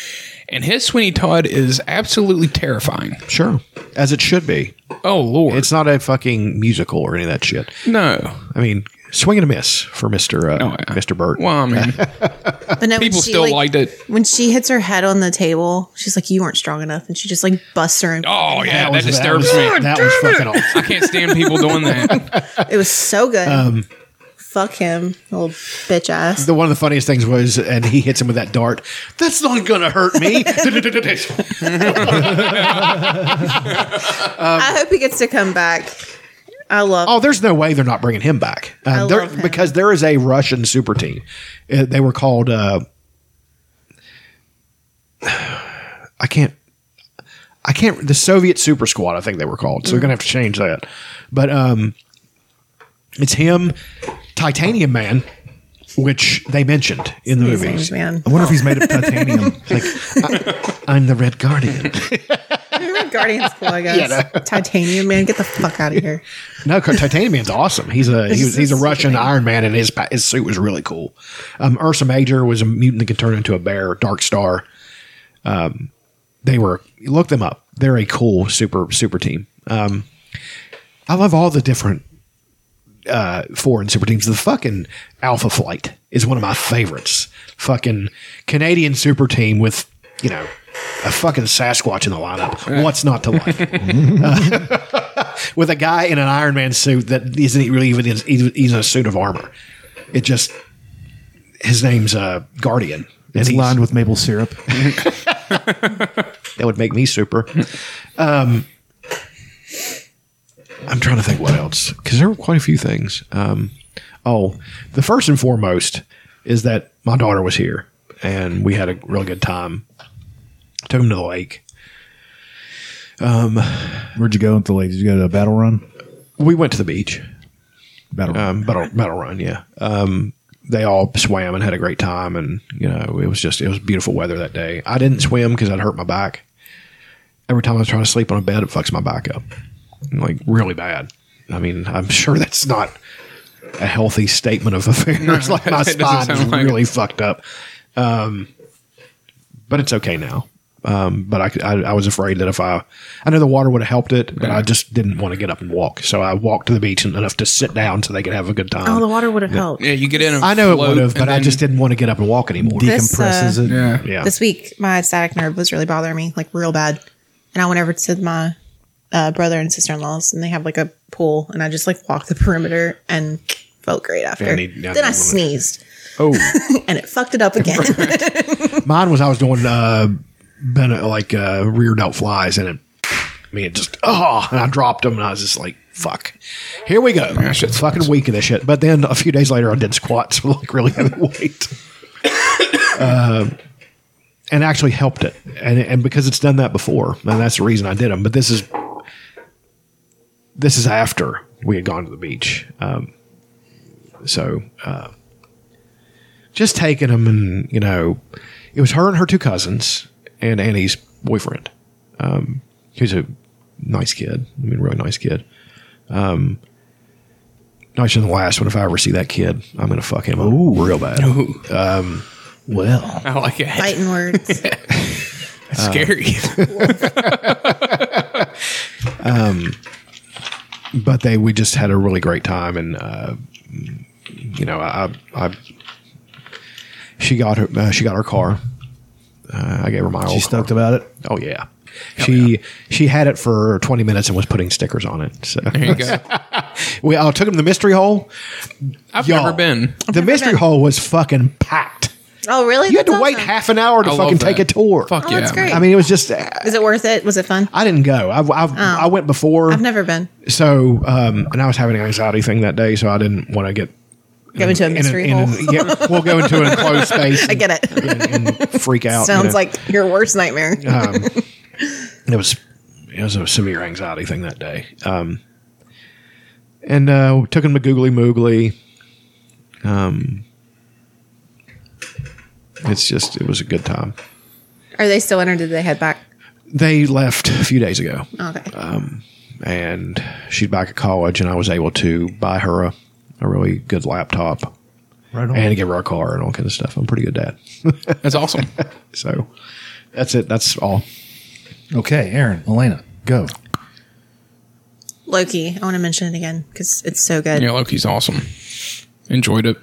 Speaker 4: and his Sweeney Todd is absolutely terrifying.
Speaker 2: Sure. As it should be.
Speaker 4: Oh lord,
Speaker 2: It's not a fucking musical or any of that shit.
Speaker 4: no.
Speaker 2: I mean, swing and a miss for Mr. Uh,
Speaker 4: Oh, yeah.
Speaker 2: Mr. Burt.
Speaker 4: Well, I mean,
Speaker 3: but no, when
Speaker 4: people
Speaker 3: she,
Speaker 4: still
Speaker 3: like,
Speaker 4: liked it.
Speaker 3: When she hits her head on the table, she's like, "You weren't strong enough," and she just like busts her. In.
Speaker 4: Oh yeah, that, disturbs
Speaker 2: was,
Speaker 4: me.
Speaker 2: That was fucking awesome.
Speaker 4: I can't stand people doing that.
Speaker 3: It was so good.
Speaker 2: Um,
Speaker 3: Fuck him, little bitch ass.
Speaker 2: The one of the funniest things was, and he hits him with that dart. That's not gonna hurt me. um,
Speaker 3: I hope he gets to come back. I love.
Speaker 2: oh, there's no way they're not bringing him back. Uh,
Speaker 3: I
Speaker 2: there-
Speaker 3: love him.
Speaker 2: because there is a Russian super team. Uh, they were called. Uh, I can't. I can't. The Soviet Super Squad, I think they were called. So we're gonna have to change that. But um, it's him, Titanium Man, which they mentioned in the
Speaker 3: these
Speaker 2: movies.
Speaker 3: things, man.
Speaker 1: I wonder if he's made of titanium.
Speaker 2: I'm the Red Guardian.
Speaker 3: Guardians Club, guys. Titanium man, get the fuck out of here.
Speaker 2: No, Titanium Man's awesome. He's a he was, he's a Russian Iron Man, and his pa- his suit was really cool. Um, Ursa Major was a mutant that could turn into a bear, Dark Star. Um, they were look them up. They're a cool super super team. Um, I love all the different uh, foreign super teams. The fucking Alpha Flight is one of my favorites. Fucking Canadian super team with you know a fucking Sasquatch in the lineup. What's not to like? with a guy in an Iron Man suit that isn't really even in, even- even a suit of armor. It just his name's uh, Guardian. And
Speaker 1: It's
Speaker 2: he's-
Speaker 1: lined with maple syrup.
Speaker 2: that would make me super. Um, I'm trying to think what else because there were quite a few things. Um, oh, the first and foremost is that my daughter was here and we had a really good time. Took him to the lake.
Speaker 1: Where'd you go with the ladies? You go to a battle run?
Speaker 2: We went to the beach.
Speaker 1: Battle
Speaker 3: Uh,
Speaker 1: run.
Speaker 2: um, Battle Battle Run. Yeah, um, they all swam and had a great time, and you know it was just it was beautiful weather that day. I didn't swim because I'd hurt my back. Every time I was trying to sleep on a bed, it fucks my back up, like really bad. I mean, I'm sure that's not a healthy statement of affairs. like my
Speaker 4: It doesn't
Speaker 2: spine is
Speaker 4: sound like
Speaker 2: really fucked up, um, but it's okay now. Um, but I, could- I, I was afraid that if I, I know the water would have helped it, but I just didn't want to get up and walk. So I walked to the beach and enough to sit down so they could have a good time.
Speaker 3: Oh, the water would have helped.
Speaker 4: Yeah, you get in. And
Speaker 2: I know it
Speaker 4: float,
Speaker 2: would have,
Speaker 4: and
Speaker 2: but I
Speaker 4: then-
Speaker 2: just didn't want to get up and walk anymore.
Speaker 3: This,
Speaker 1: Decompresses
Speaker 3: uh,
Speaker 1: it.
Speaker 4: Yeah.
Speaker 2: yeah.
Speaker 3: This week, my static nerve was really bothering me, like real bad. And I went over to my uh, brother and sister in law's, and they have like a pool, and I just like walked the perimeter and felt great after.
Speaker 2: Yeah, I need- I need
Speaker 3: then I
Speaker 2: one.
Speaker 3: sneezed,
Speaker 2: Oh.
Speaker 3: and it fucked it up again.
Speaker 2: Mine was I was doing uh, ben, like uh, rear delt flies, and it, I mean, it just oh, and I dropped them, and I was just like, "Fuck, here we go."
Speaker 4: That shit
Speaker 2: fucking weak of this shit. But then a few days later, I did squats with like really heavy weight, uh, and actually helped it. And and because it's done that before, and that's the reason I did them. But this is this is after we had gone to the beach, um, so just taking them and you know it was her and her two cousins and annie's boyfriend um who's a nice kid i mean really nice kid um nicer than the last one if i ever see that kid i'm gonna fuck him up real bad um well
Speaker 4: I like it.
Speaker 3: Fighting words.
Speaker 4: It's scary.
Speaker 2: Uh, but they we just had a really great time and uh you know i i, I she got her uh, she got her car uh, i gave her my old
Speaker 1: She
Speaker 2: car.
Speaker 1: stoked about it.
Speaker 2: Oh yeah. She she had it for 20 minutes and was putting stickers on it. So
Speaker 4: there you go.
Speaker 2: we I took him to the mystery hole.
Speaker 4: I've
Speaker 2: Y'all.
Speaker 4: never been.
Speaker 2: The mystery hole was fucking packed.
Speaker 3: oh, really?
Speaker 2: You had to
Speaker 3: That's
Speaker 2: wait
Speaker 3: awesome.
Speaker 2: half an hour to
Speaker 4: I love
Speaker 2: fucking take a
Speaker 4: that.
Speaker 2: tour.
Speaker 4: Fuck
Speaker 3: Oh,
Speaker 4: yeah.
Speaker 3: that's great.
Speaker 2: I mean, it was just uh,
Speaker 3: Is it worth it? Was it fun?
Speaker 2: I didn't go. I've, I've I went before.
Speaker 3: Oh. I've never been.
Speaker 2: so um, and I was having an anxiety thing that day, so I didn't want to get
Speaker 3: Go into a
Speaker 2: in an-
Speaker 3: mystery
Speaker 2: in an-
Speaker 3: hole.
Speaker 2: yeah, we'll go into an enclosed space.
Speaker 3: I get it.
Speaker 2: And, and freak out. you
Speaker 3: Sounds
Speaker 2: know.
Speaker 3: like your worst nightmare.
Speaker 2: it was it was a severe anxiety thing that day. Um, and uh, we took him to Googly Moogly. Um, it's just it was a good time.
Speaker 3: Are they still in, or did they head back? Uh,
Speaker 2: They left a few days ago,
Speaker 3: Okay.
Speaker 2: and she's back at college, and I was able to buy her a, a really good laptop
Speaker 1: Right on.
Speaker 2: and give her a car and all kind of stuff. I'm a pretty good dad,
Speaker 4: That's awesome.
Speaker 2: so that's it. That's all.
Speaker 1: okay, Aaron, Elena, go.
Speaker 3: Loki. I want to mention it again because it's so good.
Speaker 4: Yeah, Loki's awesome. Enjoyed it.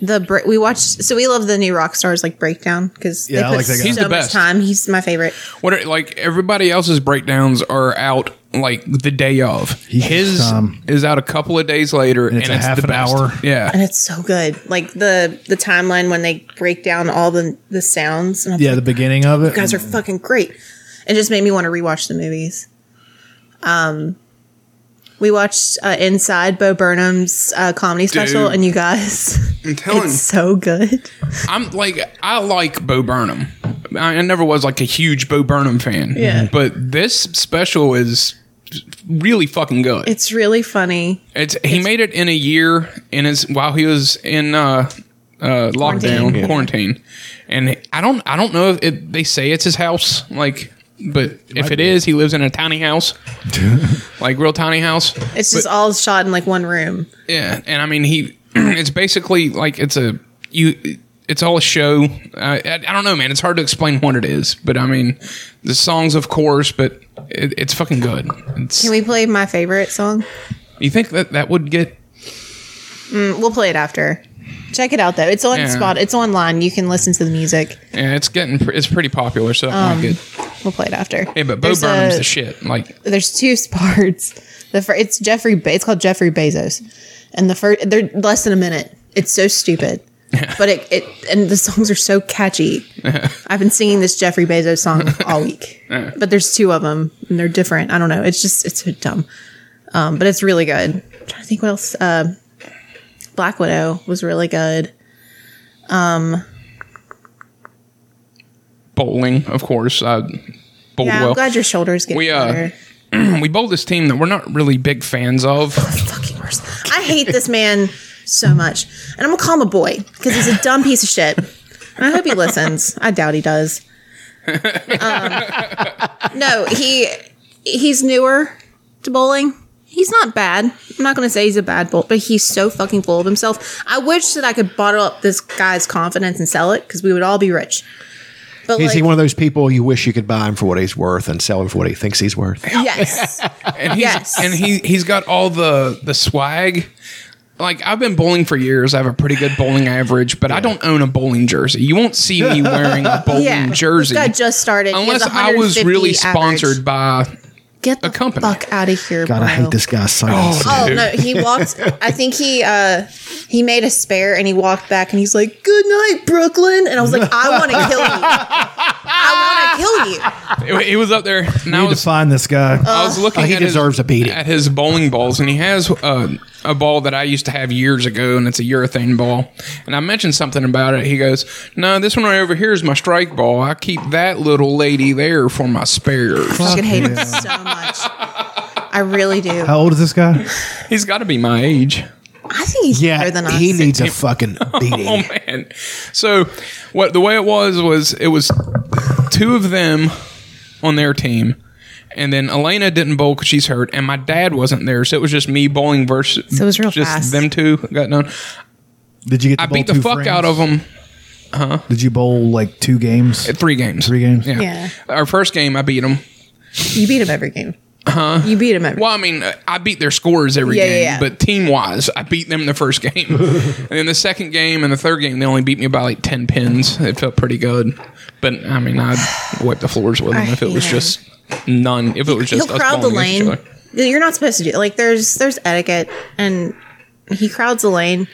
Speaker 3: The Br- we watched. So we love the new rock stars like breakdown because
Speaker 1: Yeah, I
Speaker 3: they put
Speaker 1: like that guy.
Speaker 3: so
Speaker 4: He's the
Speaker 3: much
Speaker 4: best.
Speaker 3: time. He's my favorite.
Speaker 4: What are, like everybody else's breakdowns are out like the day of. His
Speaker 1: um,
Speaker 4: is out a couple of days later, and
Speaker 1: it's a
Speaker 4: it's,
Speaker 1: half
Speaker 4: the
Speaker 1: an
Speaker 4: best.
Speaker 1: hour.
Speaker 4: Yeah,
Speaker 3: and it's so good. Like the the timeline when they break down all the the sounds. And I'm
Speaker 1: Yeah,
Speaker 3: like,
Speaker 1: the beginning of it.
Speaker 3: you guys are fucking great. It just made me want to rewatch the movies. Um, we watched uh, Inside Bo Burnham's uh, comedy special,
Speaker 4: Dude.
Speaker 3: and you guys,
Speaker 4: I'm telling.
Speaker 3: it's so good.
Speaker 4: I'm like I like Bo Burnham. I, I never was like a huge Bo Burnham fan.
Speaker 3: Yeah.
Speaker 4: but this special is really fucking good.
Speaker 3: It's really funny.
Speaker 4: It's he made it in a year in his while he was in uh, uh,
Speaker 3: Quarantine.
Speaker 4: lockdown quarantine. and I don't I don't know if it, they say it's his house like, but if it is, he lives in a tiny house, like real tiny house.
Speaker 3: It's just all shot in like one room.
Speaker 4: Yeah, and I mean he, it's basically like it's a you. It's all a show. Uh, I, I don't know, man. It's hard to explain what it is, but I mean, the songs, of course, but it, it's fucking good. It's,
Speaker 3: Can we play my favorite song?
Speaker 4: you think that that would get
Speaker 3: We'll play it after. Check it out though. It's on
Speaker 4: Yeah.
Speaker 3: spot. It's online. You can listen to the music.
Speaker 4: Yeah, it's getting pr- it's pretty popular, so that
Speaker 3: Um,
Speaker 4: might get.
Speaker 3: We'll play it after.
Speaker 4: Yeah, but Bo
Speaker 3: There's
Speaker 4: Burnham's
Speaker 3: a-
Speaker 4: the shit. Like,
Speaker 3: there's two parts. The fir- it's Jeffrey. Be- it's called Jeffrey Bezos, and the first they're less than a minute. It's so stupid, but it, it and the songs are so catchy. I've been singing this Jeffrey Bezos song all week, but there's two of them and they're different. I don't know. It's just it's so dumb, um, but it's really good. I'm trying to think what else. Uh, Black Widow was really good.
Speaker 4: bowling, of course. Uh, bowled
Speaker 3: Yeah, I'm
Speaker 4: well.
Speaker 3: glad your shoulders get
Speaker 4: We, uh,
Speaker 3: better.
Speaker 4: we bowled this team that we're not really big fans of.
Speaker 3: fucking worse. I hate this man so much. And I'm gonna call him a boy because he's a dumb piece of shit. And I hope he listens. I doubt he does. Um, no, he he's newer to bowling. He's not bad. I'm not gonna say he's a bad bowl, but he's so fucking full of himself. I wish that I could bottle up this guy's confidence and sell it because we would all be rich. But
Speaker 2: Is
Speaker 3: like,
Speaker 2: he one of those people you wish you could buy him for what he's worth and sell him for what he thinks he's worth?
Speaker 3: yes,
Speaker 4: and he's,
Speaker 3: Yes.
Speaker 4: and he he's got all the the swag. Like I've been bowling for years. I have a pretty good bowling average, but I don't own a bowling jersey. You won't see me wearing a bowling
Speaker 3: yeah. This
Speaker 4: jersey
Speaker 3: guy just started. He has
Speaker 4: unless I was
Speaker 3: 150
Speaker 4: really
Speaker 3: average.
Speaker 4: sponsored by.
Speaker 3: Get the
Speaker 4: a company.
Speaker 3: fuck out of here,
Speaker 2: God, I
Speaker 3: bro.
Speaker 2: hate this guy's silence.
Speaker 3: Oh no, he walked. I think he uh he made a spare and he walked back and he's like, "Good night, Brooklyn." And I was like, "I want to kill you. I want to kill you."
Speaker 4: It, it was up there. And I
Speaker 1: need to
Speaker 4: was,
Speaker 1: find this guy.
Speaker 4: I
Speaker 3: Uh,
Speaker 4: was looking.
Speaker 2: Oh, he
Speaker 4: at
Speaker 2: deserves
Speaker 4: his,
Speaker 2: a beating.
Speaker 4: at his bowling balls, and he has uh, a ball that I used to have years ago, and it's a urethane ball. And I mentioned something about it. He goes, "No, this one right over here is my strike ball. I keep that little lady there for my spares."
Speaker 3: I fucking hate him so much. I really do.
Speaker 1: How old is this guy?
Speaker 4: He's got to be my age.
Speaker 3: I think he's
Speaker 2: Yeah,
Speaker 3: better than us.
Speaker 2: he needs a fucking beating.
Speaker 4: Oh man! So what the way it was was it was two of them on their team, and then Elena didn't bowl because she's hurt, and my dad wasn't there, so it was just me bowling versus.
Speaker 3: So it was real
Speaker 4: just
Speaker 3: fast.
Speaker 4: them two got done.
Speaker 1: Did you get? To
Speaker 4: I
Speaker 1: bowl
Speaker 4: beat the
Speaker 1: two
Speaker 4: fuck
Speaker 1: frames?
Speaker 4: out of them
Speaker 1: Did you bowl like two games?
Speaker 4: at three games.
Speaker 1: Three games.
Speaker 4: Yeah.
Speaker 3: Yeah.
Speaker 4: Our first game, I beat them.
Speaker 3: You beat him every game.
Speaker 4: Uh-huh.
Speaker 3: Huh? You beat him every.
Speaker 4: Well, I mean, uh, I beat their scores every
Speaker 3: Yeah, yeah,
Speaker 4: game,
Speaker 3: yeah.
Speaker 4: but team wise, I beat them the first game. and then the second game and the third game, they only beat me by like 10 pins. It felt pretty good. But I mean, I'd wipe the floors with them
Speaker 3: I
Speaker 4: if it was
Speaker 3: hate
Speaker 4: just none. If it was
Speaker 3: He'll
Speaker 4: just us
Speaker 3: crowd the
Speaker 4: bowling against each
Speaker 3: lane.
Speaker 4: other.
Speaker 3: You're not supposed to do like there's there's etiquette, and he crowds the lane,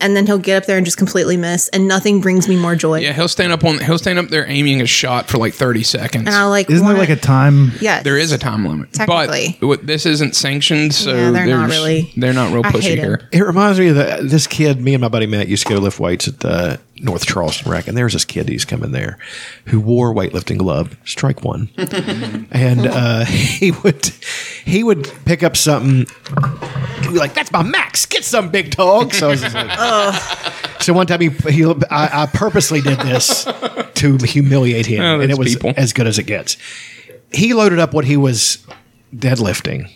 Speaker 3: and then he'll get up there and just completely miss, and nothing brings me more joy.
Speaker 4: Yeah, he'll stand up on. He'll stand up there aiming a shot for like 30 seconds.
Speaker 3: And I like
Speaker 1: Isn't there
Speaker 3: wanna-
Speaker 1: like a time?
Speaker 3: Yes.
Speaker 4: there is a time limit,
Speaker 3: Technically.
Speaker 4: but what- this isn't sanctioned, so
Speaker 3: Yeah, they're not
Speaker 4: there's-
Speaker 3: really-
Speaker 4: they're not real
Speaker 3: I
Speaker 4: pushy
Speaker 3: hate it.
Speaker 4: here.
Speaker 2: It reminds me of the, this kid. Me and my buddy Matt used to go lift weights at the North Charleston rack, and there was this kid who used to come in there who wore a weightlifting glove, strike one, and uh, he would he would pick up something. He'd be like, "That's my max. Get some big dog." So I was just like, so one time he, he I, I purposely did this to humiliate him,
Speaker 4: Oh,
Speaker 2: and it
Speaker 4: those
Speaker 2: was
Speaker 4: people.
Speaker 2: as good as it gets. He loaded up what he was deadlifting.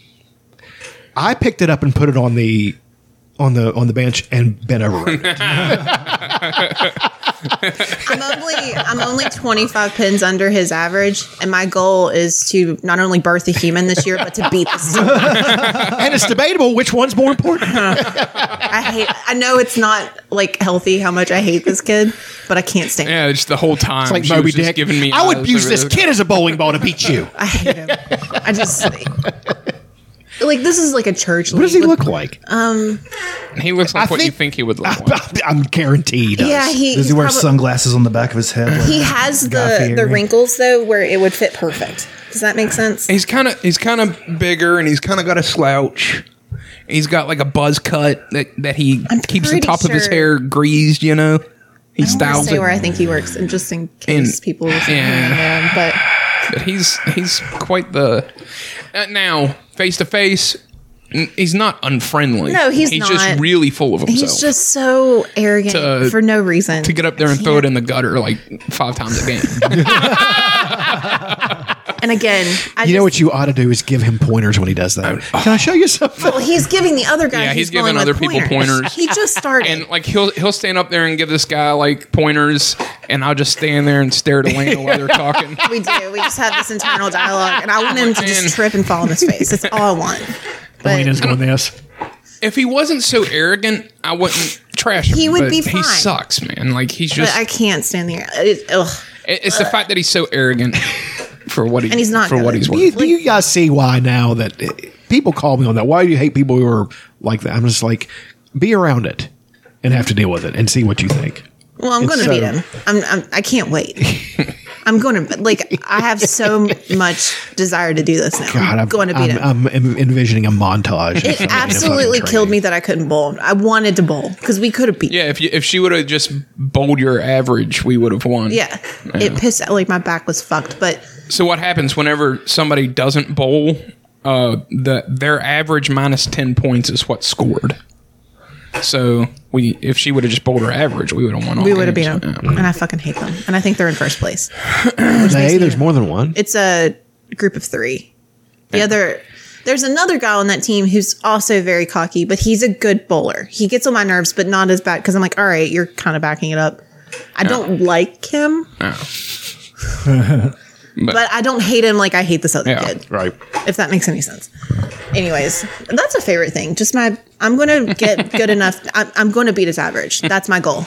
Speaker 2: I picked it up and put it on the on the on the bench and bent over it.
Speaker 3: I'm only I'm only 25 pins under his average, and my goal is to not only birth a human this year, but to beat this. team.
Speaker 2: and it's debatable which one's more important.
Speaker 3: I hate. I know it's not like healthy how much I hate this kid, but I can't stand. him.
Speaker 4: Yeah, just the whole time.
Speaker 2: It's like
Speaker 4: she
Speaker 2: Moby
Speaker 4: was just
Speaker 2: Dick.
Speaker 4: Giving me
Speaker 2: I would
Speaker 4: eyes
Speaker 2: use
Speaker 4: over
Speaker 2: this
Speaker 4: the-
Speaker 2: kid as a bowling ball to beat you.
Speaker 3: I hate him. I just like this is like a church.
Speaker 2: What does he look like?
Speaker 3: Oh.
Speaker 4: He looks
Speaker 2: I
Speaker 4: like what you
Speaker 2: think-
Speaker 4: think he would look
Speaker 2: I,
Speaker 4: like.
Speaker 2: am guaranteed.
Speaker 3: Yeah,
Speaker 1: Does he
Speaker 3: he he's
Speaker 1: wear
Speaker 3: probably-
Speaker 1: sunglasses on the back of his head? like
Speaker 3: He has
Speaker 1: Guy
Speaker 3: the
Speaker 1: Fieri?
Speaker 3: the wrinkles though, where it would fit perfect. Does that make sense?
Speaker 4: He's kind of he's kind of bigger, and he's kind of got a slouch. He's got like a buzz cut that that he
Speaker 3: I'm
Speaker 4: keeps the
Speaker 3: pretty
Speaker 4: top of his
Speaker 3: sure-
Speaker 4: hair greased. You know, he
Speaker 3: I don't wanna
Speaker 4: styles
Speaker 3: say
Speaker 4: it.
Speaker 3: where I think he works, and just in case
Speaker 4: In-
Speaker 3: people listen
Speaker 4: yeah.
Speaker 3: yeah. but
Speaker 4: But he's he's quite the uh, now face to face. n- He's not unfriendly.
Speaker 3: No, he's
Speaker 4: he's
Speaker 3: not.
Speaker 4: just really full of himself.
Speaker 3: he's just so arrogant
Speaker 4: To- uh,
Speaker 3: for no reason.
Speaker 4: to get up there and throw it in the gutter like five times a game.
Speaker 3: and again, I
Speaker 2: You
Speaker 3: just,
Speaker 2: know what you ought to do is give him pointers when he does that.
Speaker 4: Oh.
Speaker 2: Can I show you something?
Speaker 3: Well, he's giving the other guy.
Speaker 4: Yeah, he's
Speaker 3: going
Speaker 4: giving
Speaker 3: with
Speaker 4: other people pointers.
Speaker 3: He just started.
Speaker 4: and like he'll he'll stand up there and give this guy like pointers, and I'll just stand there and stare at Elena while they're talking.
Speaker 3: we do. We just have this internal dialogue, and I want him to
Speaker 4: Man.
Speaker 3: just trip and fall on his face. That's all I want. But
Speaker 2: Elena's going this.
Speaker 4: if he wasn't so arrogant, I wouldn't trash him.
Speaker 3: He would
Speaker 4: but
Speaker 3: be
Speaker 4: He
Speaker 3: fine.
Speaker 4: sucks, man. Like he's
Speaker 3: but
Speaker 4: just.
Speaker 3: I can't stand the. It, ugh.
Speaker 4: it- it's the fact that he's so arrogant for what he
Speaker 3: And he's not
Speaker 4: for what
Speaker 3: good.
Speaker 4: he's
Speaker 2: Do you,
Speaker 4: worth.
Speaker 2: do you guys see why now that uh, people call me on that? Why do you hate people who are like that? I'm just like, be around it and have to deal with it and see what you think.
Speaker 3: Well, I'm
Speaker 2: It's
Speaker 3: going to beat
Speaker 2: so-
Speaker 3: him. I'm, I'm. I can't wait. I'm going to like. I have so much desire to do this now.
Speaker 2: God, I'm
Speaker 3: I'm going to beat
Speaker 2: I'm, I'm
Speaker 3: him.
Speaker 2: en- envisioning a montage. of
Speaker 3: it
Speaker 2: somebody in a
Speaker 3: absolutely
Speaker 2: fucking
Speaker 3: killed
Speaker 2: train.
Speaker 3: me that I couldn't bowl. I wanted to bowl because we could have beat.
Speaker 4: Yeah, if you, if she would have just bowled your average, we would have won.
Speaker 3: Yeah. It pissed like my back was fucked, but
Speaker 4: So what happens whenever somebody doesn't bowl? Uh, the their average minus ten points is what's scored. So we, if she would have just bowled her average, we would have won. all
Speaker 3: we would have beat
Speaker 4: games.
Speaker 3: them. And I fucking hate them. And I think they're in first place.
Speaker 2: Hey, there's more than one.
Speaker 3: It's a group of three. The other, there's another guy on that team who's also very cocky, but he's a good bowler. He gets on my nerves, but not as bad because I'm like, all right, you're kind of backing it up. I don't like him. but I don't hate him like I hate this other
Speaker 4: Yeah.
Speaker 3: kid.
Speaker 2: Right.
Speaker 3: If that makes any sense. Anyways, that's a favorite thing. Just my, I'm going to get good enough. I'm, I'm going to beat his average. That's my goal.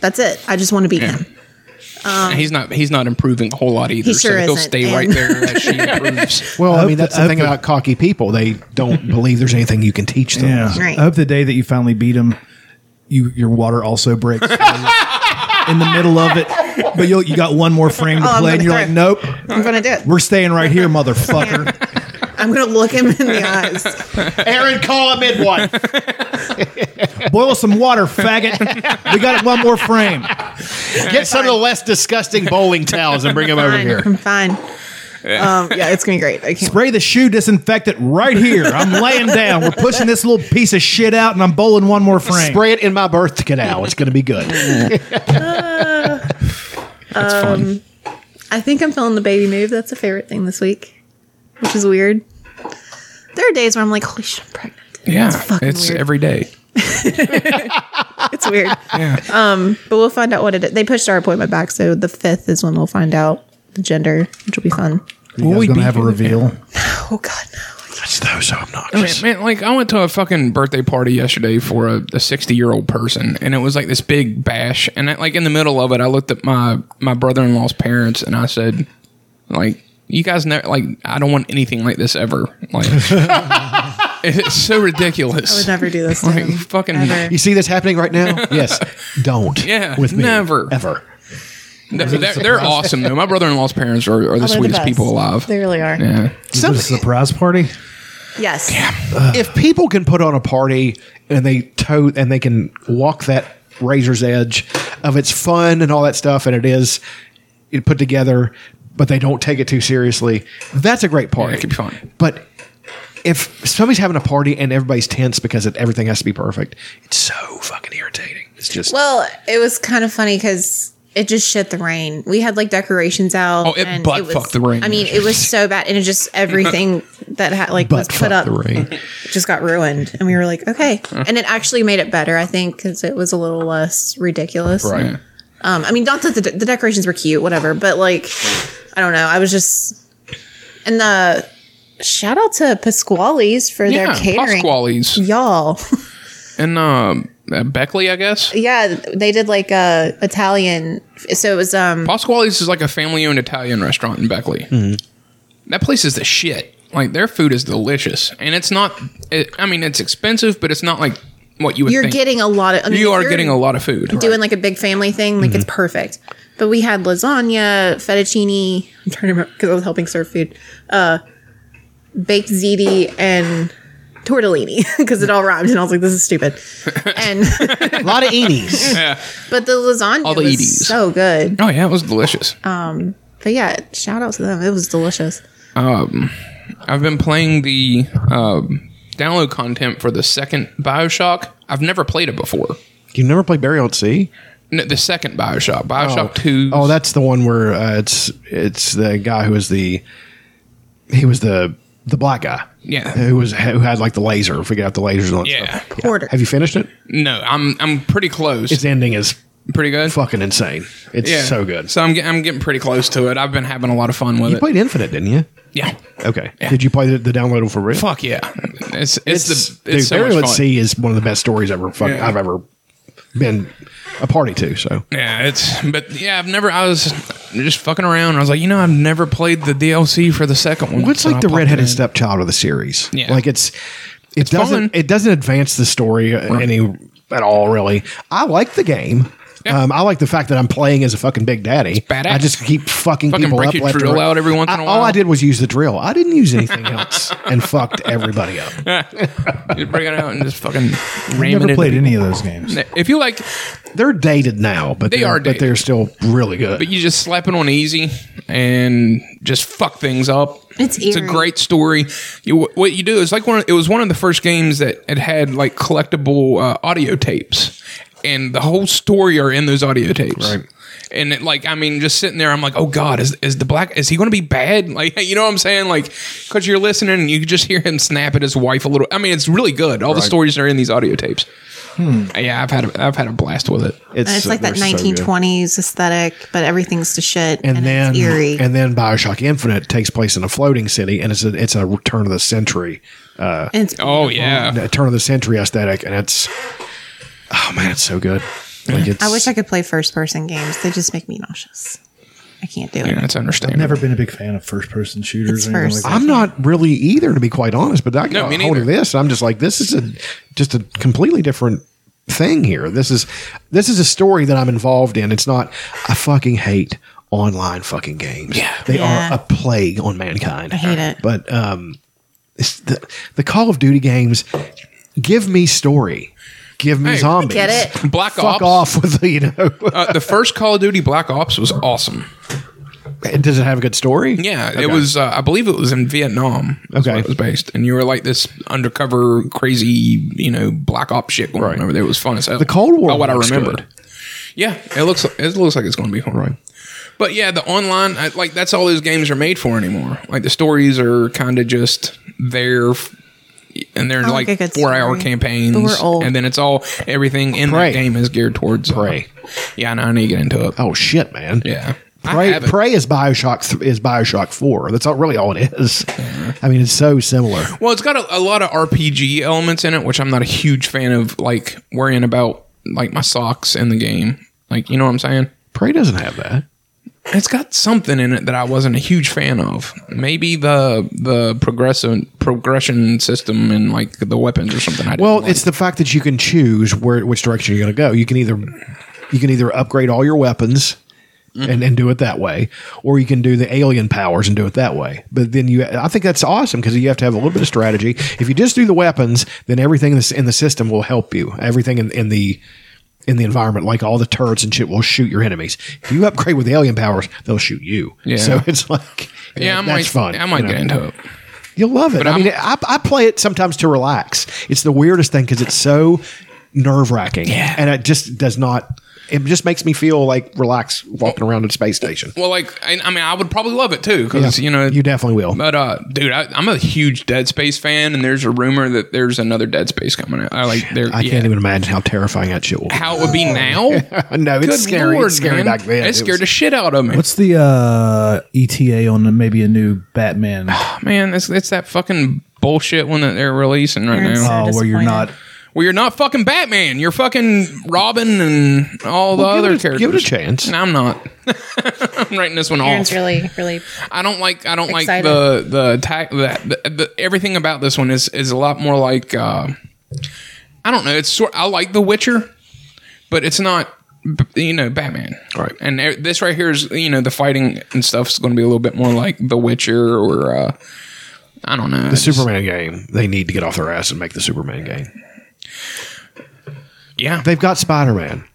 Speaker 3: That's it. I just want to beat him.
Speaker 4: he's not he's not improving a whole lot either.
Speaker 3: Um, He sure
Speaker 4: so he'll
Speaker 3: isn't,
Speaker 4: stay
Speaker 3: and-
Speaker 4: right there as she improves.
Speaker 2: Well, I,
Speaker 1: hope
Speaker 2: mean,
Speaker 1: that-
Speaker 2: that's
Speaker 1: I
Speaker 2: the
Speaker 1: hope
Speaker 2: thing
Speaker 1: that-
Speaker 2: about cocky people. They don't believe there's anything you can teach them.
Speaker 1: Yeah.
Speaker 3: Right.
Speaker 1: I hope the day that you finally beat him, you your water also breaks in the middle of it. But you you got one more frame to
Speaker 3: Oh, I'm
Speaker 1: play, and you're
Speaker 3: gonna
Speaker 1: like, nope,
Speaker 3: I'm going to do it.
Speaker 1: we're staying right here, motherfucker.
Speaker 3: I'm going to look him in the eyes.
Speaker 2: Aaron, call a midwife.
Speaker 1: Boil some water, faggot. We got one more frame.
Speaker 2: Get some of the less disgusting bowling towels and bring them over
Speaker 3: Fine.
Speaker 2: here.
Speaker 3: I'm fine. Um, yeah, it's going to be great. I can't.
Speaker 1: Spray the shoe disinfectant right here. I'm laying down. We're pushing this little piece of shit out, and I'm bowling one more frame.
Speaker 2: Spray it in my birth canal. It's going to be good.
Speaker 4: That's fun.
Speaker 3: I think I'm feeling the baby move. That's a favorite thing this week, which is weird. There are days where I'm like, holy shit, I'm pregnant.
Speaker 4: Yeah,
Speaker 3: fucking
Speaker 4: it's
Speaker 3: weird.
Speaker 4: every day.
Speaker 3: It's weird. Um, but we'll find out what it is. They pushed our appointment back, so the fifth is when we'll find out the gender, which will be fun.
Speaker 1: Well, we gonna have a reveal.
Speaker 3: Oh god, no.
Speaker 2: That's so, so
Speaker 4: Man,
Speaker 2: obnoxious.
Speaker 4: man, like I went to a fucking birthday party yesterday for a, a sixty year old person, and it was like this big bash. And I, like in the middle of it, I looked at my my brother in law's parents, and I said, like, you guys never like I don't want anything like this ever. Like, it's so ridiculous.
Speaker 3: I would never do this to
Speaker 4: Like,
Speaker 3: him.
Speaker 4: fucking-
Speaker 3: Ever.
Speaker 2: You see this happening right now? Yes. Don't.
Speaker 4: Yeah,
Speaker 2: With me.
Speaker 4: never.
Speaker 2: Ever.
Speaker 4: They're, they're- they're awesome though. My brother in law's parents are, are the
Speaker 3: Oh, They're the
Speaker 4: sweetest
Speaker 3: best.
Speaker 4: people alive.
Speaker 3: They really are.
Speaker 4: yeah.
Speaker 1: Is it a surprise party?
Speaker 3: Yes.
Speaker 2: if people can put on a party and they tote and they can walk that razor's edge of it's fun and all that stuff and it is it put together but they don't take it too seriously that's a great party
Speaker 4: Yeah, it could be fun.
Speaker 2: but if somebody's having a party and everybody's tense because it, everything has to be perfect it's so fucking irritating it's just
Speaker 3: Well, it was kind of funny because it just shit the rain. We had like decorations out.
Speaker 4: Oh, it
Speaker 3: and
Speaker 4: butt
Speaker 3: was-
Speaker 4: fucked the rain.
Speaker 3: I mean, it was so bad, and it just everything that had like was
Speaker 2: but fuck
Speaker 3: put up
Speaker 2: the rain
Speaker 3: just got ruined, and we were like, okay. And it actually made it better, I think, because it was a little less ridiculous.
Speaker 4: Right.
Speaker 3: Um, I mean, not that the, the decorations were cute, whatever, but like, I don't know. I was just and the shout out to Pasquale's for
Speaker 4: Yeah.
Speaker 3: their catering,
Speaker 4: Pasquales.
Speaker 3: y'all.
Speaker 4: and um, uh, Beckley, I guess.
Speaker 3: yeah, they did like a Italian, so it was um
Speaker 4: Pasquale's is like a family owned Italian restaurant in Beckley.
Speaker 2: Mm-hmm.
Speaker 4: That place is the shit. Like their food is delicious, and it's not. It, I mean, it's expensive, but it's not like what you would.
Speaker 3: you're
Speaker 4: think.
Speaker 3: getting a lot of I mean,
Speaker 4: You
Speaker 3: if
Speaker 4: are
Speaker 3: you're
Speaker 4: getting a Mm-hmm. lot of food.
Speaker 3: doing like a big family thing like it's perfect but we had lasagna fettuccine i'm trying to remember because i was helping serve food uh baked ziti and tortellini because it all rhymed and i was like this is stupid and
Speaker 2: a lot of eenies
Speaker 3: but the lasagna
Speaker 4: All the
Speaker 3: was
Speaker 4: EDs.
Speaker 3: so good
Speaker 4: Oh yeah, it was delicious.
Speaker 3: Oh. but yeah shout out to them it was delicious
Speaker 4: I've been playing the um, download content for the second Bioshock. I've never played it before.
Speaker 2: you never play burial at sea
Speaker 4: No, the second Bioshock, Bioshock Two.
Speaker 2: Oh, that's the one where uh, it's it's the guy who was the he was the the black guy.
Speaker 4: Yeah.
Speaker 2: who was who had like the laser. Figured out the lasers on.
Speaker 4: Yeah.
Speaker 3: Porter.
Speaker 2: Have you finished it?
Speaker 4: No, I'm I'm pretty close.
Speaker 2: Its ending is
Speaker 4: pretty good.
Speaker 2: fucking insane. It's so good.
Speaker 4: So I'm get, I'm getting pretty close to it. I've been having a lot of fun with
Speaker 2: you
Speaker 4: it.
Speaker 2: played Infinite, didn't you?
Speaker 4: yeah.
Speaker 2: Okay. Did you play the, the downloadable for real?
Speaker 4: Fuck yeah. It's it's, the
Speaker 2: dude,
Speaker 4: it's so much
Speaker 2: Burial at
Speaker 4: fun.
Speaker 2: Sea is one of the best stories ever. Fuck,
Speaker 4: Yeah.
Speaker 2: I've ever been a party to. So
Speaker 4: Yeah, it's but yeah, I've never. I was just fucking around. I was like, you know, I've never played the DLC for the second one.
Speaker 2: What's
Speaker 4: So I
Speaker 2: like the
Speaker 4: popped it in.
Speaker 2: redheaded stepchild of the series?
Speaker 4: Yeah.
Speaker 2: like it's it doesn't
Speaker 4: fun.
Speaker 2: it doesn't advance the story any at all. Really, I like the game.
Speaker 4: Yeah.
Speaker 2: Um, I like the fact that I'm playing as a fucking big daddy.
Speaker 4: badass.
Speaker 2: I just keep fucking,
Speaker 4: Fucking
Speaker 2: people
Speaker 4: break
Speaker 2: up
Speaker 4: your
Speaker 2: left and
Speaker 4: drill
Speaker 2: right.
Speaker 4: out every once in a
Speaker 2: I- All
Speaker 4: while.
Speaker 2: I did was use the drill. I didn't use anything else and fucked everybody up.
Speaker 4: You bring it out and just fucking
Speaker 1: I
Speaker 4: ram
Speaker 1: never
Speaker 4: it.
Speaker 1: played
Speaker 4: into
Speaker 1: any of those games.
Speaker 4: people. If you like,
Speaker 2: They're dated now, but
Speaker 4: They
Speaker 2: they
Speaker 4: are
Speaker 2: are but
Speaker 4: dated.
Speaker 2: they're still really good.
Speaker 4: but you just slap it on easy and just fuck things up.
Speaker 6: It's
Speaker 4: it's a
Speaker 6: eerie.
Speaker 4: great story. You, what you do is like one. Of, it was one of the first games that it had like collectible uh, audio tapes, and the whole story are in those audio tapes. Right. And it, like I mean, just sitting there, I'm like, oh god, is is the black? Is he going to be bad? Like you know what I'm saying? Like because you're listening and you just hear him snap at his wife a little. I mean, it's really good. All the stories are in these audio tapes. Yeah, I've had a, I've had a blast with Hmm. it.
Speaker 3: And it's
Speaker 2: so-
Speaker 3: like that
Speaker 2: uh, they're so good.
Speaker 3: 1920s aesthetic, but everything's to shit and,
Speaker 2: and then
Speaker 3: it's eerie.
Speaker 2: and then Bioshock Infinite takes place in a floating city, and it's a it's a turn of the century,
Speaker 3: And it's
Speaker 4: Oh yeah,
Speaker 2: a turn of the century aesthetic, and it's oh man, it's so good. Like it's,
Speaker 3: I wish I could play first person games. They just make me nauseous. I can't do it.
Speaker 4: yeah, that's understandable.
Speaker 5: Never been a big fan of first person shooters.
Speaker 3: It's
Speaker 5: or anything
Speaker 3: first.
Speaker 5: Like
Speaker 2: I'm not really either, to be quite honest. But I
Speaker 4: No,
Speaker 2: got
Speaker 4: me
Speaker 2: a hold of
Speaker 4: neither.
Speaker 2: this, and I'm just like, this is a just a completely different thing here. This is this is a story that I'm involved in. It's not. I fucking hate online fucking games. Yeah, they
Speaker 3: Yeah.
Speaker 2: are a plague on mankind. I
Speaker 3: hate it.
Speaker 2: But um, it's the the Call of Duty games give me story. Give me
Speaker 4: Hey, I
Speaker 2: zombies.
Speaker 3: get it.
Speaker 4: Black
Speaker 2: Fuck
Speaker 4: Ops.
Speaker 2: off with the, you know.
Speaker 4: Uh, the first Call of Duty Black Ops was awesome.
Speaker 2: Does it have a good story?
Speaker 4: Yeah,
Speaker 2: Okay.
Speaker 4: it was. Uh, I believe it was in Vietnam. is
Speaker 2: Okay.
Speaker 4: where it was based, and you were like this undercover, crazy, you know, black op shit going on over there. It was fun as hell.
Speaker 2: The Cold War
Speaker 4: About what I
Speaker 2: looks
Speaker 4: remembered.
Speaker 2: good.
Speaker 4: Yeah, it looks. It looks like it's going to be fun, right? But yeah, the online, I, like that's all those games are made for anymore. Like the stories are kind of just there. f- And they're
Speaker 3: I
Speaker 4: like,
Speaker 3: like a good
Speaker 4: four hour
Speaker 3: story.
Speaker 4: campaigns,
Speaker 3: But we're old.
Speaker 4: and then it's all everything in
Speaker 2: Prey.
Speaker 4: that game is geared towards. uh,
Speaker 2: Prey.
Speaker 4: yeah, I know I need to get into it.
Speaker 2: Oh shit, man.
Speaker 4: Yeah, I
Speaker 2: Prey,
Speaker 4: haven't.
Speaker 2: Prey is Bioshock th- is Bioshock Four. That's all, really all it is.
Speaker 4: Uh-huh.
Speaker 2: I mean, it's so similar.
Speaker 4: Well, it's got a, a lot of RPG elements in it, which I'm not a huge fan of, like worrying about like my socks in the game. Like, you know what I'm saying?
Speaker 2: Prey doesn't have that.
Speaker 4: It's got something in it that I wasn't a huge fan of. Maybe the the progressive progression system and like the weapons or something. I didn't
Speaker 2: Well,
Speaker 4: like.
Speaker 2: it's the fact that you can choose where which direction you're going to go. You can either you can either upgrade all your weapons
Speaker 4: Mm-hmm.
Speaker 2: and, and do it that way, or you can do the alien powers and do it that way. But then you, I think that's awesome because you have to have a little bit of strategy. If you just do the weapons, then everything that's in the system will help you. Everything in, in the in the environment, like all the turrets and shit, will shoot your enemies. If you upgrade with the alien powers, they'll shoot you.
Speaker 4: Yeah.
Speaker 2: So it's like,
Speaker 4: yeah, I
Speaker 2: that's
Speaker 4: might,
Speaker 2: fun.
Speaker 4: I might
Speaker 2: you know?
Speaker 4: get into it.
Speaker 2: You'll love it. I mean,
Speaker 4: I'm-
Speaker 2: I, I play it sometimes to relax. It's the weirdest thing because it's so nerve wracking.
Speaker 4: Yeah.
Speaker 2: And it just does not, it just makes me feel like relaxed walking around a space station.
Speaker 4: Well, like I, I mean, I would probably love it too because you know
Speaker 2: you definitely will.
Speaker 4: But uh, dude, I, I'm a huge Dead Space fan, and there's a rumor that there's another Dead Space coming out. I like there.
Speaker 2: I can't even imagine how terrifying that shit will be.
Speaker 4: how it would be now.
Speaker 2: no, it's
Speaker 4: Good
Speaker 2: scary.
Speaker 4: Lord,
Speaker 2: it's scary
Speaker 4: man.
Speaker 2: back then.
Speaker 4: It scared the shit out of me.
Speaker 5: What's the uh,
Speaker 1: E
Speaker 5: ETA on the- maybe a new Batman?
Speaker 4: man, it's, it's that fucking bullshit one that they're releasing right
Speaker 3: Parents
Speaker 4: now.
Speaker 3: are
Speaker 5: Oh, where you're
Speaker 3: disappointed.
Speaker 5: not.
Speaker 4: Well, you're not fucking Batman. You're fucking Robin and all the
Speaker 2: give
Speaker 4: other
Speaker 2: it a-
Speaker 4: characters.
Speaker 2: give it a chance.
Speaker 4: No, I'm not. I'm writing this one
Speaker 6: Aaron's
Speaker 4: off.
Speaker 6: really, really.
Speaker 4: I don't like. I don't
Speaker 6: Excited.
Speaker 4: like the the attack. That the, the, everything about this one is is a lot more like. Uh, I don't know. It's sort. I like The Witcher, but it's not. b- You know, Batman.
Speaker 2: Right.
Speaker 4: And e- this right here is you know the fighting and stuff is going to be a little bit more like The Witcher or. Uh, I don't know.
Speaker 2: the Superman game, they need to get off their ass and make the Superman game.
Speaker 4: yeah,
Speaker 2: They've got Spider Man.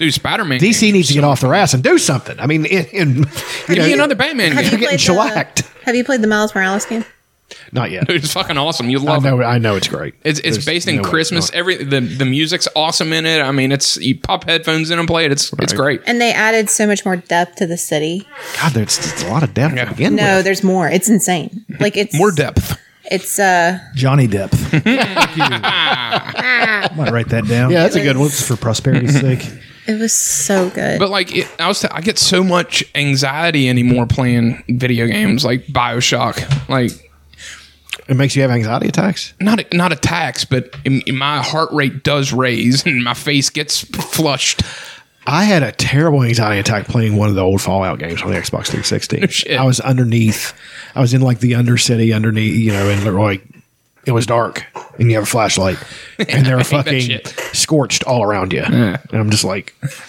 Speaker 4: dude, Spider Man.
Speaker 2: DC needs to get off their ass and do something. I mean, in, in, you know,
Speaker 4: Give me another Batman
Speaker 3: Have
Speaker 4: game.
Speaker 2: You're
Speaker 3: you
Speaker 2: getting
Speaker 3: played
Speaker 2: shellacked.
Speaker 3: The, have you played the Miles Morales game?
Speaker 2: Not yet.
Speaker 4: Dude, it's fucking awesome. You
Speaker 2: I
Speaker 4: love it.
Speaker 2: know, I know it's great.
Speaker 4: It's, it's
Speaker 2: There's
Speaker 4: based in
Speaker 2: no way it's
Speaker 4: Christmas.
Speaker 2: not.
Speaker 4: Every the, the music's awesome in it. I mean, it's you pop headphones in and play it. It's it's great.
Speaker 3: And they added so much more depth to the city.
Speaker 2: God, there's, there's a lot of depth
Speaker 4: Yeah.
Speaker 2: to begin
Speaker 3: No,
Speaker 2: with.
Speaker 3: there's more. It's insane. Like it's
Speaker 4: More depth.
Speaker 3: It's uh
Speaker 5: Johnny Depth. Thank you. Might write that down.
Speaker 2: Yeah, that's a good one.
Speaker 5: For prosperity's sake.
Speaker 3: it was so good.
Speaker 4: But like it, I was, t- I get so much anxiety anymore playing video games like Bioshock. Like
Speaker 2: It makes you have anxiety attacks.
Speaker 4: not not attacks, but in, in my heart rate does raise and my face gets flushed.
Speaker 2: I had a terrible anxiety attack playing one of the old Fallout games on the Xbox 360.
Speaker 4: Oh, Shit.
Speaker 2: I was underneath. I was in like the undercity underneath, you know, and like it was dark, and you have a flashlight, and they're
Speaker 4: that
Speaker 2: fucking
Speaker 4: shit.
Speaker 2: scorched all around you, and I'm just like,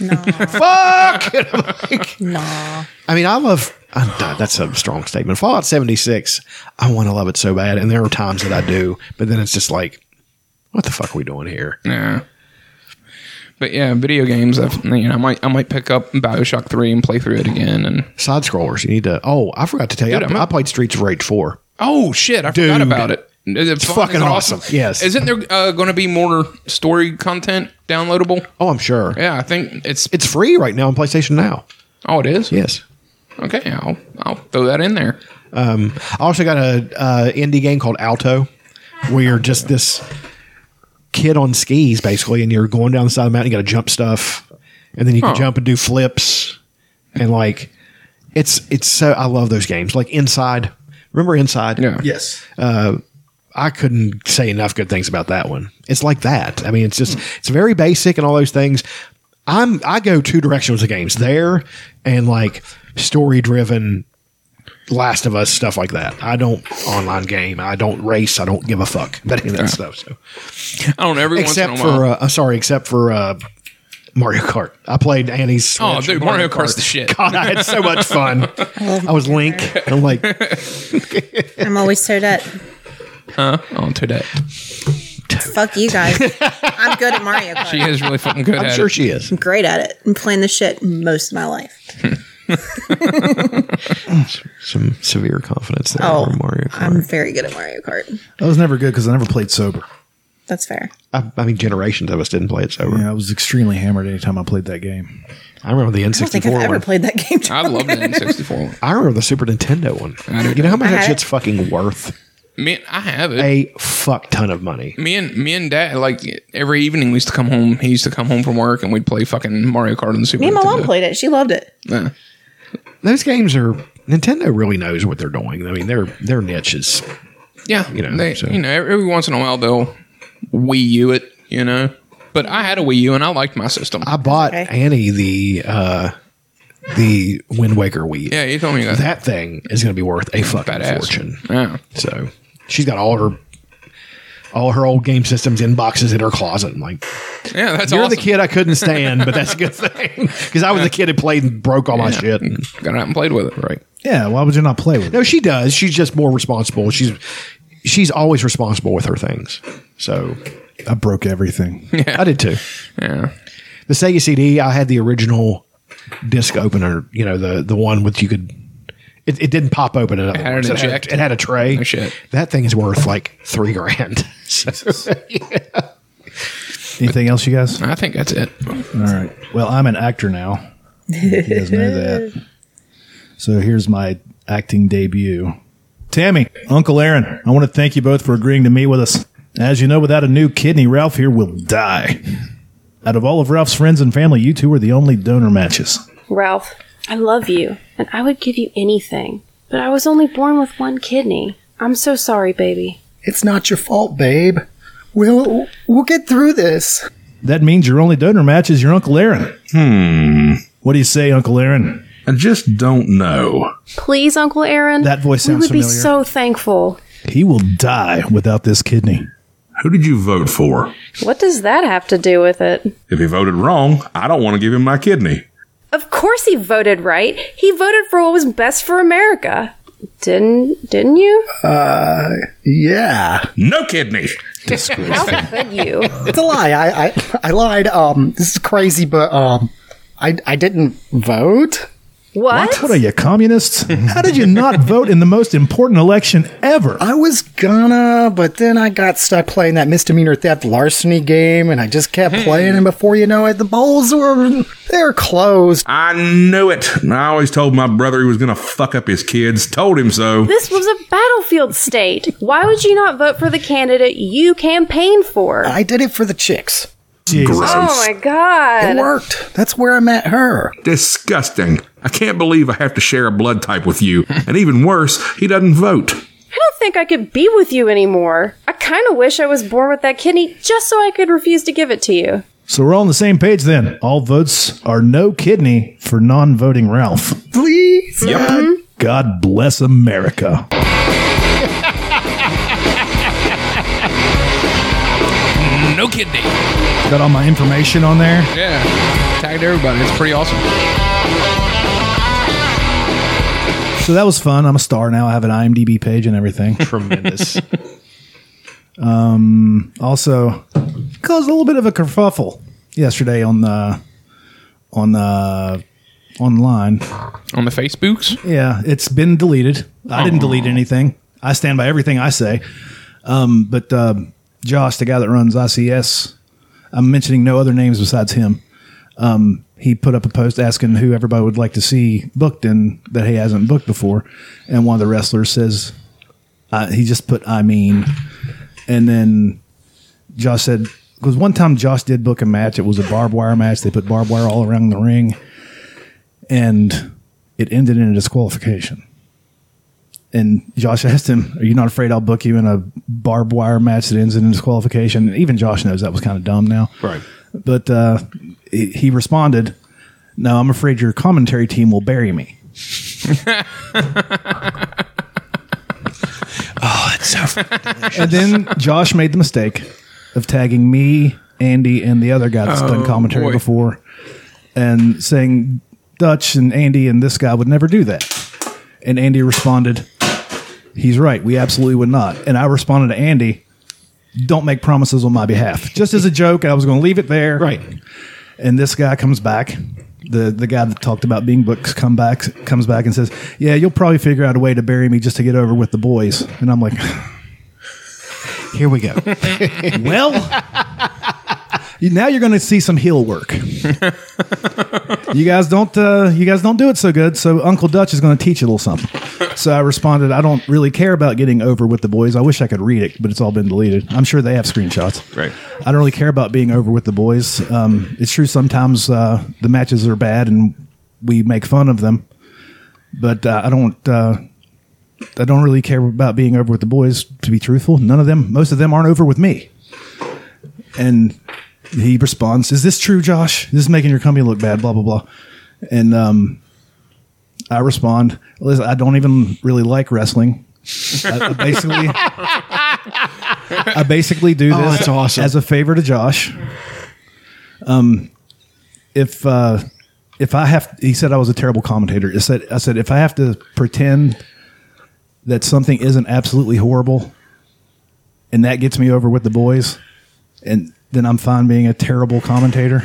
Speaker 3: nah.
Speaker 2: I mean, I love. I'm not- that's a strong statement. Fallout 76. I want to love it so bad, and there are times that I do, but then it's just like, what the fuck are we doing here?
Speaker 4: Yeah. But yeah, video games. I've, you know, I might I might pick up Bioshock three and play through it again. And
Speaker 2: Side scrollers. You need to. Oh, I forgot to tell you.
Speaker 4: Dude, I'm
Speaker 2: I,
Speaker 4: a-
Speaker 2: I played Streets of Rage 4.
Speaker 4: Oh shit! I forgot
Speaker 2: Dude.
Speaker 4: about it. Is it fun?
Speaker 2: fucking
Speaker 4: Is it
Speaker 2: awesome. Yes.
Speaker 4: Isn't there uh, going to be more story content downloadable?
Speaker 2: Oh, I'm sure.
Speaker 4: Yeah, I think it's.
Speaker 2: It's free right now on PlayStation Now.
Speaker 4: Oh, it is.
Speaker 2: Yes.
Speaker 4: Okay, I'll I'll throw that in there.
Speaker 2: Mm. I also got a uh, indie game called Alto, where you're just this kid on skis basically, and you're going down the side of the mountain. You got to jump stuff, and then you can jump and do flips, and like it's it's so I love those games. Like Inside, remember Inside?
Speaker 4: Yeah.
Speaker 5: Yes.
Speaker 2: I couldn't say enough good things about that one. It's like that. I mean, it's just it's very basic and all those things. I'm I go two directions with the games there and like story driven Last of Us stuff like that. I don't online game. I don't race. I don't give a fuck about any of that stuff. So
Speaker 4: I don't know. Every
Speaker 2: except
Speaker 4: once in a while.
Speaker 2: for uh, uh, sorry, except for uh, Mario Kart. I played Annie's.
Speaker 4: Oh,
Speaker 2: Switch
Speaker 4: dude, Mario Kart's the shit.
Speaker 2: God, I had so much fun. I was Link. I'm like,
Speaker 3: I'm always Toadette.
Speaker 4: Oh, today.
Speaker 3: Fuck you guys. I'm good at Mario Kart.
Speaker 4: She is really fucking good
Speaker 2: I'm
Speaker 4: at
Speaker 2: sure
Speaker 4: it.
Speaker 2: she is.
Speaker 3: I'm great at it. I'm playing the shit most of my life.
Speaker 2: Some severe confidence there
Speaker 3: Oh,
Speaker 2: over Mario Kart.
Speaker 3: I'm very good at Mario Kart.
Speaker 1: I was never good because I never played sober.
Speaker 3: That's fair.
Speaker 2: I, I mean, generations of us didn't play it sober.
Speaker 1: Yeah, I was extremely hammered anytime I played that game.
Speaker 2: I remember the
Speaker 3: I don't think
Speaker 2: N64
Speaker 3: I've
Speaker 2: one.
Speaker 3: ever played that game.
Speaker 4: I love the N64 one.
Speaker 2: I remember the Super Nintendo one. You know how much
Speaker 3: I
Speaker 2: that
Speaker 3: had
Speaker 2: shit's
Speaker 3: it.
Speaker 2: fucking worth?
Speaker 4: Me, I have it.
Speaker 2: A fuck ton of money.
Speaker 4: Me and me and dad, like every evening, we used to come home. He used to come home from work, and we'd play fucking Mario Kart on the Super.
Speaker 3: Me and my mom
Speaker 4: Nintendo.
Speaker 3: played it. She loved it.
Speaker 4: Yeah.
Speaker 2: Those games are Nintendo really knows what they're doing. I mean, their their niche is
Speaker 4: Yeah, you
Speaker 2: know,
Speaker 4: know, they,
Speaker 2: so-
Speaker 4: you know, every once in a while they'll Wii U it, you know. But I had a Wii U and I liked my system.
Speaker 2: I bought
Speaker 3: Okay.
Speaker 2: Annie the uh, the Wind Waker Wii.
Speaker 4: yeah, you told me that.
Speaker 2: That thing is going to be worth a fucking
Speaker 4: Badass.
Speaker 2: fortune.
Speaker 4: Yeah.
Speaker 2: So she's got all her all her old game systems in boxes in her closet. I'm like,
Speaker 4: yeah, that's
Speaker 2: you're
Speaker 4: awesome.
Speaker 2: the kid I couldn't stand, but that's a good thing because I was the kid who played and broke all my
Speaker 4: Yeah.
Speaker 2: shit. And,
Speaker 4: Got out and played with it. Right.
Speaker 1: Yeah, why would you not play with it?
Speaker 2: no, she does. She's just more responsible. She's she's always responsible with her things. So
Speaker 1: I broke everything.
Speaker 2: I did too.
Speaker 4: Yeah.
Speaker 2: The Sega CD, I had the original disc opener. You know the the one with you could. It, it didn't pop open. It
Speaker 4: had an
Speaker 2: it, had,
Speaker 4: eject.
Speaker 2: it had a tray.
Speaker 4: Oh, shit.
Speaker 2: That thing is worth like three grand.
Speaker 1: Anything else, you guys? All
Speaker 4: I think that's it.
Speaker 1: right. Well, I'm an actor now. You guys know that. So here's my acting debut. Tammy, Uncle Aaron, I want to thank you both for agreeing to meet with us. As you know, without a new kidney, Ralph here will die. Out of all of Ralph's friends and family, you two are the only donor matches.
Speaker 9: Ralph, I love you, and I would give you anything, but I was only born with one kidney. I'm so sorry, baby.
Speaker 5: It's not your fault, babe. We'll we'll get through this.
Speaker 1: That means your only donor match is your Uncle Aaron. Hmm. What do you say, Uncle Aaron?
Speaker 8: I just don't know.
Speaker 9: Please, Uncle Aaron.
Speaker 1: That voice
Speaker 9: We
Speaker 1: sounds
Speaker 9: would be
Speaker 1: familiar.
Speaker 9: so thankful.
Speaker 1: He will die without this kidney.
Speaker 8: Who did you vote for?
Speaker 9: What does that have to do with it?
Speaker 8: If he voted wrong, I don't want to give him my kidney.
Speaker 9: Of course he voted right. He voted for what was best for America. Didn't didn't you?
Speaker 5: Yeah,
Speaker 8: No kidney.
Speaker 9: How could you?
Speaker 1: Uh,
Speaker 5: it's a lie. I I, I lied. Um, this is crazy, but um, I I didn't vote.
Speaker 9: What?
Speaker 1: What are you, communists? How did you not vote in the most important election ever?
Speaker 5: I was gonna, but then I got stuck playing that misdemeanor theft larceny game, and I just
Speaker 1: Hmm.
Speaker 5: kept playing. And before you know it, the bowls were they were closed.
Speaker 8: I knew it. I always told my brother he was going to fuck up his kids. Told him so.
Speaker 9: This was a battlefield state. Why would you not vote for the candidate you campaigned for?
Speaker 5: I did it for the chicks.
Speaker 8: Gross.
Speaker 9: oh my god.
Speaker 5: It worked. That's where I met her.
Speaker 8: Disgusting. I can't believe I have to share a blood type with you. And even worse, he doesn't vote.
Speaker 9: I don't think I could be with you anymore. I kind of wish I was born with that kidney just so I could refuse to give it to you.
Speaker 1: So we're all on the same page then. All votes are no kidney for non voting Ralph. Mm-hmm.
Speaker 5: Please.
Speaker 1: God bless America.
Speaker 4: No kidney.
Speaker 1: Got all my information on there.
Speaker 4: Yeah. Tagged everybody. It's pretty awesome.
Speaker 1: So that was fun. I'm a star now. I have an IMDb page and everything.
Speaker 2: Tremendous.
Speaker 1: Um, Also, caused a little bit of a kerfuffle yesterday on the on the online.
Speaker 4: On the Facebooks.
Speaker 1: Yeah, it's been deleted. I didn't delete anything. I stand by everything I say. Um, but uh, Josh, the guy that runs ICS, I'm mentioning no other names besides him. Um, he put up a post asking who everybody would like to see booked and that he hasn't booked before. And one of the wrestlers says, uh, he just put, I mean. And then Josh said, because one time Josh did book a match. It was a barbed wire match. They put barbed wire all around the ring, and it ended in a disqualification. And Josh asked him, "Are you not afraid I'll book you in a barbed wire match that ends in a disqualification?" And even Josh knows that was kind of dumb now,
Speaker 2: Right.
Speaker 1: But uh, he he responded, "No, I'm afraid your commentary team will bury me." and then Josh made the mistake of tagging me, Andy, and the other guy that's done commentary
Speaker 4: boy.
Speaker 1: before, and saying Dutch and Andy and this guy would never do that. And Andy responded, "He's right. We absolutely would not." And I responded to Andy, "Don't make promises on my behalf." Just as a joke, and I was going to leave it there.
Speaker 2: Right.
Speaker 1: And this guy comes back. The, the guy that talked about being books come back comes back and says, "Yeah, you'll probably figure out a way to bury me just to get over with the boys." And I'm like,
Speaker 2: Here we go.
Speaker 1: well, you- now you're going to see some heel work. you guys don't, uh, you guys don't do it so good. So Uncle Dutch is going to teach you a little something. So I responded, I don't really care about getting over with the boys. I wish I could read it, but it's all been deleted. I'm sure they have screenshots.
Speaker 8: Right.
Speaker 1: I don't really care about being over with the boys. Um, it's true sometimes uh, the matches are bad and we make fun of them, but uh, I don't. Uh, I don't really care about being over with the boys. To be truthful, none of them, most of them, aren't over with me. And he responds, "Is this true, Josh? This is making your company look bad." Blah blah blah. And um, I respond, "Liz, I don't even really like wrestling. I, I basically, I basically do
Speaker 2: Oh,
Speaker 1: this
Speaker 2: that's awesome.
Speaker 1: as a favor to Josh. Um, if uh, if I have, he said I was a terrible commentator. I said, I said if I have to pretend that something isn't absolutely horrible, and that gets me over with the boys." and then I'm fine being a terrible commentator.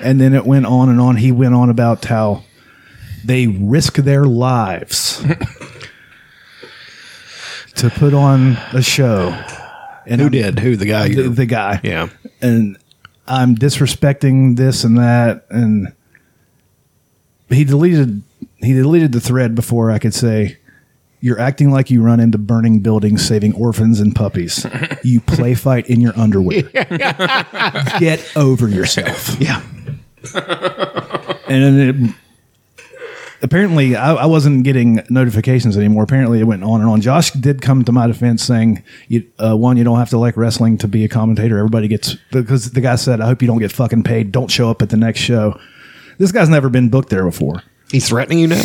Speaker 1: And then it went on and on. He went on about how they risk their lives to put on a show. And
Speaker 2: Who
Speaker 1: I'm-
Speaker 2: did? Who? The guy?
Speaker 1: The,
Speaker 2: you're-
Speaker 1: the guy.
Speaker 2: yeah.
Speaker 1: And I'm disrespecting this and that. And he deleted he deleted the thread before I could say, "You're acting like you run into burning buildings, saving orphans and puppies. You play fight in your underwear." get over yourself.
Speaker 2: Yeah.
Speaker 1: And then it, apparently, I, I wasn't getting notifications anymore. Apparently, it went on and on. Josh did come to my defense saying, you, uh, one, you don't have to like wrestling to be a commentator. Everybody gets, because the guy said, I hope you don't get fucking paid. Don't show up at the next show. This guy's never been booked there before.
Speaker 2: He's threatening you now.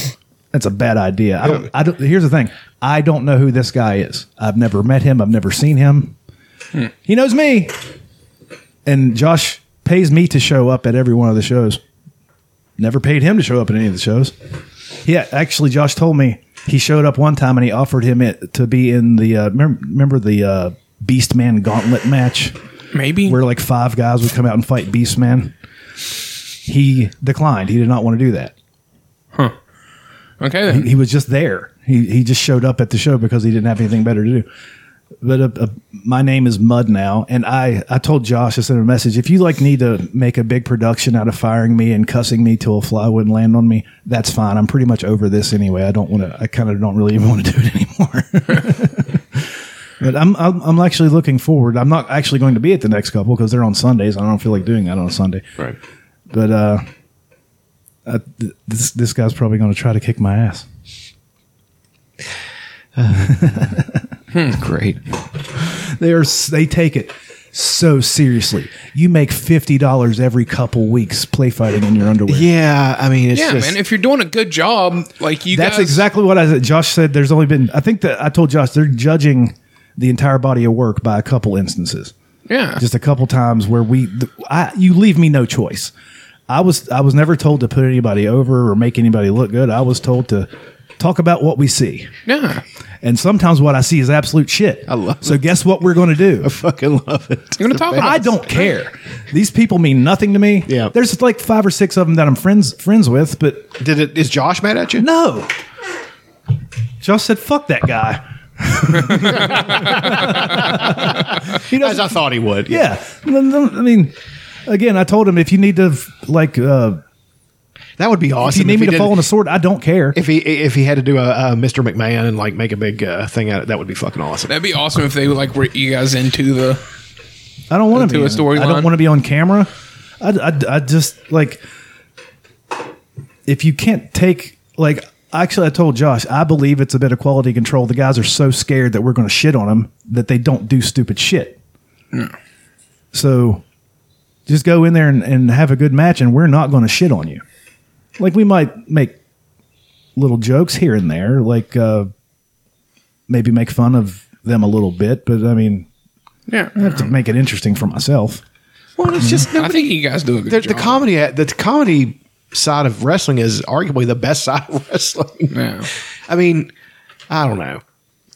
Speaker 1: That's a bad idea. I don't, I don't, here's the thing I don't know who this guy is. I've never met him, I've never seen him. He knows me. And Josh pays me to show up at every one of the shows. Never paid him to show up at any of the shows. Yeah, actually, Josh told me he showed up one time and he offered him it to be in the uh, remember, remember the uh, Beastman Gauntlet match
Speaker 4: Maybe.
Speaker 1: where like five guys would come out and fight Beastman. He declined. He did not want to do that
Speaker 4: okay. Then.
Speaker 1: he was just there. He he just showed up at the show because he didn't have anything better to do. But uh, uh, my name is Mud now, and I I told Josh I sent him a message. If you like need to make a big production out of firing me and cussing me till a fly wouldn't land on me, that's fine. I'm pretty much over this anyway. I don't want to. I kind of don't really even want to do it anymore. But I'm, I'm I'm actually looking forward. I'm not actually going to be at the next couple because they're on Sundays. I don't feel like doing that on a Sunday.
Speaker 8: Right.
Speaker 1: But uh, I, th- this this guy's probably going to try to kick my ass.
Speaker 2: Great.
Speaker 1: They are they take it so seriously. You make fifty dollars every couple weeks play fighting in your underwear.
Speaker 2: Yeah. I mean, it's
Speaker 4: yeah,
Speaker 2: just.
Speaker 4: man. If you're doing a good job, like you
Speaker 1: That's
Speaker 4: guys,
Speaker 1: exactly what I said. Josh said there's only been I think that I told Josh they're judging the entire body of work by a couple instances.
Speaker 4: Yeah.
Speaker 1: Just a couple times where we th- I you leave me no choice. I was I was never told to put anybody over or make anybody look good. I was told to talk about what we see.
Speaker 4: yeah.
Speaker 1: And sometimes what I see is absolute shit. I
Speaker 2: love
Speaker 1: So guess what we're going to do?
Speaker 2: fucking love it.
Speaker 4: You're gonna talk about
Speaker 1: I don't care. These people mean nothing to me.
Speaker 2: Yeah.
Speaker 1: There's like five or six of them that I'm friends friends with, but
Speaker 2: Did it? Is Josh mad at you?
Speaker 1: no. Josh said, "Fuck that guy." he
Speaker 2: As
Speaker 1: doesn't.
Speaker 2: I thought he would.
Speaker 1: yeah. No, no, I mean, again, I told him if you need to like, uh,
Speaker 2: That would be awesome.
Speaker 1: if you need me to
Speaker 2: did-
Speaker 1: fall on a sword, I don't care.
Speaker 2: If he if he had to do a, a Mr. McMahon and like make a big uh, thing out, of it, that would be fucking awesome.
Speaker 4: That'd be awesome if they like were you guys into the
Speaker 1: I don't want
Speaker 4: Into
Speaker 1: to be
Speaker 4: a
Speaker 1: in- I
Speaker 4: storyline.
Speaker 1: don't want to be on camera. I, I, I just like if you can't take like actually I told Josh I believe it's a bit of quality control. The guys are so scared that we're going to shit on them that they don't do stupid shit. So just go in there and, and have a good match, and we're not going to shit on you. Like we might make little jokes here and there, like uh, maybe make fun of them a little bit, but I mean,
Speaker 4: Yeah.
Speaker 1: I have to make it interesting for myself.
Speaker 2: Well, it's just
Speaker 4: I think you guys do a good
Speaker 2: the,
Speaker 4: job.
Speaker 2: the comedy uh, the comedy side of wrestling is arguably the best side of wrestling.
Speaker 4: Yeah.
Speaker 2: I mean, I don't know.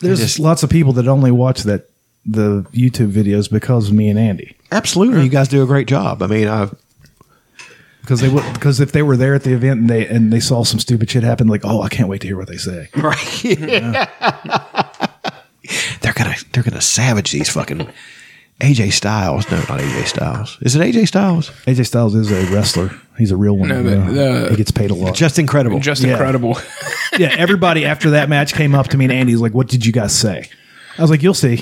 Speaker 1: There's
Speaker 2: Just-
Speaker 1: lots of people that only watch that the YouTube videos because of me and Andy.
Speaker 2: Absolutely, you guys do a great job. I mean, uh, I
Speaker 1: Because they would, because if they were there at the event and they and they saw some stupid shit happen, like oh, I can't wait to hear what they say.
Speaker 2: right. they're gonna they're gonna savage these fucking AJ Styles. No, not AJ Styles. Is it AJ Styles?
Speaker 1: AJ Styles is a wrestler; he's a real one.
Speaker 4: No,
Speaker 1: you
Speaker 4: but
Speaker 1: know.
Speaker 4: the-
Speaker 1: he gets paid a lot.
Speaker 2: Just incredible.
Speaker 4: Just
Speaker 1: Yeah.
Speaker 4: incredible.
Speaker 1: yeah, everybody after that match came up to me and Andy's like, "What did you guys say?" I was like, "You'll see."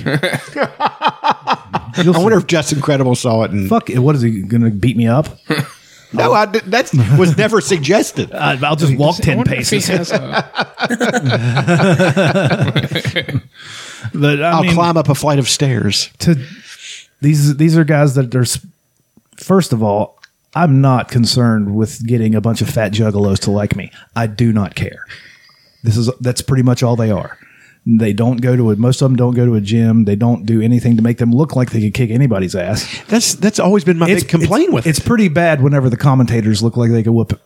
Speaker 1: You'll
Speaker 2: I wonder
Speaker 1: see.
Speaker 2: if Just Incredible saw it. And
Speaker 1: fuck it. What is he going to beat me up?
Speaker 2: no, I, did- that's was never suggested.
Speaker 1: I, I'll just walk
Speaker 4: I
Speaker 1: ten
Speaker 4: wonder if he
Speaker 1: paces.
Speaker 4: has a-
Speaker 1: But I
Speaker 2: I'll
Speaker 1: mean,
Speaker 2: climb up a flight of stairs.
Speaker 1: to these these are guys that are. s- First of all, I'm not concerned with getting a bunch of fat juggalos to like me. I do not care. This is that's pretty much all they are. They don't go to a most of them don't go to a gym. They don't do anything to make them look like they could kick anybody's ass.
Speaker 2: That's that's always been my big complaint
Speaker 1: it's,
Speaker 2: with
Speaker 1: it's pretty bad whenever the commentators look like they could whoop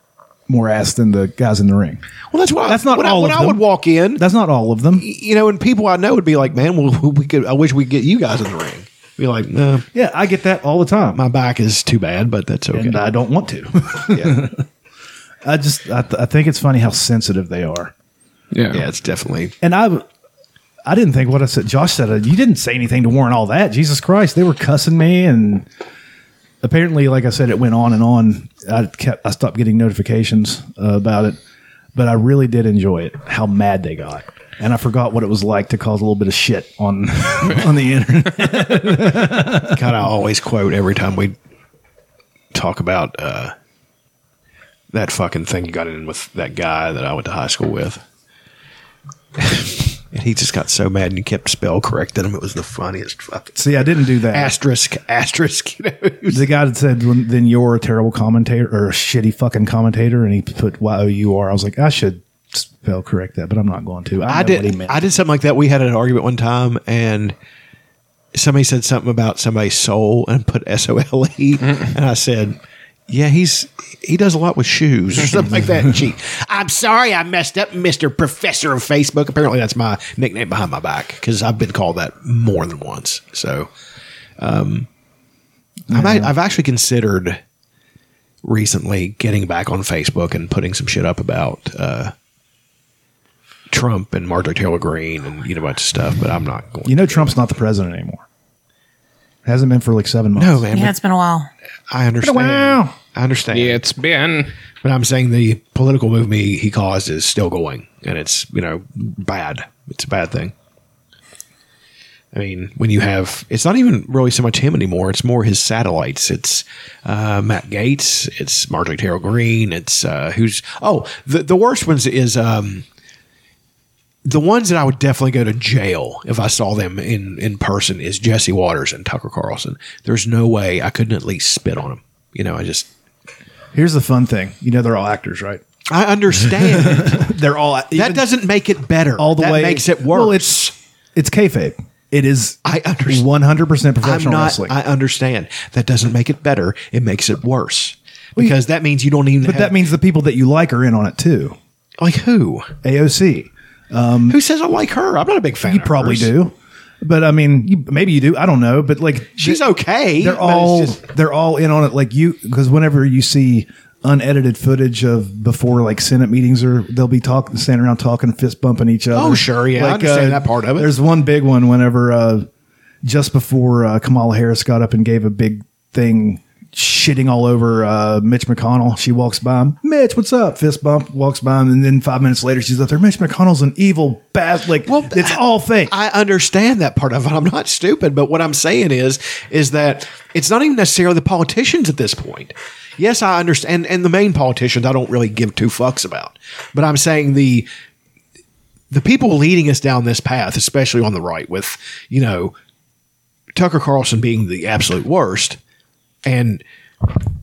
Speaker 1: more ass than the guys in the ring.
Speaker 2: Well, that's why.
Speaker 1: That's not
Speaker 2: when I,
Speaker 1: all
Speaker 2: when
Speaker 1: of
Speaker 2: I
Speaker 1: them.
Speaker 2: would walk in.
Speaker 1: That's not all of them.
Speaker 2: you know, and people I know would be like, "Man, well, we could. I wish we could get you guys in the ring." Be like, "No,
Speaker 1: Yeah, I get that all the time,
Speaker 2: my back is too bad, but that's okay."
Speaker 1: and I don't want to.
Speaker 2: yeah.
Speaker 1: I just I, th- I think it's funny how sensitive they are,
Speaker 4: yeah.
Speaker 2: yeah, it's definitely.
Speaker 1: and I. I didn't think what I said. Josh said, uh, "You didn't say anything to warrant all that." Jesus Christ, they were cussing me, and apparently, like I said, it went on and on. I kept, I stopped getting notifications uh, about it, but I really did enjoy it. How mad they got, and I forgot what it was like to cause a little bit of shit on on the internet.
Speaker 2: God, I always quote every time we talk about uh, that fucking thing you got in with that guy that I went to high school with. and he just got so mad and you kept spell correcting him. It was the funniest fucking
Speaker 1: See, I didn't do that.
Speaker 2: asterisk, asterisk. You know,
Speaker 1: The guy that said, "When- "Then you're a terrible commentator or a shitty fucking commentator," and he put "y o u r." I was like, I should spell correct that, but I'm not going to. I,
Speaker 2: I
Speaker 1: know
Speaker 2: did.
Speaker 1: What he meant.
Speaker 2: I did something like that. We had an argument one time, and somebody said something about somebody's soul and put S O L E,
Speaker 1: Mm-hmm.
Speaker 2: and I said, "Yeah, he's he does a lot with shoes or something like that." And she, I'm sorry, I messed up, Mister Professor of Facebook. Apparently, that's my nickname behind my back because I've been called that more than once. So, um, I'm, a- I've actually considered recently getting back on Facebook and putting some shit up about. Uh, Trump and Marjorie Taylor Greene and you know a bunch of stuff, but I'm not going.
Speaker 1: You know, Trump's not the president anymore. Hasn't been for like seven months.
Speaker 2: no, man.
Speaker 6: Yeah, it's been a while.
Speaker 2: I understand.
Speaker 1: Wow.
Speaker 2: I understand.
Speaker 4: Yeah, it's been.
Speaker 2: But I'm saying the political movement he caused is still going, and it's you know bad. It's a bad thing. I mean, when you have, it's not even really so much him anymore. It's more his satellites. It's uh, Matt Gates. It's Marjorie Taylor Greene. It's uh, who's oh the the worst ones is um, the ones that I would definitely go to jail if I saw them in in person is Jesse Waters and Tucker Carlson. There's no way I couldn't at least spit on them. You know, I just
Speaker 1: Here's the fun thing. You know, they're all actors, right?
Speaker 2: I understand.
Speaker 1: They're all even
Speaker 2: that doesn't make it better.
Speaker 1: all the
Speaker 2: that
Speaker 1: way
Speaker 2: makes it worse.
Speaker 1: Well, it's it's kayfabe. It is.
Speaker 2: I understand.
Speaker 1: One hundred percent
Speaker 2: I'm
Speaker 1: professional
Speaker 2: not.
Speaker 1: wrestling.
Speaker 2: I understand. That doesn't make it better. It makes it worse because that means you don't even.
Speaker 1: but
Speaker 2: have,
Speaker 1: that means the people that you like are in on it too.
Speaker 2: like who?
Speaker 1: AOC.
Speaker 2: Who says I like her? I'm not a big fan.
Speaker 1: You
Speaker 2: of
Speaker 1: probably
Speaker 2: hers.
Speaker 1: do. But I mean, you, maybe you do. I don't know. But like,
Speaker 2: She's
Speaker 1: they-
Speaker 2: okay, but
Speaker 1: They're
Speaker 2: it's
Speaker 1: all
Speaker 2: just-
Speaker 1: they're all in on it. Like you, because whenever you see unedited footage of before like Senate meetings, or they'll be talking, standing around talking, fist bumping each other. uh,
Speaker 2: Oh, sure, yeah, I understand that part of it.
Speaker 1: There's one big one whenever uh, just before uh, Kamala Harris got up and gave a big thing shitting all over uh, Mitch McConnell. She walks by him. Mitch, what's up? Fist bump. Walks by him, and then five minutes later, she's up there. Mitch McConnell's an evil bastard. Like it's all fake.
Speaker 2: I understand that part of it. I'm not stupid, but what I'm saying is, is that it's not even necessarily the politicians at this point. Yes, I understand, and, and the main politicians I don't really give two fucks about. But I'm saying the the people leading us down this path, especially on the right, with you know Tucker Carlson being the absolute worst, and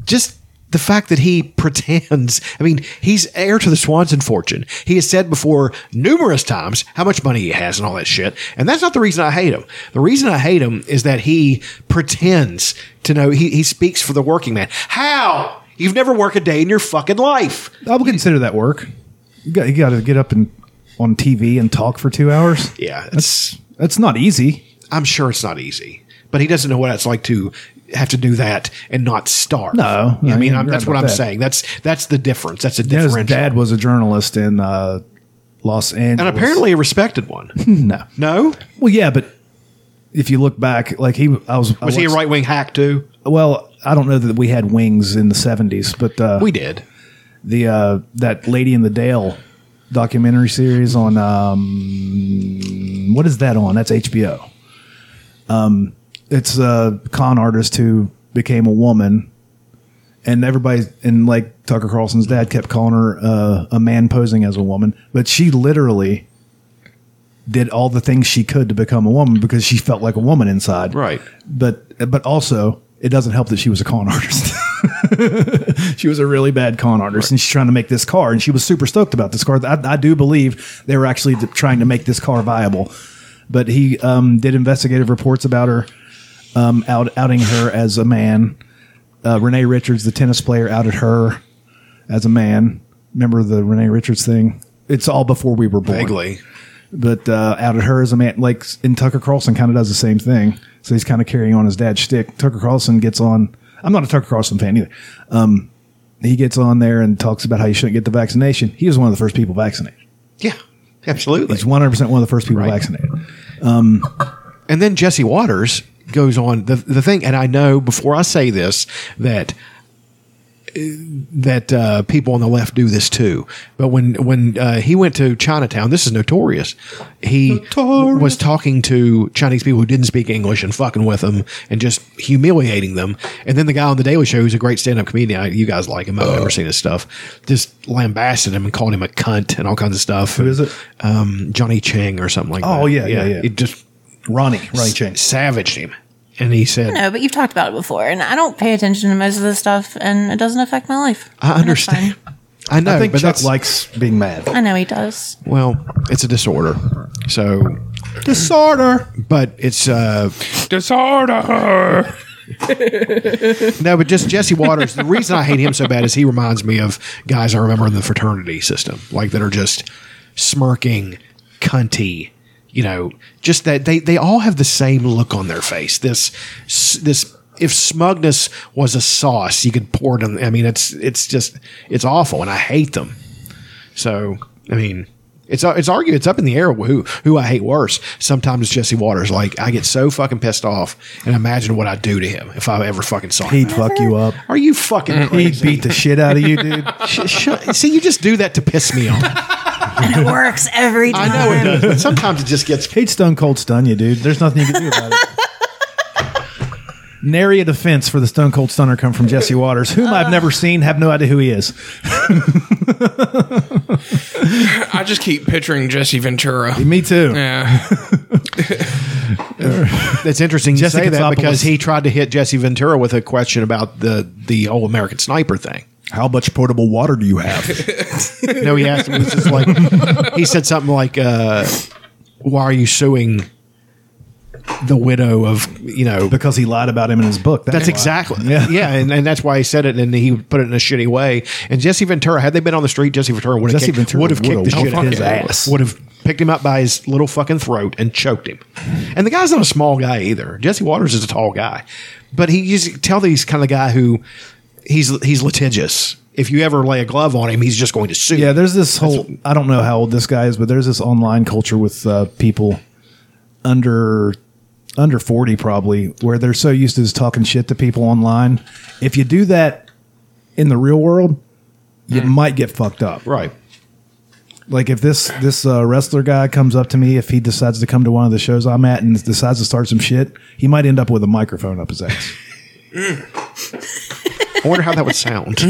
Speaker 2: just the fact that he pretends i mean he's heir to the swanson fortune he has said before numerous times how much money he has and all that shit and that's not the reason i hate him the reason i hate him is that he pretends to know he, he speaks for the working man how you've never worked a day in your fucking life
Speaker 1: I would consider that work. You got, you got to get up and on TV and talk for two hours.
Speaker 2: yeah it's
Speaker 1: That's not easy.
Speaker 2: i'm sure it's not easy but he doesn't know what it's like to have to do that and not starve.
Speaker 1: No, no,
Speaker 2: I mean
Speaker 1: you're
Speaker 2: I'm,
Speaker 1: right
Speaker 2: that's what
Speaker 1: about
Speaker 2: I'm
Speaker 1: that.
Speaker 2: saying. That's that's the difference. That's a
Speaker 1: Yeah,
Speaker 2: differential.
Speaker 1: his dad was a journalist in uh, Los Angeles,
Speaker 2: and apparently a respected one.
Speaker 1: no.
Speaker 2: No,
Speaker 1: Well, yeah, but if you look back, like he, I was, I
Speaker 2: was he a
Speaker 1: watched-
Speaker 2: right wing hack too?
Speaker 1: Well, I don't know that we had wings in the seventies, but uh,
Speaker 2: We did.
Speaker 1: the uh, that Lady in the Dale documentary series on um, what is that on? That's HBO. Um, it's a con artist who became a woman, and everybody and like Tucker Carlson's dad kept calling her uh, a man posing as a woman, but she literally did all the things she could to become a woman because she felt like a woman inside.
Speaker 2: Right.
Speaker 1: But but also it doesn't help that she was a con artist. she was a really bad con artist, and she's trying to make this car, and she was super stoked about this car. I, I do believe they were actually th- trying to make this car viable, but he um, did investigative reports about her, um, out outing her as a man. Uh, Renee Richards, the tennis player, outed her as a man. Remember the Renee Richards thing? It's all before we were born
Speaker 2: Vaguely.
Speaker 1: but uh, outed her as a man. Like, and Tucker Carlson kind of does the same thing. So he's kind of carrying on his dad's shtick. Tucker Carlson gets on. I'm not a Tucker Carlson fan either. Um, he gets on there and talks about how you shouldn't get the vaccination. He was one of the first people vaccinated.
Speaker 2: Yeah, absolutely.
Speaker 1: He's 100 percent one of the first people
Speaker 2: Right.
Speaker 1: vaccinated.
Speaker 2: And then Jesse Waters goes on the the thing, and I know before I say this that uh, that uh, people on the left do this too. But when when uh, he went to Chinatown, this is notorious. He was talking to Chinese people who didn't speak English and fucking with them and just humiliating them. And then the guy on the Daily Show, who's a great stand up comedian, I- you guys like him. I've never seen his stuff. Just lambasted him and called him a cunt and all kinds of stuff. Who
Speaker 1: is it?
Speaker 2: Um, Johnny Chang or something like that.
Speaker 1: Oh, yeah, yeah, yeah.
Speaker 2: It just
Speaker 1: Ronnie, Ronnie Chang.
Speaker 2: savaged him. And he said,
Speaker 6: No, but you've talked about it before, and I don't pay attention to most of this stuff, and it doesn't affect my life.
Speaker 2: I
Speaker 6: And it's
Speaker 2: understand.
Speaker 6: fine.
Speaker 2: I know,
Speaker 1: I think
Speaker 2: but
Speaker 1: Chuck
Speaker 2: that's like,
Speaker 1: likes being mad.
Speaker 6: I know he does.
Speaker 2: well, it's a disorder. So,
Speaker 1: Disorder.
Speaker 2: but it's, uh,
Speaker 4: Disorder.
Speaker 2: no, but just Jesse Waters. the reason I hate him so bad is he reminds me of guys I remember in the fraternity system, like that are just smirking, cunty, you know, just that they, they all have the same look on their face. This, this, if smugness was a sauce, you could pour it on. I mean, it's, it's just, it's awful and I hate them. So I mean, it's it's argued it's up in the air who who I hate worse. Sometimes it's Jesse Waters. Like I get so fucking pissed off, and imagine what I'd do to him if I ever fucking saw him.
Speaker 1: He'd fuck you up.
Speaker 2: Are you fucking crazy?
Speaker 1: He'd beat the shit out of you, dude.
Speaker 2: Sh- shut- See, you just do that to piss me off.
Speaker 3: It works every
Speaker 2: I
Speaker 3: time.
Speaker 2: know it does. But sometimes it just gets.
Speaker 1: He'd stone cold stun you, dude. There's nothing you can do about it. Nary a defense for the Stone Cold Stunner come from Jesse Waters, whom I've never seen, have no idea who he is.
Speaker 4: I just keep picturing Jesse Ventura.
Speaker 1: Me too.
Speaker 4: Yeah.
Speaker 2: It's interesting you
Speaker 1: Jesse
Speaker 2: say that
Speaker 1: Katsopoulos.
Speaker 2: because he tried to hit Jesse Ventura with a question about the the whole American Sniper thing.
Speaker 1: How much portable water do you have?
Speaker 2: No, he asked him. It was just like he said something like, uh, "Why are you suing the widow of you know?"
Speaker 1: because he lied about him in his book.
Speaker 2: That's
Speaker 1: why.
Speaker 2: exactly
Speaker 1: Yeah.
Speaker 2: yeah, and, and that's why he said it, and he put it in a shitty way. And Jesse Ventura, had they been on the street, Jesse Ventura would have
Speaker 1: Jesse
Speaker 2: kicked,
Speaker 1: Ventura
Speaker 2: would have kicked
Speaker 1: would've
Speaker 2: the shit
Speaker 1: whooped
Speaker 2: out of
Speaker 1: his
Speaker 2: him.
Speaker 1: ass.
Speaker 2: Would have picked him up by his little fucking throat and choked him. And the guy's not a small guy either. Jesse Waters is a tall guy, but he you just tell that he's kind of the guy who he's he's litigious. If you ever lay a glove on him, he's just going to sue.
Speaker 1: Yeah, there's this whole. I don't know how old this guy is, but there's this online culture with uh, people under under 40 probably where they're so used to just talking shit to people online. If you do that in the real world, you might get fucked up.
Speaker 2: Hmm. Right.
Speaker 1: Like if this this uh, wrestler guy comes up to me, if he decides to come to one of the shows I'm at and decides to start some shit, he might end up with a microphone up his ass.
Speaker 2: I wonder how that would sound.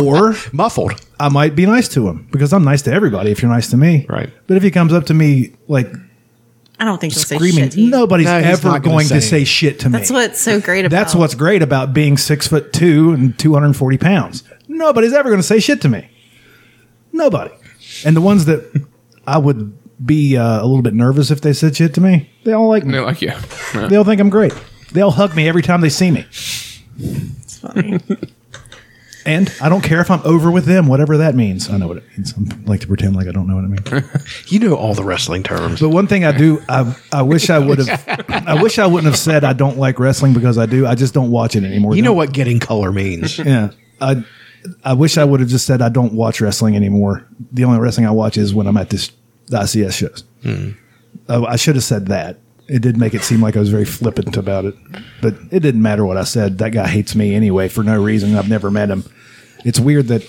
Speaker 1: or
Speaker 2: Muffled.
Speaker 1: I might be nice to him because I'm nice to everybody. If you're nice to me,
Speaker 2: Right.
Speaker 1: But if he comes up to me like
Speaker 3: I don't think he'll say
Speaker 1: screaming,
Speaker 3: shit. to you.
Speaker 1: nobody's
Speaker 2: No, he's
Speaker 1: ever
Speaker 2: not gonna
Speaker 1: going
Speaker 2: say
Speaker 1: to say shit to me.
Speaker 3: That's what's so great about.
Speaker 1: That's what's great about being six foot two and 240 pounds. Nobody's ever going to say shit to me. Nobody. And the ones that I would be uh, a little bit nervous if they said shit to me, they all like me.
Speaker 4: They're like, yeah.
Speaker 1: They all think I'm great. They all hug me every time they see me.
Speaker 3: It's funny.
Speaker 1: And I don't care if I'm over with them, whatever that means. I know what it means. I like to pretend like I don't know what it means.
Speaker 2: You know all the wrestling terms.
Speaker 1: But one thing I do, I, I wish I would have, I wish I wouldn't have said I don't like wrestling because I do. I just don't watch it anymore.
Speaker 2: You know
Speaker 1: Don't-
Speaker 2: what getting color means.
Speaker 1: Yeah. I I wish I would have just said I don't watch wrestling anymore. The only wrestling I watch is when I'm at this the ICS shows. Uh, I should have said that. It did make it seem like I was very flippant about it, but it didn't matter what I said. That guy hates me anyway for no reason. I've never met him. It's weird that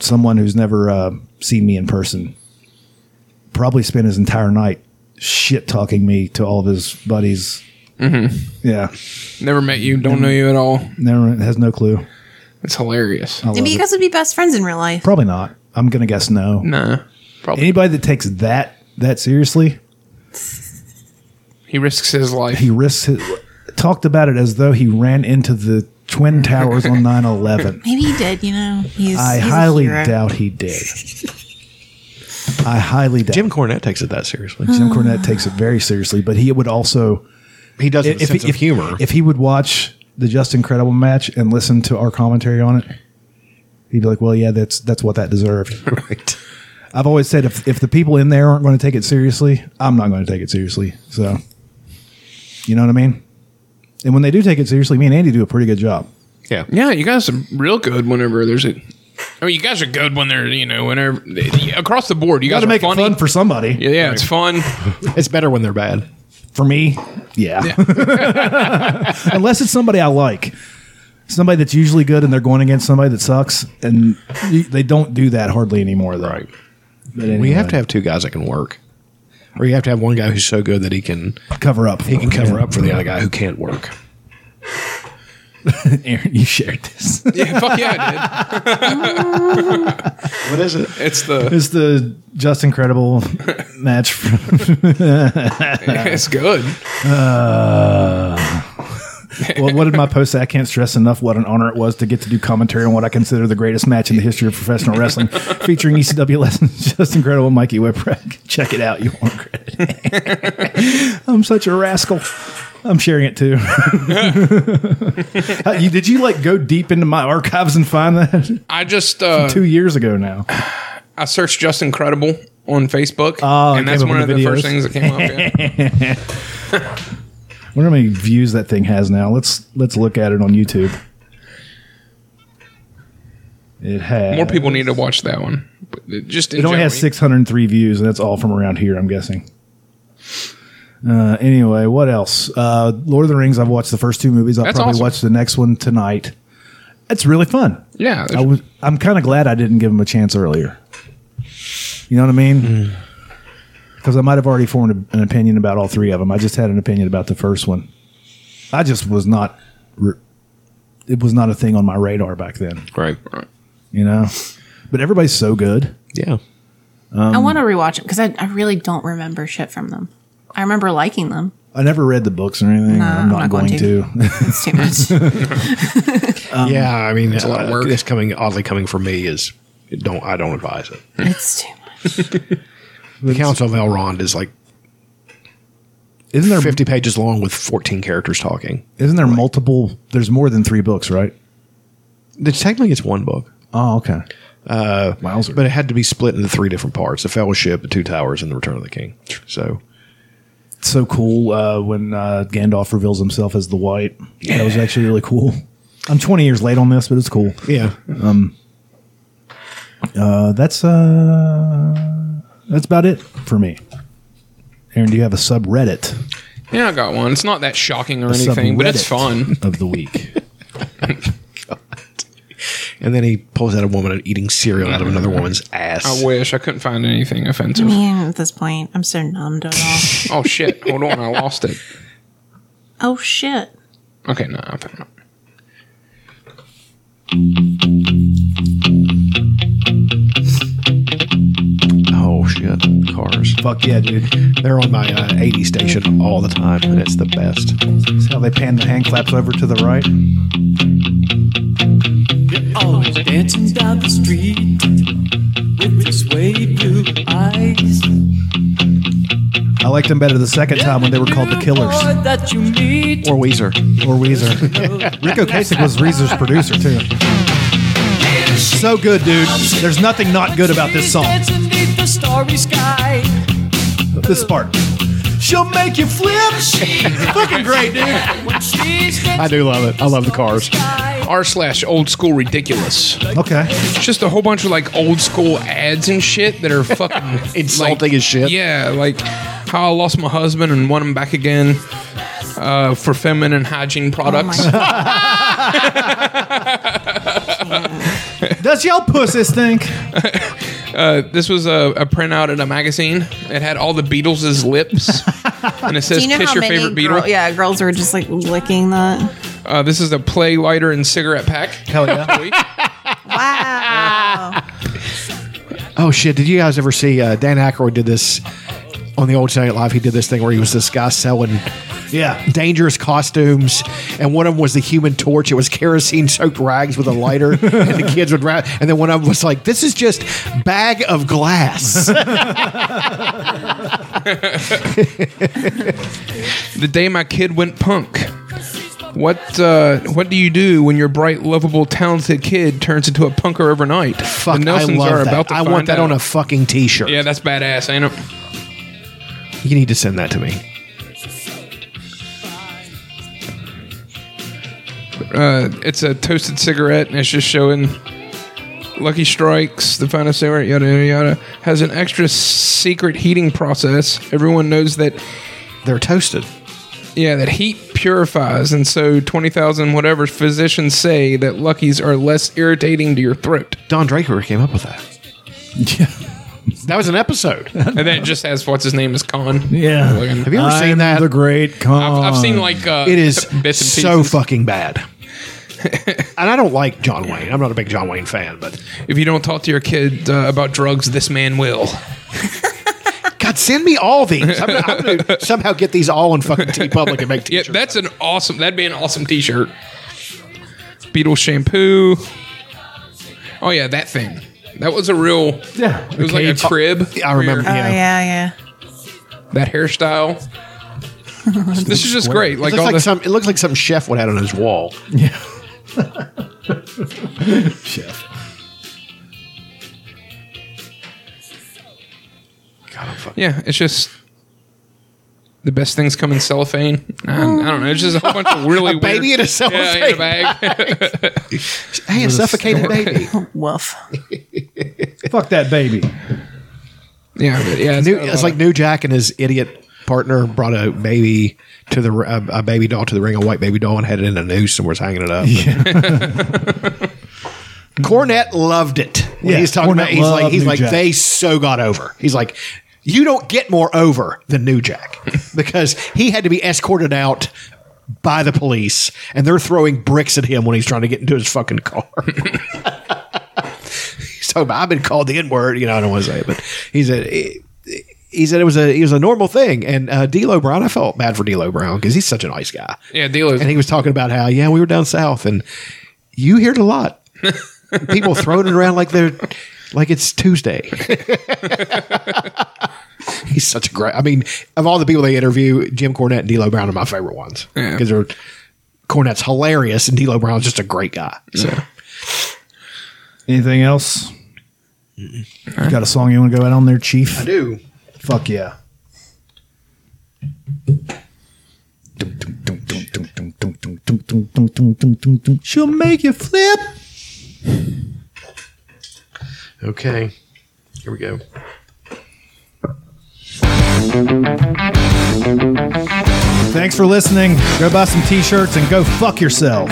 Speaker 1: someone who's never uh, seen me in person probably spent his entire night shit talking me to all of his buddies. Mm-hmm. Yeah,
Speaker 4: Never met you. Don't know you at all.
Speaker 1: never has no clue.
Speaker 4: It's hilarious.
Speaker 1: Oh.
Speaker 3: Maybe you guys would be best friends in real life.
Speaker 1: Probably not. I'm gonna guess no.
Speaker 4: Nah. Probably.
Speaker 1: Anybody that takes that that seriously,
Speaker 4: He risks his life.
Speaker 1: he risks his, talked about it as though he ran into the twin towers on 9/11.
Speaker 3: Maybe he did. You know, he's.
Speaker 1: I
Speaker 3: he's a
Speaker 1: highly
Speaker 3: hero.
Speaker 1: doubt he did. I highly doubt. Jim,
Speaker 2: Jim Cornette takes it that seriously.
Speaker 1: Cornette takes it very seriously, but he would also
Speaker 2: He does it with a sense
Speaker 1: he,
Speaker 2: of humor.
Speaker 1: if he would watch the Just Incredible match and listen to our commentary on it, he'd be like, "Well, yeah, that's that's what that deserved."
Speaker 2: right.
Speaker 1: I've always said if, if the people in there aren't going to take it seriously, I'm not going to take it seriously. So, you know what I mean? And when they do take it seriously, me and Andy do a pretty good job.
Speaker 2: Yeah.
Speaker 4: Yeah, you guys are real good whenever there's a. I mean, you guys are good when they're you know whenever across the board. You,
Speaker 1: Got
Speaker 4: guys
Speaker 1: to
Speaker 4: are
Speaker 1: make
Speaker 4: funny.
Speaker 1: it fun for somebody.
Speaker 4: yeah, yeah, it's fun.
Speaker 2: It's better when they're bad.
Speaker 1: For me, yeah. Unless it's somebody I like, somebody that's usually good, and they're going against somebody that sucks, and you, they don't do that hardly anymore. Though.
Speaker 2: Right.
Speaker 1: But anyway,
Speaker 2: We have to have two guys that can work. Or you have to have one guy who's so good that he can
Speaker 1: cover up.
Speaker 2: he can cover up for the other guy who can't work.
Speaker 1: Aaron, you shared this.
Speaker 4: Yeah, fuck yeah,
Speaker 2: What is it?
Speaker 4: I did. It's the
Speaker 1: it's the just incredible match from
Speaker 4: it's good.
Speaker 1: well, Uh, what did my post say? I can't stress enough what an honor it was to get to do commentary on what I consider the greatest match in the history of professional wrestling, featuring E ECW lessons. Just incredible, Mikey Whipwreck. Check it out. You won't regret it. I'm such a rascal. I'm sharing it too. Uh, you- Did you like go deep into my archives and find that
Speaker 4: I just uh,
Speaker 1: two years ago now?
Speaker 4: I searched just incredible on Facebook,
Speaker 1: Oh, it
Speaker 4: and that's
Speaker 1: came up
Speaker 4: one
Speaker 1: in
Speaker 4: of
Speaker 1: the
Speaker 4: the first
Speaker 1: videos.
Speaker 4: things that came up. Yeah.
Speaker 1: wonder how many views that thing has now. Let's let's look at it on YouTube. It has
Speaker 4: More people need to watch that one. But it just in
Speaker 1: It only has
Speaker 4: general.
Speaker 1: 603 views, and that's all from around here, I'm guessing. Uh, anyway, what else? Uh, Lord of the Rings. I've watched the first two movies. I'll
Speaker 4: That's
Speaker 1: probably
Speaker 4: awesome.
Speaker 1: watch the next one tonight. It's really fun.
Speaker 4: Yeah,
Speaker 1: I was. I'm kind of glad I didn't give him a chance earlier. You know what I mean?
Speaker 4: Hmm.
Speaker 1: Because I might have already formed a, an opinion about all three of them. I just had an opinion about the first one. I just was not. Re- it was not a thing on my radar back then.
Speaker 2: Right.
Speaker 1: You know, but everybody's so good.
Speaker 2: Yeah.
Speaker 6: I want to rewatch them because I, I really don't remember shit from them. I remember liking them.
Speaker 1: I never read the books or anything. and I'm, not going, to.
Speaker 6: It's too much.
Speaker 2: yeah, I mean it's a lot
Speaker 4: of work.
Speaker 2: This coming oddly coming from me is don't I don't advise it.
Speaker 6: it's too much.
Speaker 2: The Council of Elrond is like
Speaker 1: Isn't there
Speaker 2: fifty pages long with fourteen characters talking.
Speaker 1: not there multiple? There's more than three books, right?
Speaker 2: The- Technically, it's one book,
Speaker 1: Oh, okay. Uh, Wowzer.
Speaker 2: but it had to be split into three different parts: the Fellowship, the Two Towers, and the Return of the King. So
Speaker 1: it's so cool uh, when uh, Gandalf reveals himself as the White. That was actually really cool. I'm 20 years late on this, but it's cool.
Speaker 2: yeah,
Speaker 1: Uh, that's uh, that's about it for me. Aaron, do you have a subreddit?
Speaker 4: Yeah, I got one. It's not that shocking or anything, but it's fun.
Speaker 1: Subreddit Of the week.
Speaker 2: And then he pulls out a woman eating cereal out of another woman's ass.
Speaker 4: I wish I couldn't find anything offensive.
Speaker 3: Man, at this point, I'm so numb to it
Speaker 4: Oh shit! Hold on, I lost it.
Speaker 3: all. oh shit.
Speaker 4: Okay, no, I found it.
Speaker 2: Oh shit, cars!
Speaker 1: Fuck yeah, dude.
Speaker 2: They're on my uh, 80 station all the time, and it's the best.
Speaker 1: See how they pan the hand claps over to the right?
Speaker 10: Always dancing down the street with his way blue eyes.
Speaker 1: I liked them better the second time when they were called the Killers
Speaker 10: Boy that you meet.
Speaker 2: Or Weezer.
Speaker 1: or Weezer. Rico Kasich was Weezer's producer too. So good, dude. There's nothing not good about this
Speaker 10: She's
Speaker 1: song.
Speaker 10: dancing 'neath the starry sky.
Speaker 1: This part.
Speaker 10: She'll make you flip. Fucking great, dude. I
Speaker 2: do love it. I love the Cars.
Speaker 4: R slash old school ridiculous.
Speaker 1: Okay.
Speaker 4: It's just a whole bunch of like old school ads and shit that are fucking
Speaker 2: Insulting
Speaker 4: like-
Speaker 2: as shit.
Speaker 4: Yeah, like how I lost my husband and won him back again uh, for feminine
Speaker 3: Oh
Speaker 4: hygiene products.
Speaker 1: Does y'all pussies think?
Speaker 4: This was a, a printout in a magazine. It had all the Beatles' lips, and it says
Speaker 3: Do you know
Speaker 4: "Kiss
Speaker 3: how
Speaker 4: your
Speaker 3: many
Speaker 4: favorite
Speaker 3: girl-
Speaker 4: Beatle."
Speaker 3: yeah, girls were just like licking that?
Speaker 4: Uh, this is a play lighter and cigarette pack.
Speaker 1: Hell yeah.
Speaker 3: Wow.
Speaker 2: Oh shit! Did you guys ever see uh, Dan Aykroyd did this on the old Saturday Night Live? He did this thing where he was this guy selling
Speaker 1: Yeah.
Speaker 2: dangerous costumes, and one of them was the Human Torch. It was kerosene soaked rags with a lighter, and the kids would wrap. And then one of them was like, "This is just bag of glass."
Speaker 4: The day my kid went punk. What uh, what do you do when your bright, lovable, talented kid turns into a punker overnight?
Speaker 2: Fuck!
Speaker 4: the
Speaker 2: I
Speaker 4: Nelsons
Speaker 2: love
Speaker 4: are
Speaker 2: that.
Speaker 4: about to
Speaker 2: I
Speaker 4: find
Speaker 2: want that
Speaker 4: out.
Speaker 2: on a fucking T-shirt.
Speaker 4: yeah, that's badass, ain't it?
Speaker 2: You need to send that to me.
Speaker 4: Uh, it's a toasted cigarette, and it's just showing Lucky Strikes, the finest cigarette, yada yada yada, has an extra secret heating process. Everyone knows that
Speaker 2: They're toasted.
Speaker 4: Yeah, that heat purifies, and so twenty thousand whatever physicians say that Luckies are less irritating to your throat,
Speaker 2: Don Draper came up with that. That was an episode.
Speaker 4: and then it just has what's his name is Con.
Speaker 1: Yeah.
Speaker 4: Have
Speaker 2: Have you ever seen that?
Speaker 1: The great con.
Speaker 4: I've, I've seen like uh,
Speaker 2: It is
Speaker 4: bits and
Speaker 2: so
Speaker 4: pieces.
Speaker 2: fucking bad. and I don't like John Wayne. I'm not a big John Wayne fan, but
Speaker 4: if you don't talk to your kid uh, about drugs, this man will.
Speaker 2: God, send me all these. I'm, gonna- I'm gonna somehow get these all on fucking T Public and make
Speaker 4: Yeah,
Speaker 2: t-shirts.
Speaker 4: that's an awesome. That'd be an awesome T-shirt. Beetle shampoo. Oh yeah, that thing. That was a real.
Speaker 1: Yeah.
Speaker 4: It was like
Speaker 2: Cage.
Speaker 4: a crib.
Speaker 2: I remember.
Speaker 4: where-
Speaker 3: Oh, yeah, yeah.
Speaker 4: that hairstyle. this is just great.
Speaker 2: It
Speaker 4: Like
Speaker 2: looks
Speaker 4: all
Speaker 2: like
Speaker 4: the
Speaker 2: some. It looks like some chef would have on his wall.
Speaker 1: Chef.
Speaker 2: God, I'm fucking.
Speaker 4: Yeah, it's just the best things come in cellophane. I, I don't know. It's just a whole bunch of really
Speaker 2: A baby
Speaker 4: weird-
Speaker 2: in a cellophane.
Speaker 4: Yeah, in a bag.
Speaker 2: Hey, a suffocated baby.
Speaker 3: Woof.
Speaker 1: Fuck that baby.
Speaker 4: yeah, but yeah.
Speaker 2: New,
Speaker 4: got a
Speaker 2: it's
Speaker 4: lot
Speaker 2: like New Jack and his idiot partner brought a baby to the r- a, a baby doll to the ring, a white baby doll, and had it in a noose and was hanging it up. Cornette loved it. When
Speaker 1: Yeah,
Speaker 2: he's talking about
Speaker 1: Cornette
Speaker 2: he's like
Speaker 1: loved
Speaker 2: he's
Speaker 1: New
Speaker 2: like
Speaker 1: Jack.
Speaker 2: they so got over. He's like you don't get more over than New Jack because he had to be escorted out by the police and they're throwing bricks at him when he's trying to get into his fucking car. he's talking about I've been called the N word, you know, I don't want to say it, but he's a he said it was a it was a normal thing, and uh, D'Lo Brown. I felt bad for D'Lo Brown because he's such a nice guy.
Speaker 4: Yeah, D'Lo's-
Speaker 2: And he was talking about how yeah, we were down south, and you hear it a lot. People throwing it around like they're like it's Tuesday. he's such a great. I mean, of all the people they interview, Jim Cornette and D'Lo Brown are my favorite ones
Speaker 4: Yeah.
Speaker 2: because they're Cornette's hilarious and D'Lo Brown's just a great guy. So
Speaker 1: Anything else? You got a song you want to go out on there, Chief?
Speaker 2: I do.
Speaker 1: Fuck yeah. She'll make you flip.
Speaker 2: Okay, here we go.
Speaker 1: Thanks for listening. Go buy some t shirts and go fuck yourself.